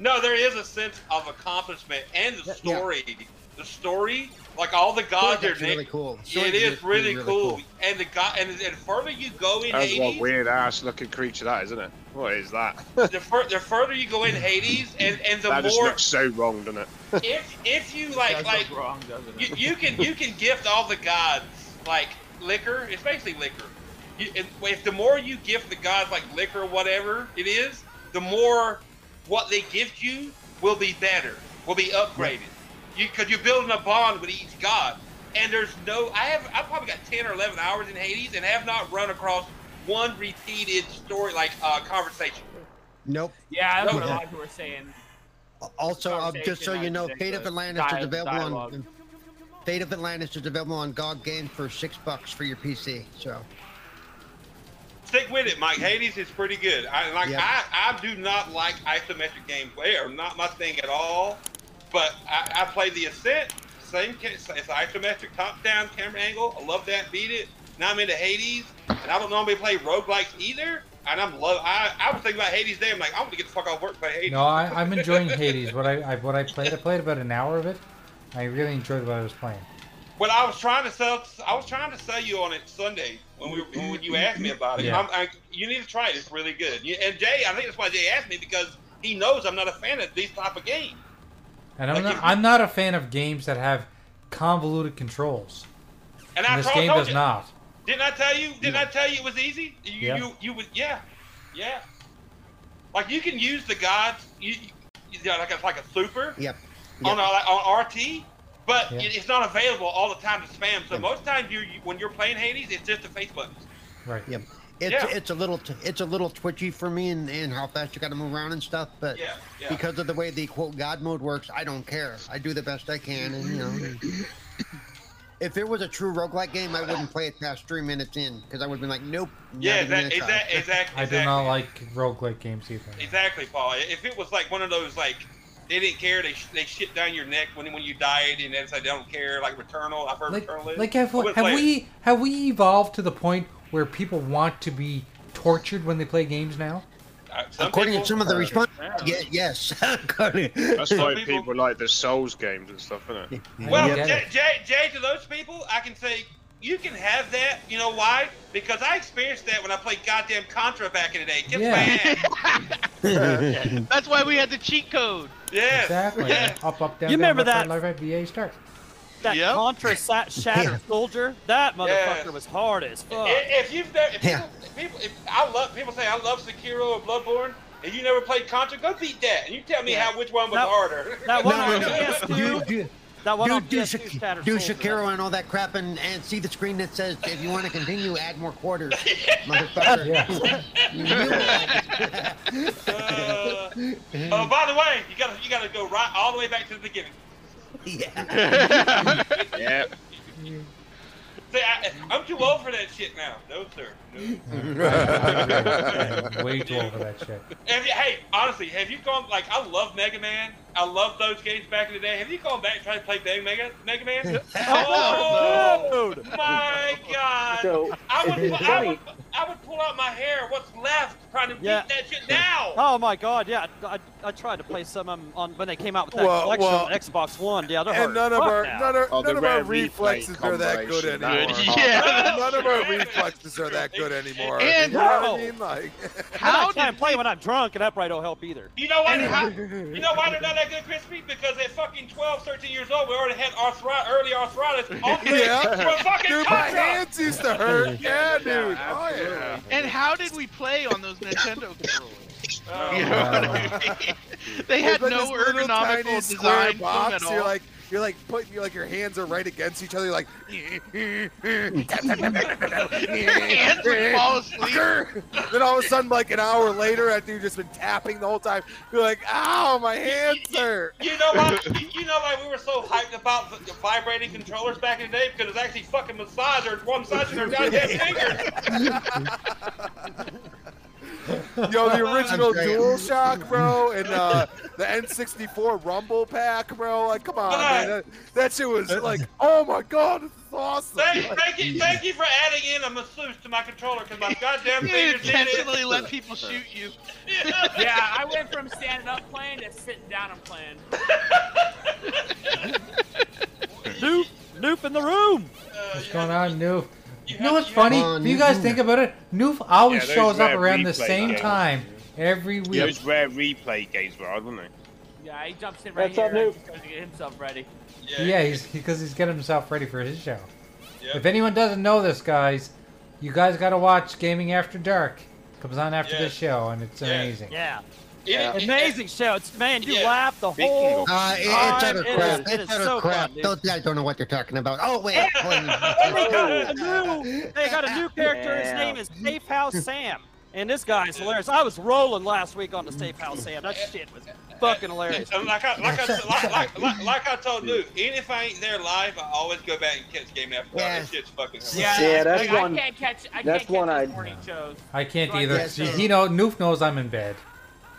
No, there is a sense of accomplishment and the story. The story, like all the gods are That's really named. cool. it is really, cool. and the god and, and further you go in That's what Hades, weird ass looking creature that is, isn't it? What is that? the, fur- the further you go in Hades, and and the that just more looks so wrong, doesn't it? if if you like Does like look wrong, doesn't you, it? you can you can gift all the gods like liquor. It's basically liquor. You, if, if the more you gift the gods like liquor, or whatever it is, the more what they gift you will be better, will be upgraded. You because you're building a bond with each god. And there's no, I have, I probably got ten or eleven hours in Hades and have not run across one repeated story like uh, conversation. Nope. Yeah, that's what a Yeah. lot of people were saying. Also, uh, just so you know, Conversation, Fate of uh, Atlantis dia- is available dialogue. on Fate of Atlantis is available on GOG Games for six bucks for your PC. So stick with it, Mike. Hades is pretty good. I like. Yeah. I, I do not like isometric gameplay, or not my thing at all. But I, I play the Ascent. Same, ca- it's it's isometric, top-down camera angle. I love that. Beat it. Now I'm into Hades, and I don't normally play roguelikes either. And I'm love. I, I was thinking about Hades day. I'm like, I'm gonna get the fuck off work, and play Hades. No, I, I'm enjoying Hades. What I, I what I played, I played about an hour of it. I really enjoyed what I was playing. Well, I was trying to sell. I was trying to sell you on it Sunday when we when you asked me about it. Mm-hmm. Yeah. I'm, I, you need to try it. It's really good. You- And Jay, I think that's why Jay asked me because he knows I'm not a fan of these type of games. And I'm Like not you- I'm not a fan of games that have convoluted controls. And I And this told, game told does you. not. Didn't I tell you? Didn't I tell you it was easy? You, Yeah. you you would yeah, yeah. Like you can use the gods. You, you know, like it's like a super. Yep. Oh, on, a, like, on RT, but Yeah. it it's not available all the time to spam. So most times you, you when you're playing Hades, it's just the face buttons. Right. Yeah. It's Yeah. it's a little t- it's a little twitchy for me and, and how fast you got to move around and stuff, but Yeah, yeah. because of the way the quote God mode works, I don't care. I do the best I can, and you know. If it was a true roguelike game, I wouldn't play it past three minutes in because I would have been like, nope. not yeah, even that, gonna try. exactly, exactly. I do not like roguelike games either. Exactly, Paul. If it was like one of those like they didn't care, they sh- they shit down your neck when when you died, and it's like they don't care. Like Returnal, I've heard Like, Returnal is. like I have, wouldn't have play it. we have we evolved to the point where people want to be tortured when they play games now? Uh, some According people, to some of the response, yeah, yes. According- That's why people- people like the Souls games and stuff, isn't it? I Well, don't get Jay, it. Jay, Jay, to those people, I can say you can have that. You know why? Because I experienced that when I played goddamn Contra back in the day. Kiss Yeah. my ass. That's why we had the cheat code. Yes. Exactly. Yes. Up, up, down, You down, remember left, right, that- left, right, VA start. That Yep. Contra sat shattered soldier. That motherfucker Yes. was hard as fuck. If, if you've never, if Yeah. people, people if I love people say I love Sekiro or Bloodborne, and you never played Contra, go beat that. And you tell me Yeah. how which one was That- harder. that No, one on no, PS2. do- do- that one do, on do, PS2 Shak- shattered do soldier. Shakiro and all that crap and, and see the screen that says if you want to continue, add more quarters, motherfucker. Yeah. You will like Uh, Mm-hmm. oh, by the way, you gotta you gotta go right all the way back to the beginning. it. yeah. Yeah. See, I, I'm too old for that shit now. No sir. No. I'm way too old for that shit. Have you, hey, honestly, have you gone like I love Mega Man. I love those games back in the day. Have you gone back and tried to play Mega Mega, Mega Man? oh Dude, my god! So I would, It's pull, I, funny. would, I would pull out my hair, what's left, trying to beat Yeah. that shit now. Oh my god, yeah. I, I tried to play some um, on when they came out with that Well, collection well, on Xbox One. Yeah, they're And hard. none of Fuck our now. none, of Oh, the none of our rare replay reflexes are that good combination, that anymore. one. Yeah, none of our right. reflexes are that good anymore. And- you know what No. I mean? Like, And I How can't did play when I'm drunk, and that probably don't help either. You know why? They're not, Mm-hmm. you know why they're not that good, Crispy? Because at fucking 12, 13 years old, we already had arthritis, early arthritis. Oh, On the yeah, from fucking dude, my Contra. hands used to hurt. Yeah, dude. Yeah, Oh yeah. and how did we play on those Nintendo controllers? Oh, You know what I mean? They had It's like no this little tiny ergonomical square design to them box. at all. You're like you're like putting you like your hands are right against each other. You're like Your hands would fall asleep. then all of a sudden, like an hour later, after you've just been tapping the whole time, you're like, "Ow, my hands hurt." You know why? You know why we were so hyped about the, the vibrating controllers back in the day? Because it's actually fucking massagers, one massaging their goddamn fingers. Yo, the original I'm saying. DualShock, bro, and uh, the N64 Rumble Pack, bro. Like, come on, man. That, that shit was like, oh my god, this is awesome. Thank, thank you, thank you for adding in a masseuse to my controller because my goddamn You fingers did intentionally it. let people shoot you. yeah, I went from standing up playing to sitting down and playing. Noof, noof in the room. Uh, What's going on, Noof? you You know have- what's you funny? on, If you Noof guys Noof. think about it, Noof always Yeah, those shows up rare around the replay same games. time every week. Those rare replay games were hard, weren't they? Yeah, he jumps in right What's up, here Noob? and tries to get himself ready. Yeah. Yeah, he's because he's getting himself ready for his show. Yep. If anyone doesn't know this, guys, you guys got to watch Gaming After Dark. Comes on after Yeah. this show, and it's Yeah. amazing. Yeah, Yeah. amazing show. It's man, you Yeah. laugh the Speaking whole. of- Uh, it, Oh, it's utter it is- crap. it It's is utter so crap. fun, dude. Those guys don't know what they're talking about. Oh wait. And they got a new, they got a new character. His Yeah. name is Safe House Sam, And this guy is hilarious. I was rolling last week on the Safe House Sam. That shit was fucking hilarious. And Like I, like, I, like, like, like, like I told Luke, even if I ain't there live, I always go back and catch game after dark. Yeah. That shit's fucking hilarious. Yeah, that's, Yeah, that's like, one- I can't catch. I that's can't one catch I- those morning shows. I can't Right, either. yeah, See, so- He know Noof knows I'm in bed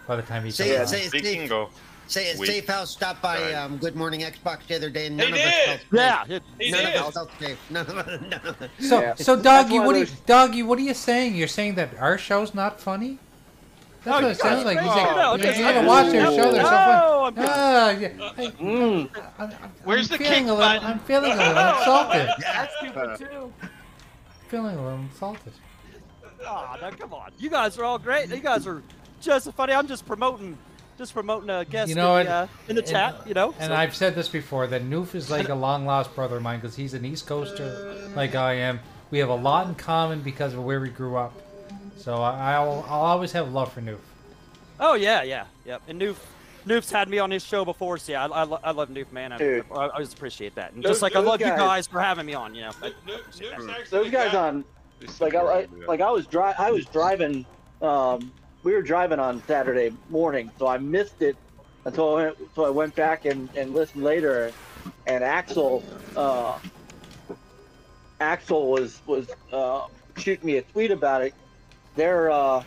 by the time he Say comes it, on. say it, Speaking Steve. of, Say it, Wait. Safe House stopped by Sorry. um, Good Morning Xbox the other day, and They none of us did! felt safe. Yeah, it- He None did. of us felt safe. None of us. None of us. So, Yeah. so That's doggy, one of what are you, those- doggy? What are you saying? You're saying that our show's not funny? That's Oh, what it sounds like. He's like, "Oh, no, you it's- haven't watched their show. They're so funny. No, I'm- Ah, yeah. I, Mm. I'm, I'm Where's the feeling kick a little, button? I'm feeling a Oh, little insulted. That's stupid too. feeling a little insulted. Aw, now come on. You guys are all great. You guys are just as funny. I'm just promoting, just promoting a guest You know in, what? the, uh, in the And- chat. You know. And so- I've said this before that Noof is like a long lost brother of mine because he's an East Coaster like I am. We have a lot in common because of where we grew up. So I, I'll, I'll always have love for Noof. Oh yeah, yeah, yep. And Noof, Noof's had me on his show before, so yeah, I, I, lo- I love Noof, man. I, I, Dude. I always appreciate that. And Those- just like I those love you guys- guys for having me on. You know. Hmm. I- Luke- Luke- Luke's actually Those guys got- on like I I- like I was dri- I was driving. Um, we were driving on Saturday morning, so I missed it until I went, until I went back and, and listened later. And Axel, uh, Axel was was uh, shooting me a tweet about it. Their uh,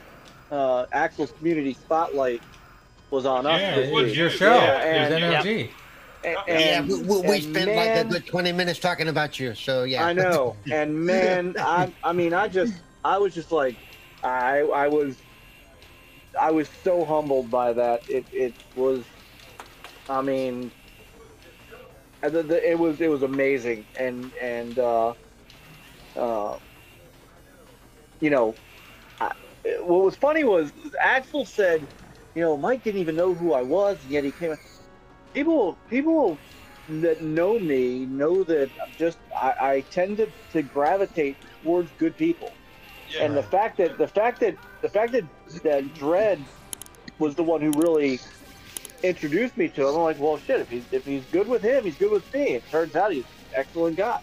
uh, Axel's community spotlight was on Yeah, us. Yeah, it this was would you? week. your show. Yeah, it was yeah, yeah. NLG. And, Yeah, and, we, we, we and spent like man- a good 20 minutes talking about you, so yeah. I know. And man, I I mean, I just I was just like I I was I was so humbled by that. It it was I mean uh, the, the, it was it was amazing and and uh uh you know I, what was funny was Axel said, you know, Mike didn't even know who I was, and yet he came people people that know me know that I'm just I, I tend to, to gravitate towards good people. Yeah. And the fact that the fact that the fact that that Dread was the one who really introduced me to him. I'm like, well, shit. If he's if he's good with him, he's good with me. It turns out he's an excellent guy.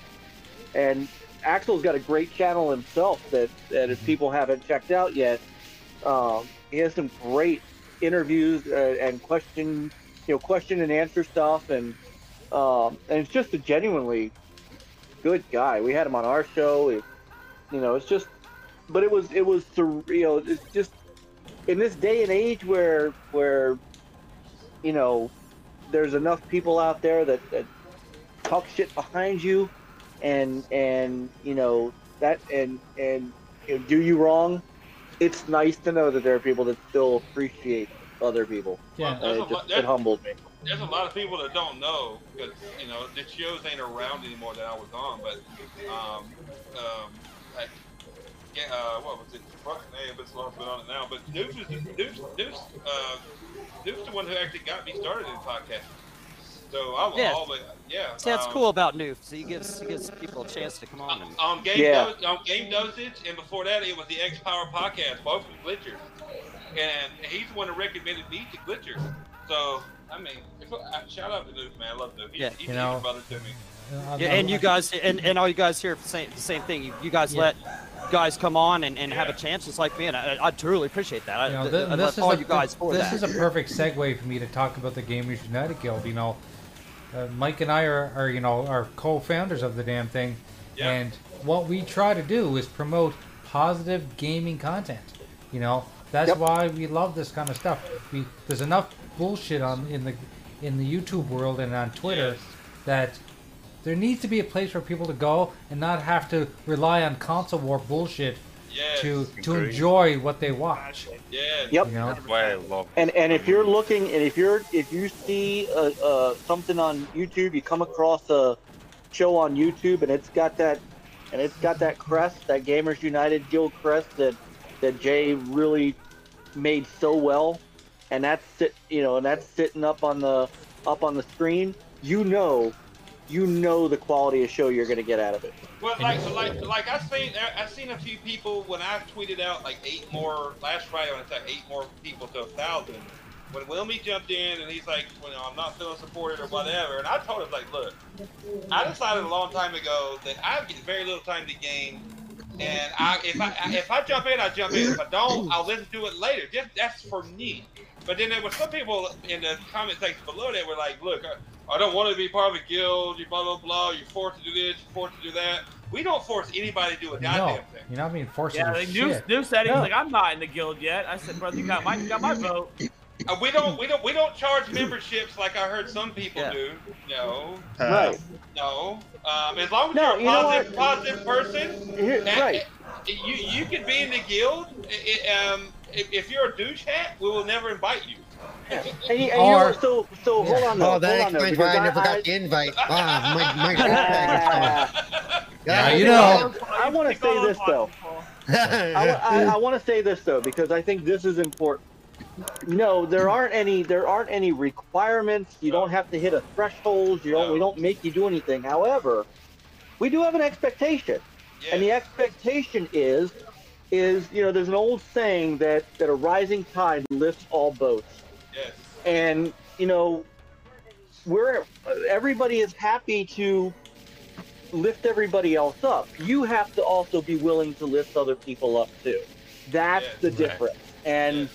And Axel's got a great channel himself that that if people haven't checked out yet, um, he has some great interviews uh, and question you know question and answer stuff and um, and it's just a genuinely good guy. We had him on our show. It, you know, it's just, but it was it was surreal. It's just in this day and age where where you know there's enough people out there that, that talk shit behind you and and you know that and and you know, do you wrong. It's nice to know that there are people that still appreciate other people. Yeah. And There's it a lo- just there- it humbled me. there's a lot of people that don't know because you know the shows ain't around anymore that I was on. But um, um, like, yeah, uh, what was it? Fucking name, it's long been on it now. But Deuce is Deuce, Deuce, uh, Deuce, the one who actually got me started in podcasting. So I will Yeah. always, yeah. See, that's um, cool about Noof. So he gives he gives people a chance to come on. And, Um, game Yeah. Do- um, game dosage, and before that, it was the X Power podcast, both with Glitcher, and he's the one that recommended me to Glitcher. So I mean, if- uh, shout out to Noob, man. I love Noob. He's, Yeah. he's, You he's know. a brother to me. I- yeah, I- and you I- guys and, and all you guys here for same the same thing. You, you guys Yeah. let guys come on and, and have a Yeah. chance just like me, and I, I I truly appreciate that. I, You know, I- thi- I this love is all a, you guys for this that. is a perfect segue for me to talk about the Gamers United Guild. You know, uh, Mike and I are, are you know are co-founders of the damn thing, Yeah. and what we try to do is promote positive gaming content. You know, that's Yep. why we love this kind of stuff. We, there's enough bullshit on in the in the YouTube world and on Twitter that there needs to be a place for people to go and not have to rely on console war bullshit Yes. to to Agreed. enjoy what they watch. yes. Yep. You know. why I love And and if you're looking, and if you're if you see uh, uh, something on YouTube, you come across a show on YouTube, and it's got that, and it's got that crest, that Gamers United Guild crest that that Jay really made so well, and that's sit, you know, and that's sitting up on the up on the screen. You know, you know the quality of show you're going to get out of it. Well, like, so like, like I seen, I I seen a few people when I tweeted out like eight more last Friday when I said eight more people to a thousand. When Wilmy jumped in and he's like, well, I'm not feeling supported or whatever, and I told him like, look, I decided a long time ago that I get very little time to game and I if I if I jump in, I jump in. If I don't, I'll listen to it later. Just that's for me. But then there were some people in the comment section below that were like, "Look, I, I don't want to be part of a guild. You blah blah blah. You're forced to do this. You're forced to do that. We don't force anybody to do a goddamn No, thing." you're not being forced Yeah, to do like new, shit. new settings. No. Like I'm not in the guild yet. I said, brother, you got my, you got my vote. Uh, we don't we don't we don't charge memberships like I heard some people Yeah. do. No, Right. no. Um, as long as No, you you're a know positive, what? positive person, Here- and- right. and You you can be in the guild. i- i- um, if, if you're a douche hat, we will never invite you. And, you- and you know Or- what, so so hold on though. Oh, that hold on though, explains because why I never I, got the invite. Ah, my, my Ah. Yeah, you know. know. I want to Pick all say of this us, though. Paul. I, want to say this though because I think this is important. No, there aren't any. There aren't any requirements. You don't have to hit a threshold. You don't. We don't make you do anything. However, we do have an expectation, Yeah. and the expectation is, is you know, there's an old saying that that a rising tide lifts all boats, yes. and you know, we're everybody is happy to lift everybody else up. You have to also be willing to lift other people up too. That's Yes. the Right. difference. And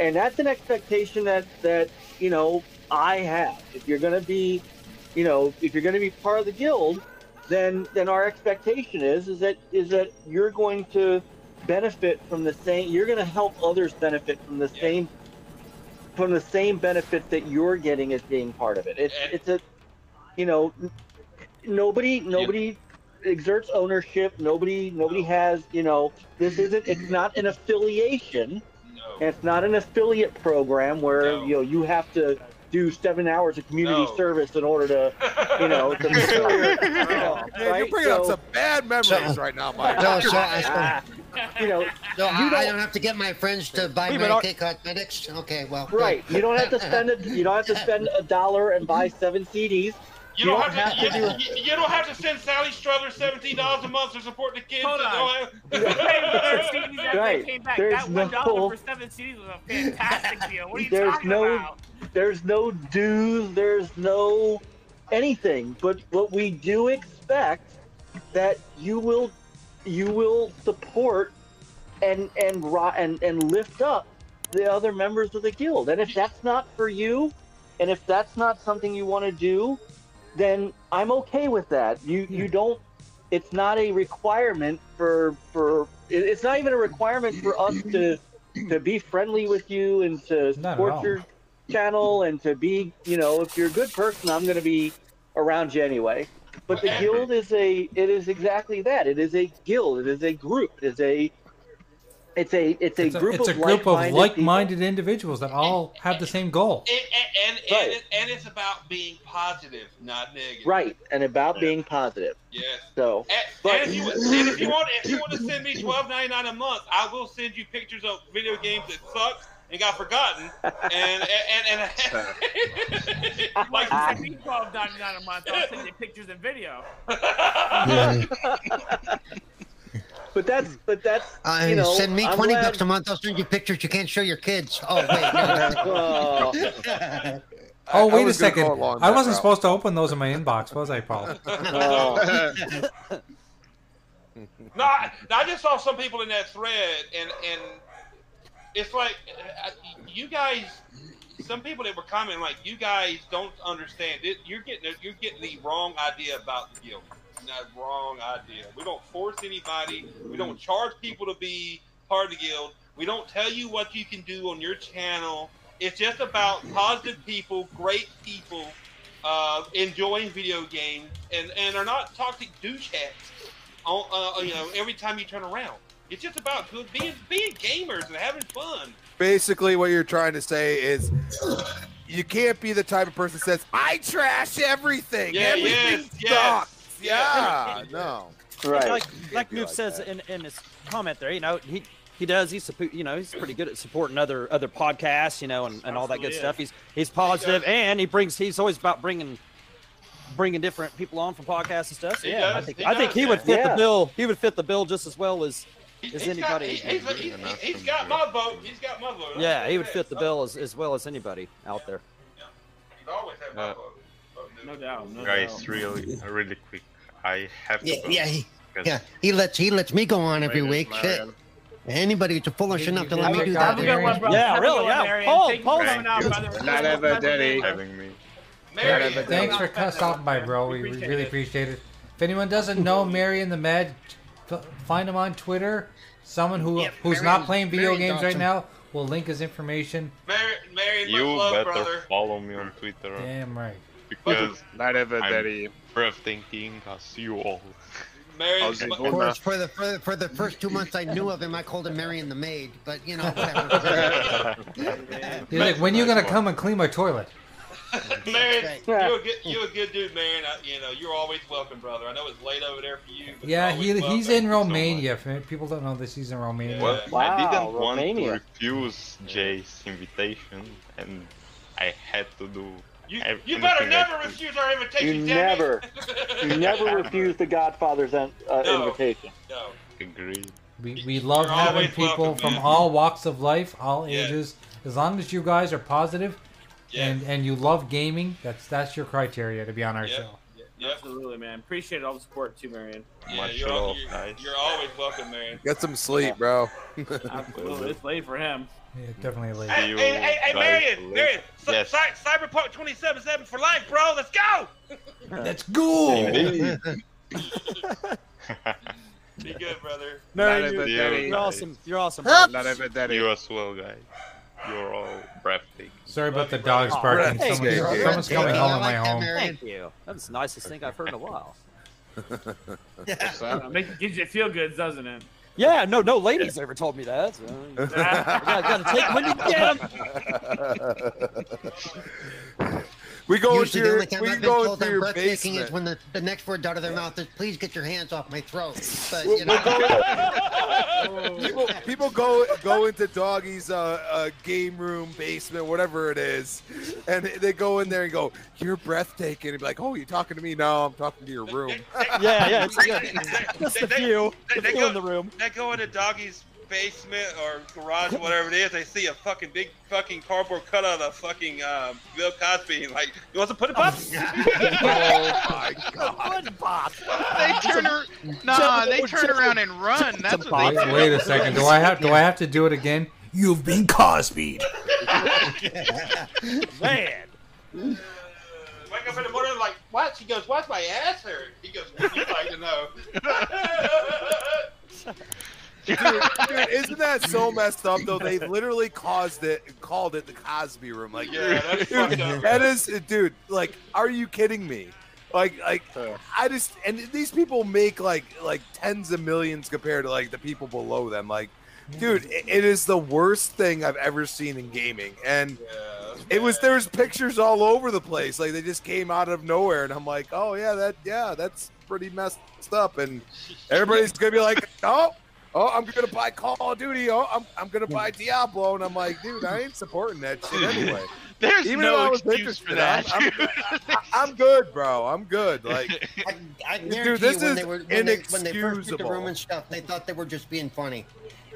and that's an expectation that that, you know, I have. If you're going to be, you know, if you're going to be part of the guild, then then our expectation is is that is that you're going to benefit from the same you're going to help others benefit from the Yeah. same from the same benefits that you're getting as being part of it. It's And- it's a you know n- nobody nobody exerts ownership. Nobody nobody has you know this isn't it's not an affiliation. No. And it's not an affiliate program where No. you know you have to do seven hours of community No. service in order to you know to you know, Man, right? you're bringing so, up some bad memories So- right now, Mike. No, so I, you know so I, You don't- I don't have to get my friends to buy Wait, my but are- cosmetics. Okay, well, good. right you don't have to spend a you don't have to spend a dollar and buy seven CDs. You You don't don't have to. have to You, do it. you- you don't have to send Sally Struther seventeen dollars a month to support the kids. Hold that Hey, don't have- seven CDs after I Right. came back. There's That one dollar no- for seven CDs was a fantastic deal. What are you There's talking no- about? There's no dues, there's no anything, but what we do expect that you will you will support and and ri- and and lift up the other members of the guild. And if that's not for you, and if that's not something you want to do, then I'm okay with that. You Hmm. you don't. It's not a requirement for for. it- It's not even a requirement for us to to be friendly with you and to Not at support all. your channel and to be you know if you're a good person, I'm going to be around you anyway. But the guild is a it is exactly that. It is a guild. It is a group. It is a it's a it's a It's a, group it's a of group of like-minded people. like-minded individuals that all have the same goal. And and, and, Right. and, it, and it's about being positive, not negative. right and about being positive. Yes. So And, But- and if you and if you want if you want to send me twelve ninety nine a month, I will send you pictures of video games that sucked and got forgotten, and and and, and Like, like. if you twelve ninety nine a month, I'll send you pictures and video. But that's but that's Uh, you know send me I'm 20 glad- bucks a month. I'll send you pictures you can't show your kids. Oh, wait. Oh, no. Oh, I wait a was gonna second. go along I that wasn't route. supposed to open those in my inbox, was I, Paul? oh. No, I, no, I just saw some people in that thread, and and it's like uh, you guys. Some people that were commenting like, "You guys don't understand it. You're getting you're getting the wrong idea about the guild. Not wrong idea. We don't force anybody. We don't charge people to be part of the guild. We don't tell you what you can do on your channel. It's just about positive people, great people, uh, enjoying video games, and and are not toxic doucheheads on, uh, you know, every time you turn around. It's just about good being being gamers and having fun. Basically, what you're trying to say is you can't be the type of person that says, I trash everything. Yeah, everything yes, yes, sucks. yeah, yes. no. right. Like, like be Noob like says that. in, in his comment there, you know, he he does. He's suppo- you know he's pretty good at supporting other other podcasts, you know, and, and all that good Absolutely, stuff. He's he's positive, and he brings. He's always about bringing bringing different people on from podcasts and stuff. So, He yeah, I does, think he I think does, he would yeah. fit Yeah. the bill. He would fit the bill just as well as He- Is he's anybody- Got, he, he's, he's, he's got my vote. He's got my vote. yeah he would fit the bill as, as well as anybody out there. He's always had my Uh, vote. No doubt. No Guys, doubt. really, really quick. I have to yeah, go. yeah, he, 'cause- Yeah, he lets he lets me go on every Wait, week. it's Shit. Marion. Anybody who's foolish enough to let Have me a do good that. day. Aaron. one, bro. Yeah, really, yeah. Paul- Paul- Thank out, you. brother. Not ever dirty. having me. Marion. Thanks for cu- stopping by, bro. We, We we appreciate really it. appreciate it. If anyone doesn't know Mary and the Med, f- find him on Twitter. Someone who Yep, who's Mary- not playing video Mary's games right awesome. now will link his information. Mary, Mary, much You love, better brother. follow me on Twitter Damn right. because Not ever I'm- dirty. breathtaking as you all. Mary, How's it mu- Of going? course, for the, for the for the first two months I knew of him, I called him Marion the maid. But you know, whatever. He's like, when you gonna come and clean my toilet? Marion, right. you're a good, you're a good dude, Marion. I, you know, you're always welcome, brother. I know it's late over there for you. But Yeah, you're he, always he's welcome. in Romania. If People don't know this. He's in Romania. What? Well, Wow, I didn't want Romania. to refuse Jay's invitation, and I had to do. You, ev- you better anything I never could. refuse our invitation. You damn it. never, you never refuse the Godfather's uh, No. invitation. No. Agreed. We, we love You're having always people welcome, from man. all walks of life, all Yeah. ages. As long as you guys are positive Yeah. and and you love gaming, that's that's your criteria to be on our Yeah. show. Yep. Absolutely, man. Appreciate all the support too, Marion. Yeah, Much you're, al- love, you're, guys. you're always welcome, Marion. Get some sleep, bro. Absolutely, it's late for him. Yeah, definitely. a lady. Hey, You hey, hey, hey, guys Marion, late. Marion, Cy- Yes. Cy- Cyberpunk 2077 for life, bro. Let's go. That's cool. Indeed. Be good, brother. Not Marion, ever you- you- dirty. you're awesome. You're awesome. Not ever dirty. you as well, guys. You're all breathtaking. Sorry about the dogs Aw, barking. Oh, thank Someone's, you. someone's Yeah. coming Yeah. home I in my like that, home. Mary. Thank you. That was the nicest thing I've heard in a while. What's I that? don't know, Make, gives you feel good, doesn't it? Yeah, no, no ladies ever told me that. So. I gotta, gotta take when you get 'em. we go into Usually, the your, only time I've we been go told into I'm your breathtaking is basement. when the, the next word out of their mouth is "Please get your hands off my throat." But you know, People, people go go into doggy's uh, uh, game room, basement, whatever it is, and they go in there and go, "You're breathtaking." And be like, "Oh, you talking to me? No, I'm talking to your room." Yeah, yeah, it's yeah. Just They- the they- few, they- the they few go- in the room. They go into doggy's basement or garage, whatever it is. They see a fucking big fucking cardboard cutout of fucking um, Bill Cosby. Like, you want to put it up? oh my god! Good bot. They turn her. Nah, they turn around and run. That's what they Wait, do. wait a second. Do I have do I have to do it again? You've been Cosby. Man. Wake up in the morning, like, what? She goes, why's my ass hurt? He goes, would you like to know? Dude, isn't that so messed up though? They literally caused it, and called it the Cosby Room. Like, yeah, that's fucked up. that is, dude. Like, are you kidding me? Like, like I just and these people make like like tens of millions compared to like the people below them. Like, dude, it, it is the worst thing I've ever seen in gaming. And Yeah, it was there's pictures all over the place. Like they just came out of nowhere, and I'm like, oh yeah, that yeah, that's pretty messed up. And everybody's gonna be like, oh. Oh, I'm gonna buy Call of Duty. Oh, I'm, I'm gonna buy Diablo, and I'm like, dude, I ain't supporting that shit anyway. There's Even though I no was excuse for interested, that. I'm- I'm good, bro. I'm good. Like, I, I Dude, guarantee this you, when is they were when they, when they first did the inexcusable. room and stuff, they thought they were just being funny.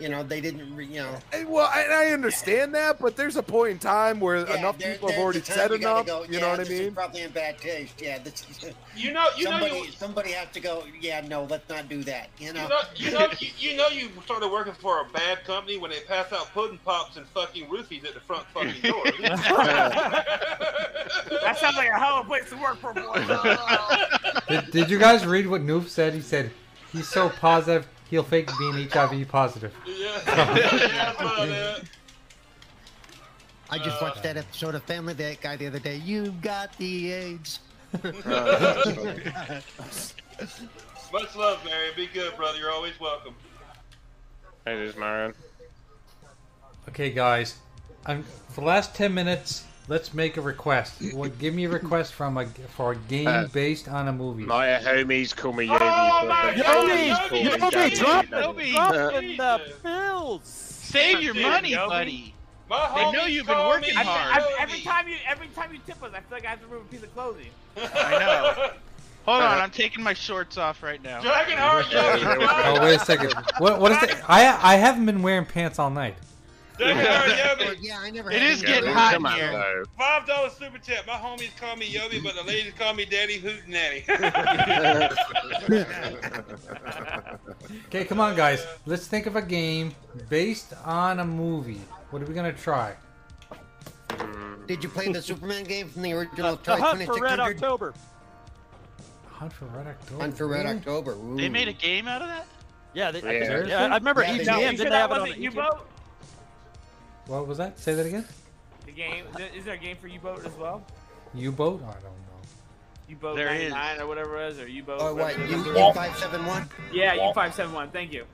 You know, they didn't. re- You know, Hey, Well, I, I understand that, but there's a point in time where Yeah, enough there- people have there's already a time said you gotta enough. go, you yeah, know what I this is mean? probably in bad taste. Yeah, this is, you know, you know, somebody you, somebody has to go. Yeah, no, let's not do that. You know, You know, you know, you, you know, you started working for a bad company when they pass out pudding pops and fucking roofies at the front fucking door. That sounds like a hell of a place to work for, boy. Did, did you guys read what Noob said? He said he's so positive he'll fake being HIV positive. yeah, yeah, that's what I did. I just watched Uh. that episode of Family That Guy the other day. You've got the AIDS. Much love, Mary. Be good, brother. You're always welcome. Hey, there's Marion. Okay, guys, I'm, for the last ten minutes, let's make a request. Well, give me a request from a for a game based on a movie. My homies call me Yogi. Oh, my but they- Yogi! call me Yogi, Daddy. drop Daddy. Up in the Jesus. pills. Save your Dude, money, Yogi. buddy. My They homies know you've been call working me I've, hard. I've, Yogi. every time you every time you tip us, I feel like I have to remove a piece of clothing. I know. Hold Uh, on, I'm taking my shorts off right now. Dragonheart Yogi. Oh wait a second. What what is the? I I haven't been wearing pants all night. Yummy, yummy. yeah, I never. It had is any of getting those. hot in come on, here. though. Five dollar super chat. My homies call me Yummy, but the ladies call me Daddy Hootenanny. Okay, come on, guys. Let's think of a game based on a movie. What are we gonna try? Did you play the Superman game from the original The, the Hunt Uh, uh-huh, for Red 2600? October. Hunt for Red October. Hunt for Red really? October. They Ooh. made a game out of that? Yeah, they, I, think, Seriously? yeah, I remember Yeah, they EGM. did. Didn't they have it on E the U EGM? boat? What was that? Say that again. The game th- is there a game for U boat as well? U boat? I don't know. U boat There ninety is. nine or whatever it is, or U boat. Oh, what? whatever You, it is. you five seven one? yeah, U five seven one. Thank you.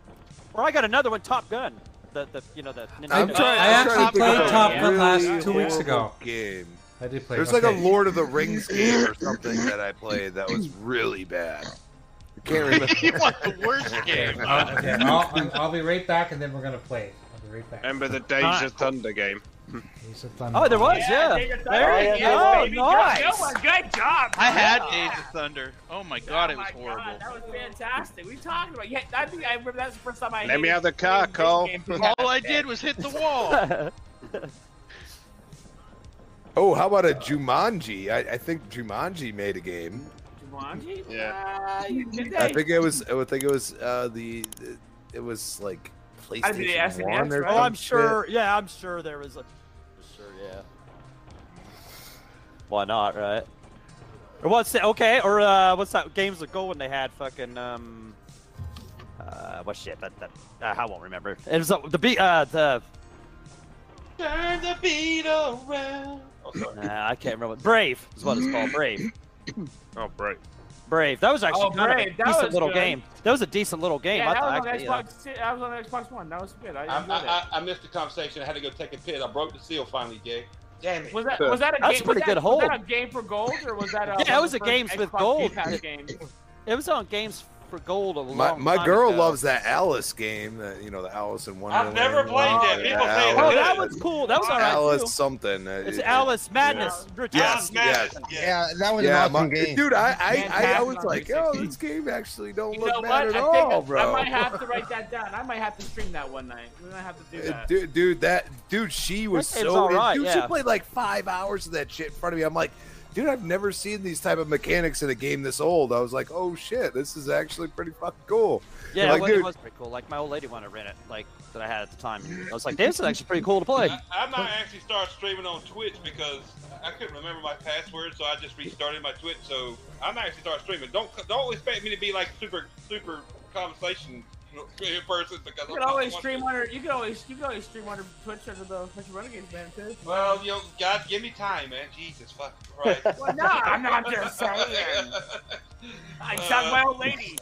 Or I got another one, Top Gun. The, the you know the I'm Nintendo. trying- I I'm actually trying to think played of a Top Gun last really two weeks ago. horrible Game. I did play. There's okay. like a Lord of the Rings game or something that I played that was really bad. I can't remember. you want the worst game. Uh, okay, I'll, I'll- I'll be right back, and then we're gonna play. it. I'll be right back. Remember the Days Alright. of Thunder game? Ace of Thunder. Oh, there was, yeah. David Thunder, There yes, you go. Oh, baby. Good- Nice. good one. Good job. I had Yeah. Days of Thunder. Oh my god, it was Oh my God, horrible. that was fantastic. We talked about. Yeah, I think I remember that's the first time I. Let me hated out the car, playing Cole. game. All I did was hit the wall. Oh, how about a Jumanji? I, I think Jumanji made a game. Jumanji? Yeah. Uh, you- did I they? think it was. I would think it was uh, the. It was like I did the PlayStation SNES, One. Or right? Oh, some I'm shit. sure. Yeah, I'm sure there was a. Sure, yeah. Why not, right? Or what's that? Okay, or uh, what's that? Games of Gold when they had fucking um. Uh, what shit? But that uh, I won't remember. It was uh, the beat. Uh, the Turn the beat around. nah, I can't remember. Brave is what it's called. Brave. Oh, bro. Brave. That was actually Oh, kind Brave, of a that decent was little good. game. That was a decent little game. Yeah, I that was thought on actually, uh, Xbox. I was on Xbox One. That was good. I, I, I enjoyed I, I, I missed the conversation. I had to go take a piss. I broke the seal finally, Jay. Damn it. it. Was that was that a That's game? a pretty was good that, hold. Was that a game for gold or was that a? Yeah, that was a first games with Xbox gold. keypad game. it was on Games for Gold a long My, my time girl ago. loves that Alice game. That you know, the Alice in Wonderland. never played one. that. Yeah, People say it's Oh, Alice- that was cool. That was alright too. Alice something. Uh, It's Alice Madness. Return. Yes, Smash. yes. Yeah. Yeah, that was Yeah, an my, awesome game. dude, I I, I, I Fantastic was on like, oh, 360. this game actually don't You look know what? bad I at think all, I, bro. I might have to write that down. I might have to stream that one night. We might have to do Uh, that. Dude, dude, that dude, she was That game's so. all right, dude, she yeah. played like five hours of that shit in front of me. I'm like, dude, I've never seen these type of mechanics in a game this old. I was like, oh shit, this is actually pretty fucking cool. Yeah, Like, well, it dude- was pretty cool. Like my old lady wanted to rent it, like that I had at the time. I was like, "This is actually pretty cool to play." I, I might actually start streaming on Twitch because I couldn't remember my password, so I just restarted my Twitch. So I might actually start streaming. Don't don't expect me to be like super super conversation person because You can always stream under. You can always you can always stream under Twitch under the Twitch Renegades banner too. Well, you know, God, give me time, man. Jesus fucking Christ. Well, no, I'm not just saying. I shot my Uh, old lady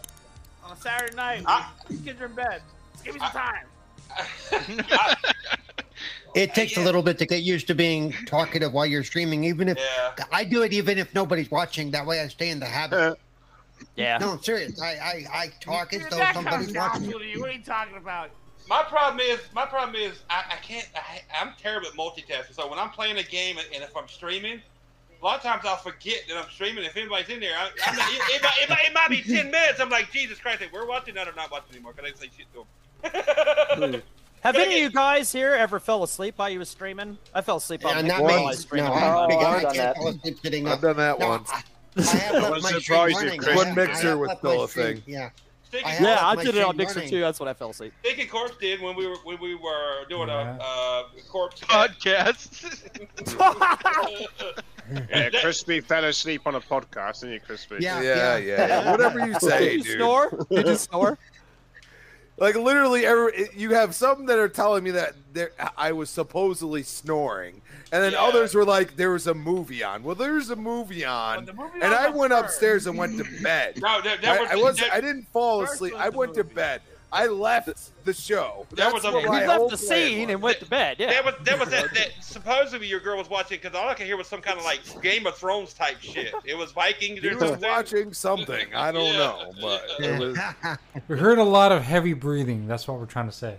on Saturday night. I- Kids are in bed. Give me some I- time. It takes a little bit to get used to being talkative while you're streaming, even if yeah. I do it, even if nobody's watching. That way, I stay in the habit. Yeah, No, I'm serious. I I, I talk as Dude, though that somebody's comes down watching. to you. What are you talking about? My problem is, my problem is, I, I can't. I, I'm terrible at multitasking. So when I'm playing a game and, and if I'm streaming, a lot of times I'll forget that I'm streaming. If anybody's in there, I, I'm not, it, it, might, it, might, it might be ten minutes. I'm like, Jesus Christ, like, we're watching that or not watching anymore? Can I say shit to them? have any of you guys here ever fell asleep while you were streaming? I fell asleep Yeah, on not while me. I was streaming. No, Oh, I'm big. I've I done can't that. fall asleep sitting I've up. done that No, once. I, I have I left was my stream surprised you running. couldn't. I One have- I mixer have was left still my a stream- thing. Yeah. Sticky, I have- yeah, I my did it on stream Mixer running. too. That's when I fell asleep. Sticky Corpse did when we were when we were doing Yeah. a uh, corpse. Podcast. Yeah, Crispy fell asleep on a podcast, didn't you, Crispy? Yeah. yeah, yeah, yeah. Whatever you say, Did you dude. snore? Did you snore? Like literally, every, you have some that are telling me that there- I was supposedly snoring, and then Yeah. others were like, "There was a movie on." Well, there's a movie on, When the movie and was I up went first, upstairs and went to bed. No, that, that was, I, I was that- I didn't fall First asleep. was I the went to movie. bed. I left the show. That That's was a- what You my You whole left the plan scene was. and went to bed. Yeah. That was that was that, that supposedly your girl was watching because all I could hear was some kind of like Game of Thrones type shit. It was Vikings. He or was something. watching something. I don't Yeah. know, but it was. We heard a lot of heavy breathing. That's what we're trying to say.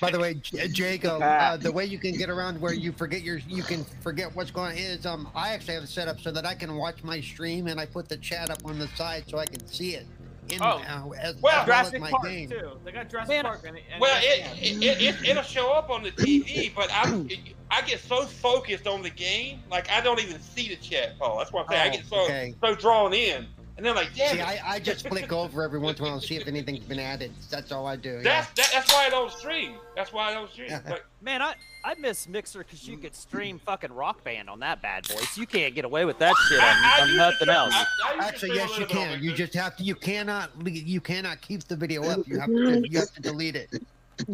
By the way, J- Jacob, uh, the way you can get around where you forget your you can forget what's going on is um I actually have it set up so that I can watch my stream and I put the chat up on the side so I can see it. in Oh. now as Well, well, as Jurassic my Park game. too. They got Jurassic Man, Park and, and Well, it, it, it, it it'll show up on the TV, but I I get so focused on the game, like I don't even see the chat, Paul. That's why I'm saying I Oh, get so okay. so drawn in, and then like, damn, See, it, I, I just flick over every once in a while and see if anything's been added. That's all I do. Yeah. that's that, that's why I don't stream. That's why I don't stream. Like, Man, I I miss Mixer because you could stream fucking Rock Band on that bad boy. So you can't get away with that shit I, I on, on used to nothing stream- else. I- I used to Actually, stream a yes, you little bit on can. You Mixer. just have to. You cannot. le- You cannot keep the video up. You have to. You have to delete it.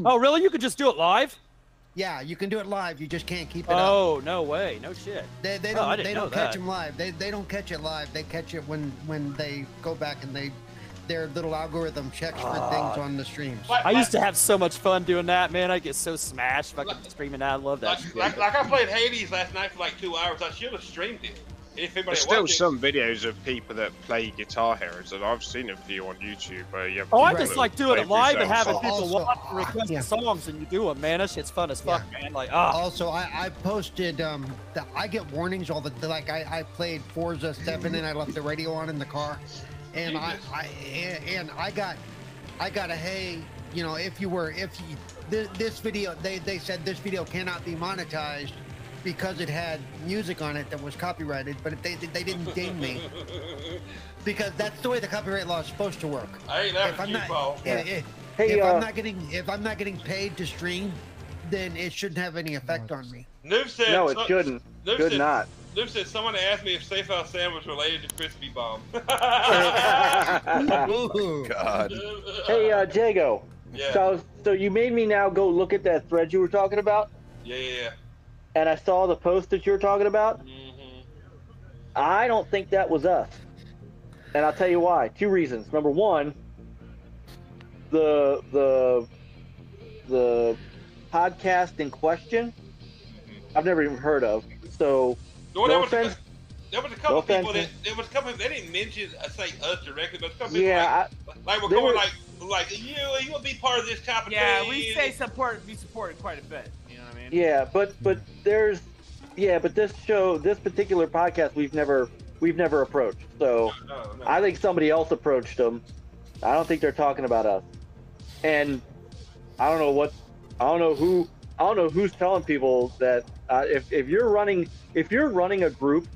Oh, really? You could just do it live? Yeah, you can do it live. You just can't keep it up. Oh, no way, no shit. They, they Oh, don't I didn't they know don't catch that. them live. They, they don't catch it live. They catch it when when they go back and they their little algorithm checks for Ah. things on the streams. Like- I like- used to have so much fun doing that, man. I get so smashed fucking streaming that. I love that. Like, shit. like, like I played Hades last night for like two hours. I should have streamed it. And If anybody There's still watched it- some videos of people that play Guitar Heroes, and I've seen a few on YouTube. Where you have oh, I people just that like doing play it live and through having songs. people Also- Oh, watch and request Yeah. songs, and you do them, man. That shit's fun as fuck, man. Like, ah, Also, I, I posted um the, I get warnings all the like I, I played Forza 7 and I left the radio on in the car, and I, I and, and I got I got a hey you know if you were if you this, this video they they said this video cannot be monetized because it had music on it that was copyrighted, but they they didn't ding me because that's the way the copyright law is supposed to work. I ain't If laughing at I'm you, not, Paul. i- i- Hey, if uh, I'm not getting if I'm not getting paid to stream, then it shouldn't have any effect on me. Noob said no, it so- shouldn't. Noob Should said- not. Noob said someone asked me if Safe House Sam was related to Crispy Bomb. hey, Ooh. God. uh, Jago. yeah. So, so you made me now go look at that thread you were talking about, yeah, yeah, and I saw the post that you were talking about. yeah. hmm I don't think that was us. And I'll tell you why. Two reasons. Number one, the the the podcast in question, I've never even heard of. So Well, there, No was a, offense. there was a couple No people that offense. there was a couple they didn't mention I say us directly, but a couple people yeah, like, like were they going were- like like you you gonna be part of this competition. yeah, we say support. We support quite a bit. You know what I mean? I, yeah, but but there's yeah, but this show, this particular podcast, we've never we've never approached. So No, no. I think somebody else approached them. I don't think they're talking about us. And I don't know what, I don't know who, I don't know who's telling people that uh, if, if you're running, if you're running a group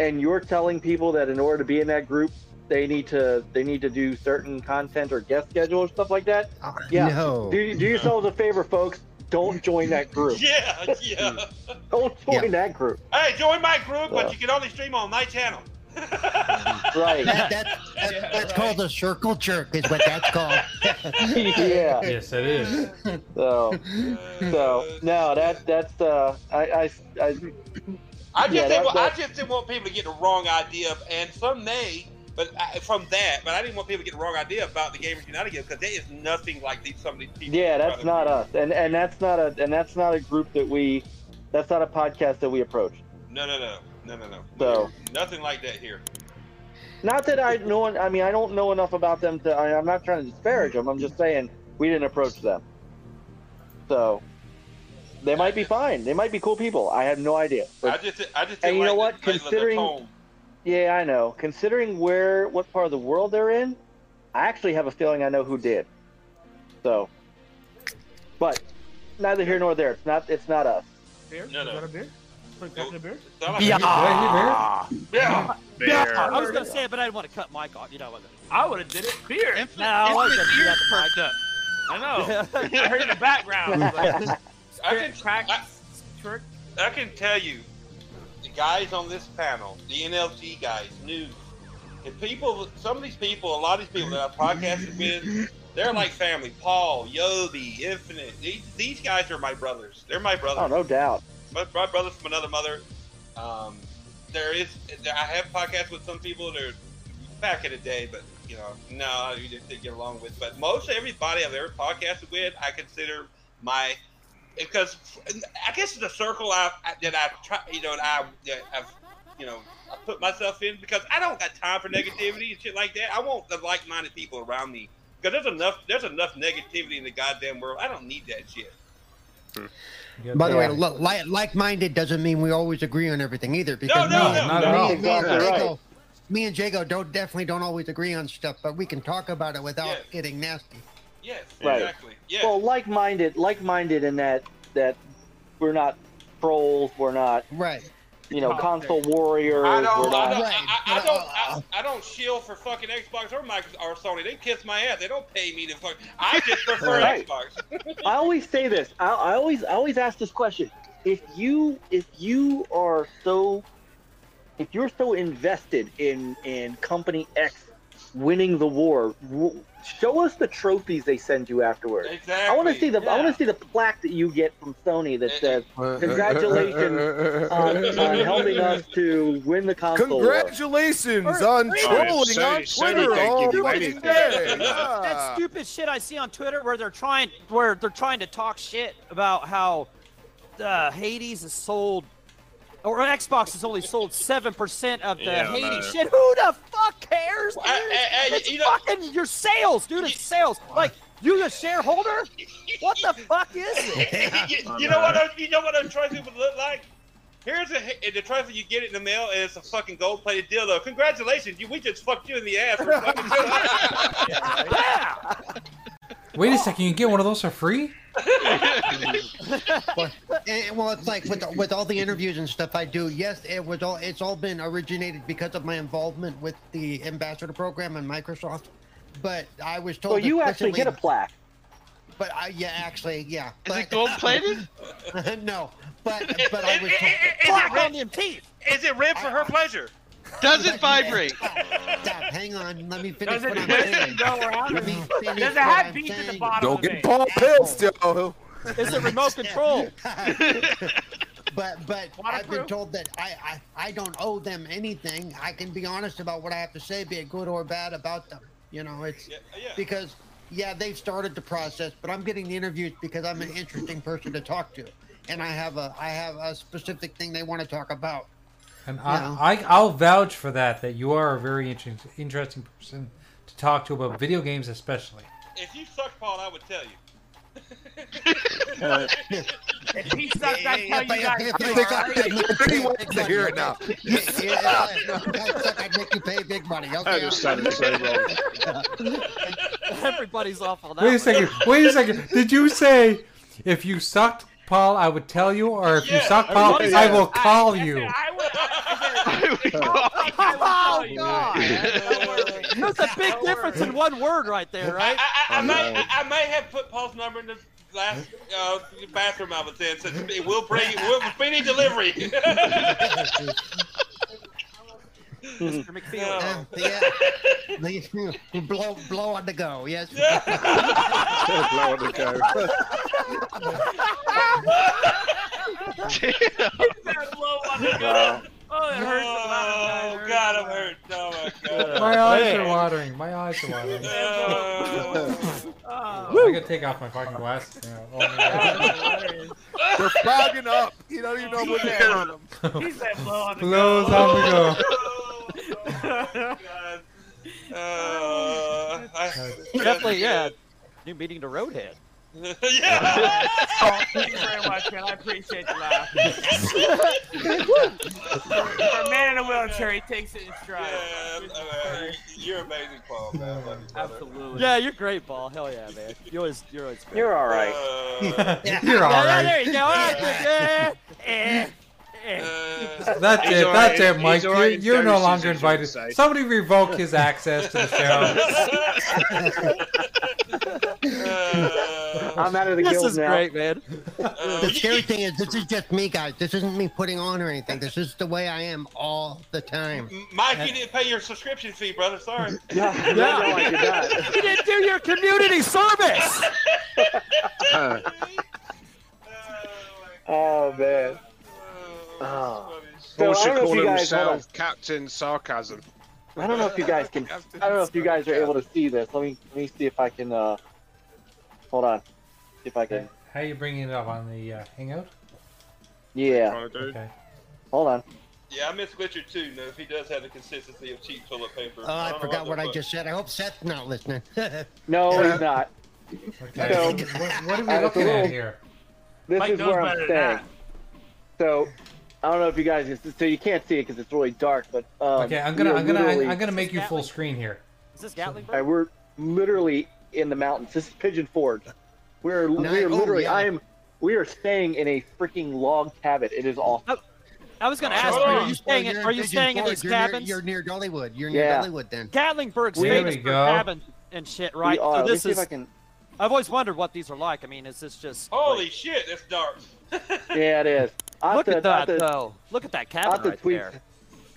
and you're telling people that in order to be in that group, they need to, they need to do certain content or guest schedule or stuff like that. Uh, Yeah. No. Do, do yourselves a favor, folks. Don't join that group. Yeah, yeah. Don't join that group. hey, join my group, Yeah. but you can only stream on my channel. Right. That, that, that, Yeah, that's right. called a circle jerk, is what that's called. yeah. Yes, it is. So, so no, that, that's, uh, I, I, I I just Yeah, didn't, that- wa- that- I just didn't want people to get the wrong idea, of, and some may, but I, from that, but I didn't want people to get the wrong idea about the Gamers United game because there is nothing like these. Some of these people. Yeah, that's not us, and and that's not a and that's not a group that we, that's not a podcast that we approach. No, no, no, no, no, no. So- nothing like that here. Not that I know, I mean, I don't know enough about them to. I, I'm not trying to disparage them. I'm just saying we didn't approach them. So, they might be fine. They might be cool people. I have no idea. I But, just, I just. And didn't you know like what? the feel of the Considering- tone. yeah, I know. Considering where, what part of the world they're in, I actually have a feeling I know who did. So, but neither here nor there. It's not. It's not us. Beer? No, no. Is that a beer? Put a cup in a beer? It's not like- yeah. yeah. There. I was gonna say it, but I didn't want to cut Mike off. You know what? I would have did it. Beer. Infant's No, I was gonna do ears that perked up. I know. I heard in the background. Like, I can, crack. I- Trick. I can tell you, the guys on this panel, the NLG guys, knew the people. Some of these people, a lot of these people that I podcasted with, they're like family. Paul, Yobi, Infinite. These, these guys are my brothers. They're my brothers. Oh, no doubt. My, my brother from another mother. Um, there is. There, I have podcasts with some people that are back in the day, but you know, no, you just didn't get along with. But most everybody I've ever podcasted with, I consider my because I guess the circle I I- that I've tried, you know, that I that I've you know I put myself in because I don't got time for negativity and shit like that. I want the like-minded people around me because there's enough there's enough negativity in the goddamn world. I don't need that shit. You got By the way, Yeah. lo- li- like-minded doesn't mean we always agree on everything either. Because no, no, me, not at me all. and- me and Exactly right. Jago- me and Jago don't definitely don't always agree on stuff, but we can talk about it without Yes. getting nasty. Yes, Right. exactly. Yes. Well, like-minded, like-minded in that that we're not trolls, we're not Right. you know Politics. console warriors, I we're don't, I not. don't, Right. I, I, I don't, I, I don't shield for fucking Xbox or Microsoft or Sony. They kiss my ass. They don't pay me to fuck. I just prefer Right. Xbox. I always say this. I, I always I always ask this question. If you if you are so if you're so invested in in company X winning the war, w- show us the trophies they send you afterwards. Exactly. I want to see the I Yeah. want to see the plaque that you get from Sony that Eh, eh. says Congratulations on, on helping us to win the console. war." Congratulations Or- on or- trolling Sony- on Sony Twitter Oh can't all give you fucking anything. day. that Yeah. stupid shit I see on Twitter where they're trying where they're trying to talk shit about how uh, Hades is sold or Xbox has only sold seven percent of the Yeah, I Hades know. shit. Who the fuck cares? Dude? Well, I- I- I- it's you know- fucking your sales, dude. It's sales. Like you, the shareholder. What the fuck is it? you, you know what? those- You know what? Those trophies would look like. Here's a the trophy you get it in the mail, and it's a fucking gold-plated deal. Though, congratulations, you we just fucked you in the ass. For fucking Yeah. Wait a second, you get one of those for free? And, well, it's like with with all the interviews and stuff I do. Yes, it was all it's all been originated because of my involvement with the ambassador program and Microsoft. But I was told. So you actually get a explicitly- plaque. But I, yeah, actually, yeah. Is it but- gold plated? no, but but I was. Is Told, it Fuck red- on them teeth. Is it red for her pleasure? Does it vibrate? Stop, hang on. Let me finish Does it what I'm twist saying. and go around? Let me Does finish it what have I'm beads at the saying. bottom Don't of get it? Paul pills, Joe. Is it remote control? but but I've been Waterproof? told that I, I I don't owe them anything. I can be honest about what I have to say, be it good or bad about them. You know, it's Yeah, yeah. because yeah, they've started the process, but I'm getting the interviews because I'm an interesting person to talk to, and I have a I have a specific thing they want to talk about. And I, No. I, I'll vouch for that, that you are a very interesting, interesting person to talk to about video games, especially. If you suck, Paul, I would tell you. If he sucks, I Yeah, tell you guys. yeah, I yeah, too, think yeah. alright? I think he wants to hear it now. Yeah, yeah, yeah. I'd make you pay big money. Okay, I just sounded so wrong. Everybody's off on that. Wait one. a second, wait a second. Did you say if you sucked Paul, I would tell you, or if you Yeah, sucked I Paul, would- I will call I you? said, I will. Oh, I will God. There's a big Don't difference worry. in one word right there, I, right? I, I, Oh, I, might, I, I might have put Paul's number in the last uh, bathroom I was in, so it will bring it will speedy delivery. Mr. McFeely. Uh, yeah. The- blow, blow on the go. Yes. Oh, it hurts. oh God, I'm hurt. Oh my God. My eyes are watering. My eyes are watering. Oh. I gotta take off my fucking glasses now. Oh, man. They're fogging up. You don't even know what's there on them. He said blow on the Blows go. on the go. Oh, my God. Uh, I- Definitely, yeah. New meeting to Roadhead. yeah. Thank you very much, man. I appreciate the laugh. For a man in a wheelchair, he takes it in stride. Yeah, uh, you're amazing, Paul. Man. I love you, brother. Absolutely. Yeah, you're great, Ball. Hell yeah, man. You're always, you're always great. You're all right. Uh, You're Yeah, yeah, alright. there you go. All right, yeah, eh, eh. uh, That's He's it. all That's right. it, Mike. He's all You're, right. you're no Doses, longer I should invited. say. Somebody revoke his access to the show. uh, I'm out of the This guild is now. great, man. The scary thing is, this is just me, guys. This isn't me putting on or anything. This is the way I am all the time. Mike, you didn't pay your subscription fee, brother. Sorry. Yeah, no, no, I did not. You didn't do your community service. Oh man. Oh, So Paul I should don't know call if you guys. Hold on. himself Captain Sarcasm. I don't know if you guys can. I don't know if you guys are able to see this. Let me let me see if I can. Uh, hold on, see if I can. How you bringing it up on the uh, Hangout? Yeah, Trying to do. Okay. hold on. yeah, I miss Witcher too. Now, if he does have the consistency of cheap toilet paper. Oh, I don't know forgot what the I fuck. just said. I hope Seth's not listening. No, he's not. Okay. So- what, what are we Uh, looking cool. at here? This Mike is knows where I'm better than staying. that. So I don't know if you guys can- so you can't see it because it's really dark, but um, okay, I'm gonna, we are I'm gonna, literally- I'm gonna make you Gatling. full screen here. Is this Gatling? All right, we're literally in the mountains. This is Pigeon Forge. We're we Nice. are Oh, literally. yeah. I am. We are staying in a freaking log cabin. It is awful. I was gonna ask, are you staying? in You're are you Pigeon staying in Forge. these You're near- cabins? You're near Dollywood. You're Yeah. near Dollywood then. Gatlinburg's There famous we for go. cabins and shit, right? We are. So Let me this see is. if I can. I've always wondered what these are like. I mean, is this just? Holy shit, that's dark. Yeah, it is. I'll Look have at to- I'll have that to- though. Look at that I'll have cabin to right tweet. there.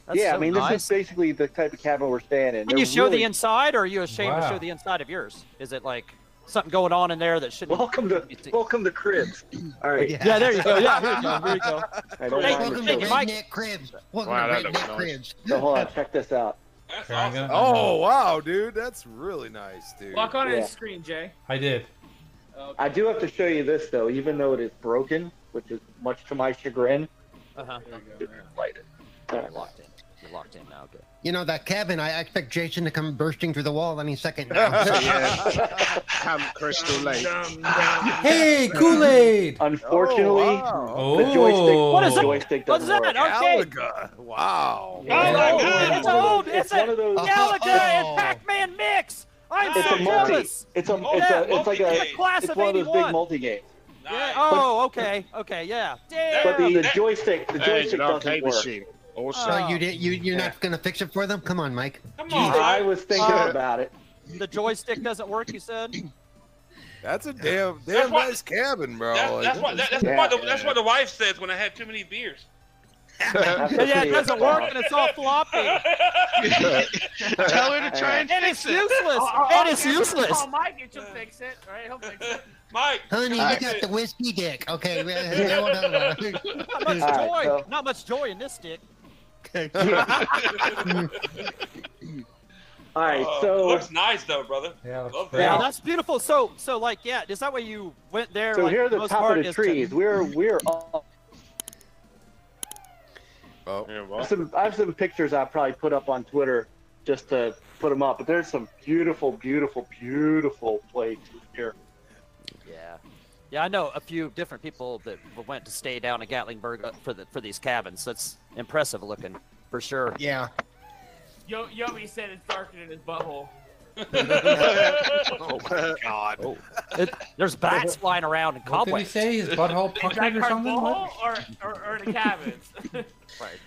That's yeah, so I mean, nice. this is basically the type of cabin we're staying in. Can you They're show really- the inside, or are you ashamed to Wow. show the inside of yours? Is it like something going on in there that shouldn't? Welcome to be seen? welcome to cribs. All right. Yeah, there you go. Yeah, here you go. Here you go. I don't Hey, mind Welcome to the hey, cribs. Mike. Redneck Cribs. Welcome Wow, to that looks Redneck nice. Cribs. So hold on, check this out. That's Here, I'm awesome. gonna- Oh wow, dude, that's really nice, dude. Walk on Yeah. his screen, Jay. I did. Okay. I do have to show you this though, even though it is broken, which is much to my chagrin. Uh-huh. Light it. All right. You're locked in. You're locked in now. Good. You know that cabin. I I expect Jason to come bursting through the wall any second now. Camp Crystal Lake. Hey, Kool Aid. Unfortunately, wow. Oh, the joystick. What is the that? joystick What's doesn't that? work. Arcade. Galaga. Wow. Yeah. my It's God, one it's of those- old, Oh It's it's one a- of those. Galaga Oh. and Pac-Man mix. I'm It's so a multi. jealous. It's a. Oh, It's yeah, a. It's like multi-game. a. It's a class It's of one of those big '81. multi games. Yeah. Nice. Oh, okay, okay, yeah. Damn. But the, the that- joystick. The Hey, joystick an doesn't arcade work. machine. Awesome. So you did you you're not gonna fix it for them? Come on, Mike. Come on. I was thinking Uh, about it. The joystick doesn't work. You said. That's a damn That's damn why- nice cabin, bro. That's, Like, that's, this what, is- that, that's, Yeah. what the, that's what the wife says when I had too many beers. That's Yeah, pretty- it doesn't work, and it's all floppy. Tell her to try and And fix it. it's useless. I'll- I'll- And it's I'll useless. Call Mike and she'll fix it. All right, he'll fix it. Mike, Honey, Alright. look out the whiskey dick. Okay, we- hold on. Not much All right, joy. so- Not much joy in this stick. All right, uh, so looks nice though, brother. Yeah, that's Love great. Yeah, Yeah. that's beautiful. So, so like, yeah, is that why you went there? so like, here are for the most top part of the is to- trees. We're we're. All, oh. Yeah, I have well, some I have some pictures I probably put up on Twitter just to put them up. But there's some beautiful, beautiful, beautiful places here. yeah, yeah. I know a few different people that w- went to stay down at Gatlinburg uh, for the for these cabins. That's impressive looking for sure. yeah. Yo, Yomi said it's darker than his butthole. Oh my god. It, there's bats flying around and What did he cobwebs. say? His butthole puckered or Dark something? butthole What? or, or, or the cabins? Right.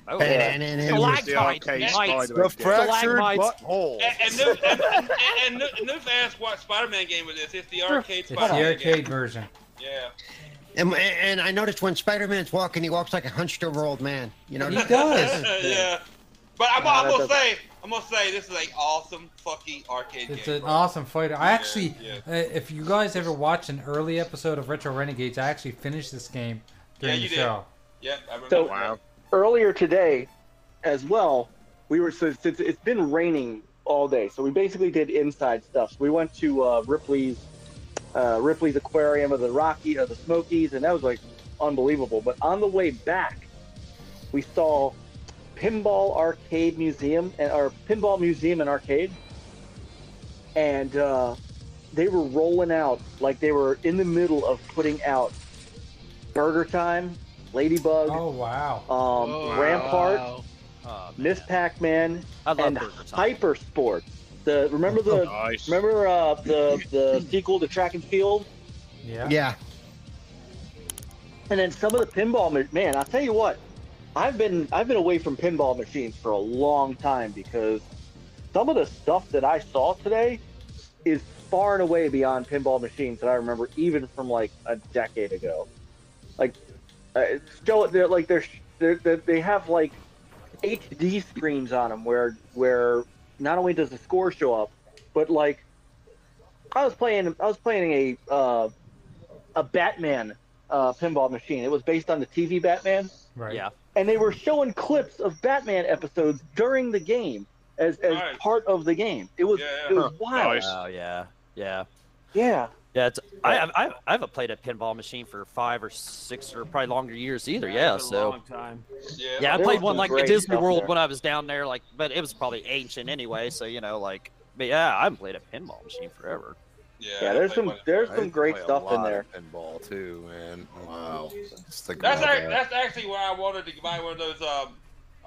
Oh, And, yeah. and, and, The and was the lactite, arcade mites. spider. The fractured Stalagmites. butthole. And, and, Noof, and, and, and Noof- Noof asked what Spider-Man game it is. It's the arcade It's the Spider-Man game. arcade version. Yeah. and, and I noticed when Spider-Man's walking, he walks like a hunched over old man. You know. He does. yeah. But I'm, Nah, I'm that gonna doesn't- say, I'm gonna say this is an awesome fucking arcade It's game. an bro. awesome fighter. I actually, yeah. Uh, if you guys ever watched an early episode of Retro Renegades, I actually finished this game during Yeah, you the did. show. yeah, I remember. So- Wow. Earlier today, as well, we were so since it's been raining all day, so we basically did inside stuff. we went to uh, Ripley's uh, Ripley's Aquarium of the Rocky of the Smokies, and that was like unbelievable. But on the way back, we saw Pinball Arcade Museum and or Pinball Museum and Arcade, and uh, they were rolling out like they were in the middle of putting out Burger Time, Ladybug, Oh wow! um, Rampart, Oh, man. Miss Pac-Man, I love and Burger Time. Hyper Sports. The remember the nice. remember uh, the the sequel to Track and Field, Yeah. Yeah. and then some of the pinball. ma- Man, I'll tell you what, I've been I've been away from pinball machines for a long time because some of the stuff that I saw today is far and away beyond pinball machines that I remember even from like a decade ago. Like, uh, still, they're like they're, they're, they they have like HD screens on them where where not only does the score show up, but like I was playing I was playing a uh, a Batman uh, pinball machine. It was based on the TV Batman Right. Yeah. and they were showing clips of Batman episodes during the game as, as Nice. part of the game. It was Yeah. it was wild. Nice. Oh yeah. Yeah. Yeah. Yeah, it's, I, I, I I haven't played a pinball machine for five or six or probably longer years either. Yeah, It's been a so long time. yeah. yeah, I There played was one some like at great Disney stuff World there. when I was down there. Like, but it was probably ancient anyway. So you know, like, but yeah, I haven't played a pinball machine forever. Yeah, Yeah, there's some there's I some great play a stuff in lot there. of Pinball too, man. Wow. Just think That's about ac- that. that's actually where I wanted to buy one of those um,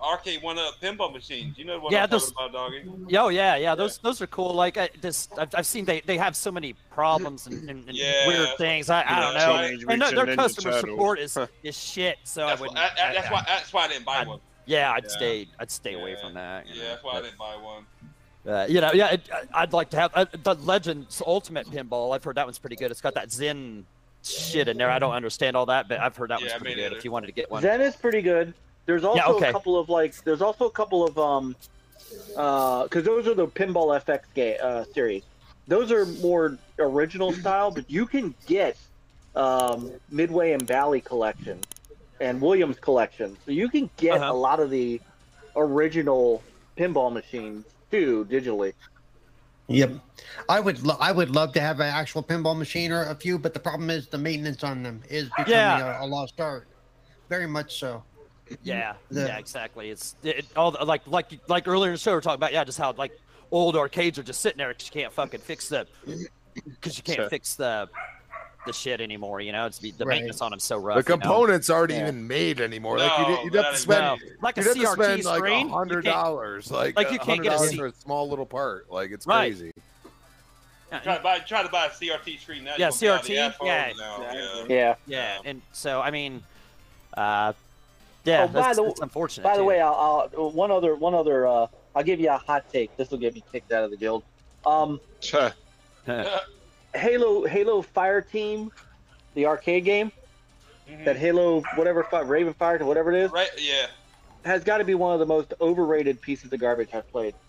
arcade one up pinball machines. You know what Yeah, I'm those- talking about, doggy? Yo, yeah, yeah, those those are cool. Like I just, I've, I've seen they, they have so many problems and, and, and Yeah. weird things. I, I Yeah, don't that's know. why- And their- their Ninja customer Turtles. support is is shit. So That's, I why, wouldn't. I, I, that's I- why that's why I didn't buy one. yeah, I'd Yeah. stay. I'd stay away from that. you Yeah, know, that's why I but- didn't buy one. Uh, you know, yeah, it, I- I'd like to have uh, the Legends Ultimate Pinball. I've heard that one's pretty good. It's got that Zen shit in there. I don't understand all that, but I've heard that Yeah, I one's pretty mean, good. it- If you wanted to get one, Zen is pretty good. There's also okay. a couple of like there's also a couple of um uh because those are the pinball FX game uh, series. Those are more original style, but you can get um, Midway and Valley collection and Williams collection, so you can get Uh-huh. a lot of the original pinball machines too digitally. Yep. I would lo- I would love to have an actual pinball machine or a few, but the problem is the maintenance on them is becoming Yeah. a, a lost art. Very much so. yeah, The- yeah, exactly. It's it, all the- like like like earlier in the show we are talking about. Yeah, just how like old arcades are just sitting there because you can't fucking fix the because you can't Sure. fix the the shit anymore. You know, it's the Right. maintenance on them so rough. the you know? components aren't Yeah. even made anymore. No, like you didn't, you'd have not to even- spend, No. Like a you'd have to CRT spend like screen, you can't- hundred dollars. Like, like, you can't get a $100 seat. for a small little part. Like it's Right. crazy. Try to buy try to buy a CRT screen now. Yeah, you gonna buy the CRT? iPhones Yeah. now, yeah. Yeah. Yeah, and so I mean, uh, yeah, Oh, by that's, the- that's unfortunate. By the too. way, uh, I'll, I'll one other one other. Uh, I'll give you a hot take. This will get me kicked out of the guild. Um, Halo Halo Fire Team, the arcade game Mhm. that Halo whatever fi- Raven Fire or whatever it is Right? Yeah. has got to be one of the most overrated pieces of garbage I've played.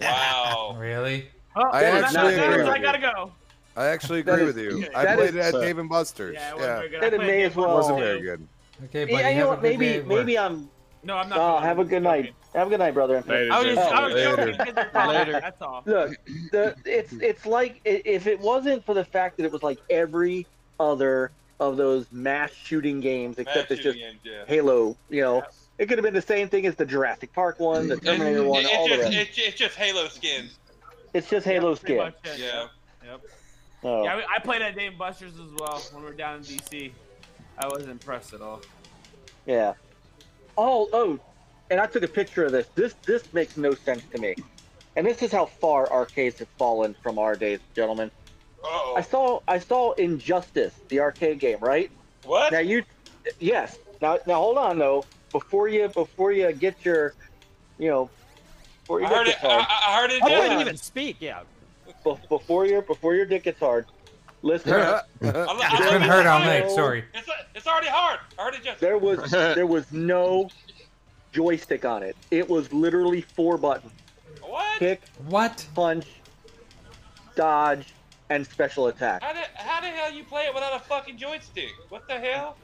Wow. Really? Oh, I that- actually that- agree that- I with gotta go. I actually That agree is- with you. yeah, I that played is- it at Dave and Buster's. Yeah, it wasn't Yeah, very good. I That it played may it as well. wasn't too. very good. Okay, buddy. Yeah, you have know a what? good day Maybe at work. maybe I'm. No, I'm not. Oh, going. have a good night. Have a good night, brother. Later, I was just, I was Later. joking because it's all Later. that, That's all. Look, the it's it's like i- if it wasn't for the fact that it was like every other of those mass shooting games, Mass except it's just shooting games, yeah. Halo. You know, it could have been the same thing as the Jurassic Park one, the It's, Terminator one, it's all the just rest. it's, it's just Halo skins. It's just Halo Pretty skin. much it, Yeah. Oh. Yeah, I I played at Dave and Buster's as well when we were down in DC. I wasn't impressed at all. Yeah. Oh, oh, and I took a picture of this. This this makes no sense to me. And this is how far arcades have fallen from our days, gentlemen. I Oh. saw I saw Injustice, the arcade game, right? What? Now you yes. Now now hold on though. Before you before you get your you know before I you heard get it. your I, I heard it. I Yeah. couldn't even speak. Yeah, be- before your before your dick gets hard. Listen, up. I lo- I It's love been it. hurt all I night. know. Sorry. It's, it's already hard. I heard it just. there was there was no joystick on it. It was literally four buttons. What? Kick, What? punch, dodge, and special attack. How the how the hell you play it without a fucking joystick? What the hell?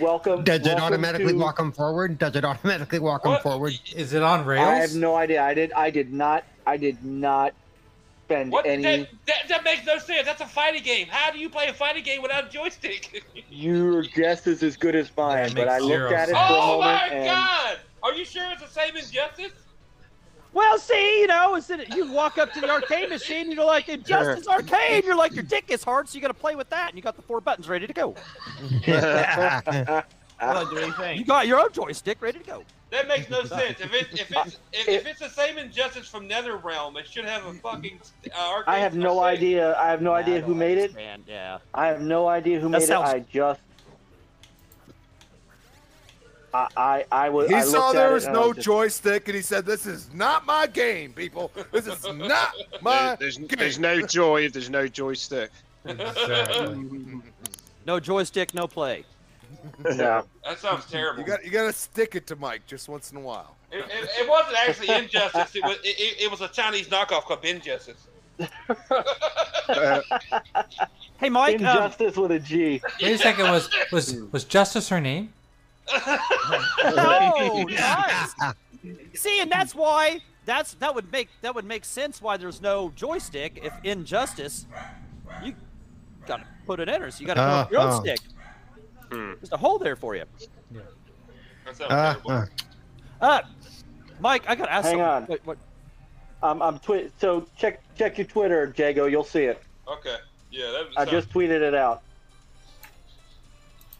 Welcome. Does it welcome automatically to- walk them forward? Does it automatically walk them What? forward? Is it on rails? I have no idea. I did. I did not. I did not spend What? any. That, that that makes no sense. That's a fighting game. How do you play a fighting game without a joystick? Your guess is as good as mine, That but makes I looked zero at it sense. for a oh moment my and god! Are you sure it's the same as Justice? Well, see, you know, is that you walk up to the arcade machine, you're like, Injustice Arcade, you're like, your dick is hard, so you got to play with that, and you got the four buttons ready to go. Look, do what do you You think? got your own joystick ready to go. That makes no sense. If it's if it's if, if it's the same as Justice from NetherRealm, it should have a fucking. Uh, arcade I have no machine. idea. I have no idea who made it. Man, yeah. I have no idea who That made sounds- it. I just. I I, I was. He I saw looked at there it was and I no just- joystick, and he said, "This is not my game, people. This is not There- my." there's, there's no joy if there's no joystick. Exactly. No joystick, no play. Yeah. That sounds terrible. You got you got to stick it to Mike just once in a while. It, it, it wasn't actually Injustice. It was it, it, it was a Chinese knockoff called Injustice. Uh, Hey, Mike, uh, um, Injustice with a G. Wait a second. Was was was Justice her name? oh, nice. See, and that's why that's that would make that would make sense why there's no joystick if Injustice, you gotta put it in, or so you gotta put Uh, up your Uh-huh. own uh. stick. Hmm. There's a hole there for you. That sounds Uh, terrible. uh. Uh, Mike, I gotta ask. Hang something. on. Um, Wait, what? I'm I'm twi- So check check your Twitter, Jago. You'll see it. Okay. Yeah, that I sounds- just tweeted it out.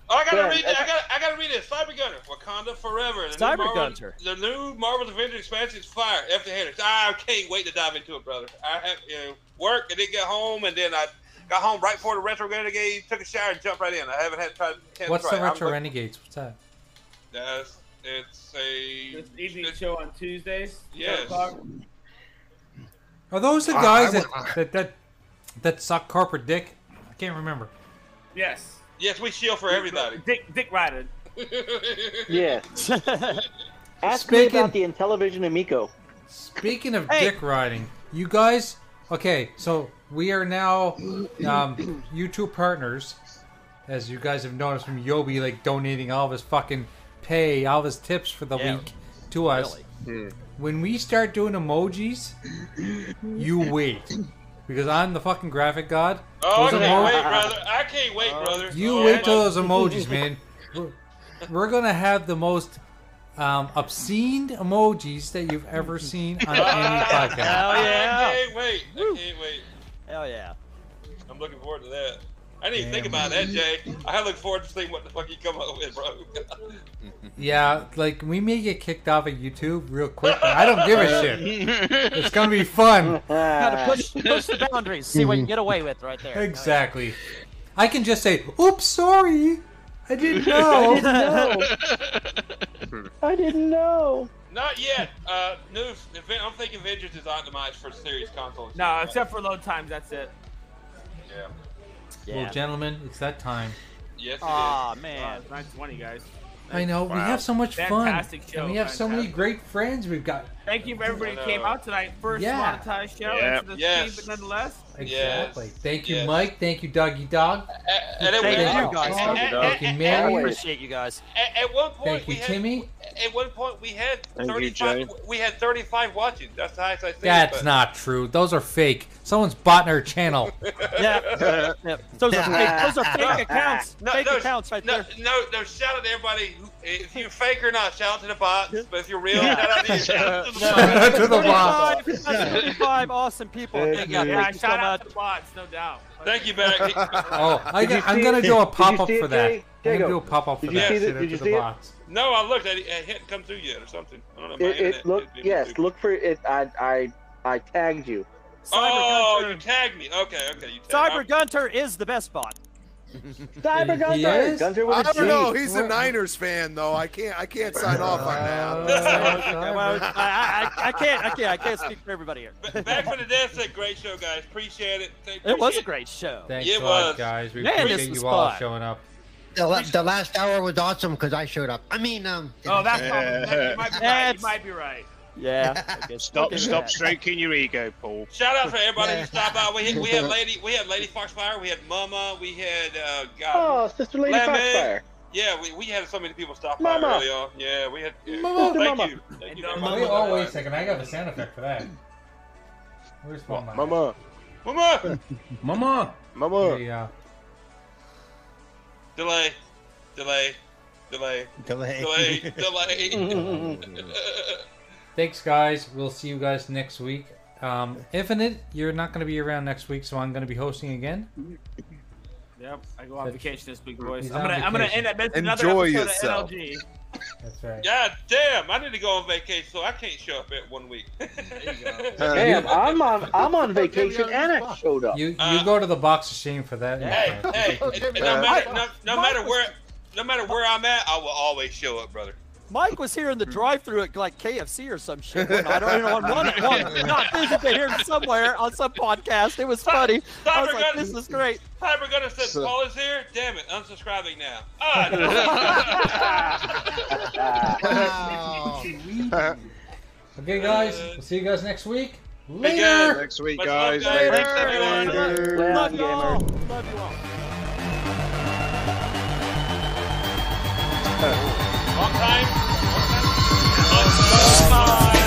Oh, I gotta Yeah, read that. I that's- gotta, I gotta read it. Cyber Gunner, Wakanda Forever. The Cyber new Marvel, Gunter. The new Marvel's Avengers expansion is fire. After haters, I can't wait to dive into it, brother. I have you know, work and then get home, and then I got home right before the Retro Renegade. Took a shower and jumped right in. I haven't had time. chance What's to the try it. I'm Retro look- Renegades? What's that? That's it's a It's evening show on Tuesdays. Yes. Are those the I- guys I that, that that that suck corporate dick? I can't remember. Yes. Yes, we shield for everybody. Dick Dick Ryder. Yeah. Ask me about the Intellivision Amico. Speaking of dick riding, you guys. Okay, so we are now um, you two partners, as you guys have noticed from Yobi, like donating all of his fucking pay, all of his tips for the Yeah, week to us. Hmm. When we start doing emojis, you wait because I'm the fucking graphic god. Oh, I Those can't emo- wait, brother. I can't wait, brother. You Oh, wait till my- those emojis, man. We're, we're gonna have the most um, obscene emojis that you've ever seen on any Ah, podcast. I can't wait. I can't wait. Hell yeah. I'm looking forward to that. I didn't even think Damn. about that, Jay. I look forward to seeing what the fuck you come up with, bro. Yeah, like we may get kicked off of YouTube real quick, but I don't give a shit. It's gonna be fun. Gotta push, push the boundaries. See what you can get away with right there. Exactly. I can just say, "Oops, sorry, I didn't know." I didn't know. Not yet. Uh, no, Aven- I'm thinking Avengers is optimized for series consoles. No, except for load times. That's it. Yeah. Well, gentlemen, it's that time. Yes, it Aw, man. It's 920, guys. I know we have so much Fantastic fun, show, and we have so many great friends we've got. Thank you for everybody who I came know. out tonight. First Yeah. monetized show. Yeah. Into the Yes. speed, but nonetheless. Exactly. Yes. Thank you, Yes. Mike. Thank you, Doggy Dog. A- and, it Thank was- you guys. Thank and- you, and- Doggy and- Mary. I appreciate you guys. At, at one point, Thank we you, had, Timmy. At one point, we had you, Jay. 35. we had 35 watching. That's the highest I think. That's not true. Those are fake. Someone's bought our channel. Yeah. yeah. Those, are fake, those are fake accounts. No, fake no, accounts right No, there. no, no! Shout out to everybody. Who, if you're fake or not, shout out to the bots. But if you're real, shout out to you. Shout out to the bots. to the boss. 35, that's 35 awesome people. Thank you, Yeah, thank you so shout out much. to bots, no doubt. Thank you, Barrett. Oh, I, Did you I'm see gonna it? do a Did you pop up see it, for that. Jay? I'm gonna Jacob, do a pop up for did you that. see the- Send it did to you the see it? bots. No, I looked. I, it hadn't come through yet or something. I don't know. my It, it internet- look it's been yes, stupid. look for it. I I I tagged you. Oh, you tagged me. Okay, okay. You tagged Cyber Gunter is the best bot. Cyber He Gunter. is? Gunter with I a don't G. know. He's a Niners fan, though. I can't. I can't sign off on that. Well, Uh, I, I, I- I can't, I can't, I can't speak for everybody here. B- Back for the dead said great show, guys. Appreciate it. Thank- It was a appreciate great show. Thanks It a lot, was. guys. We Man, this appreciate was you all fun. showing up. The, la- the last hour was awesome because I showed up. I mean, um. Oh, that's probably, you might be right. You That's- might be right. Yeah. I guess Stop, we'll give you stop that. stroking your ego, Paul. Shout out for everybody who stopped by. We had, we had lady, we had Lady Foxfire, we had Mama, we had uh, God. Oh, Sister Lady Lemon. Foxfire. Yeah, we, we had so many people stop by Mama. early on. Yeah, we had. Yeah. Mama. Thank Mama. you. Thank you. And, Mama. Wait, oh, wait a second. I got a sound effect for that. Where's my mic? Mama, Mama. Mama. mama. Yeah. Delay, delay, delay, delay, Mm-hmm. delay. Thanks, guys. We'll see you guys next week. Um, Infinite, you're not going to be around next week, so I'm going to be hosting again. Yep, I go on But- vacation this week, boys. He's I'm on gonna, I'm gonna vacation. end up another Enjoy yourself. episode of NLG. That's right. God damn! I need to go on vacation, so I can't show up at one week. Uh, Damn, I'm on I'm on vacation and I showed up. You you Uh, go to the box of shame for that. hey, hey! No matter, no, no matter where, no matter where I'm at, I will always show up, brother. Mike was here in the drive-through at like KFC or some shit. I don't even know. I'm running, running, not physically here somewhere on some podcast. It was funny. I was like, this is great. Cyber Gunner said So- Paul is here. Damn it, unsubscribing now. Ah, Okay, guys. Uh, We'll see you guys next week. no. Hey, Later. guys, Next week, Much guys. love, guys. Later. Thanks, everyone. Love Loud you gamer. all. Love you all. On time. On time. On time.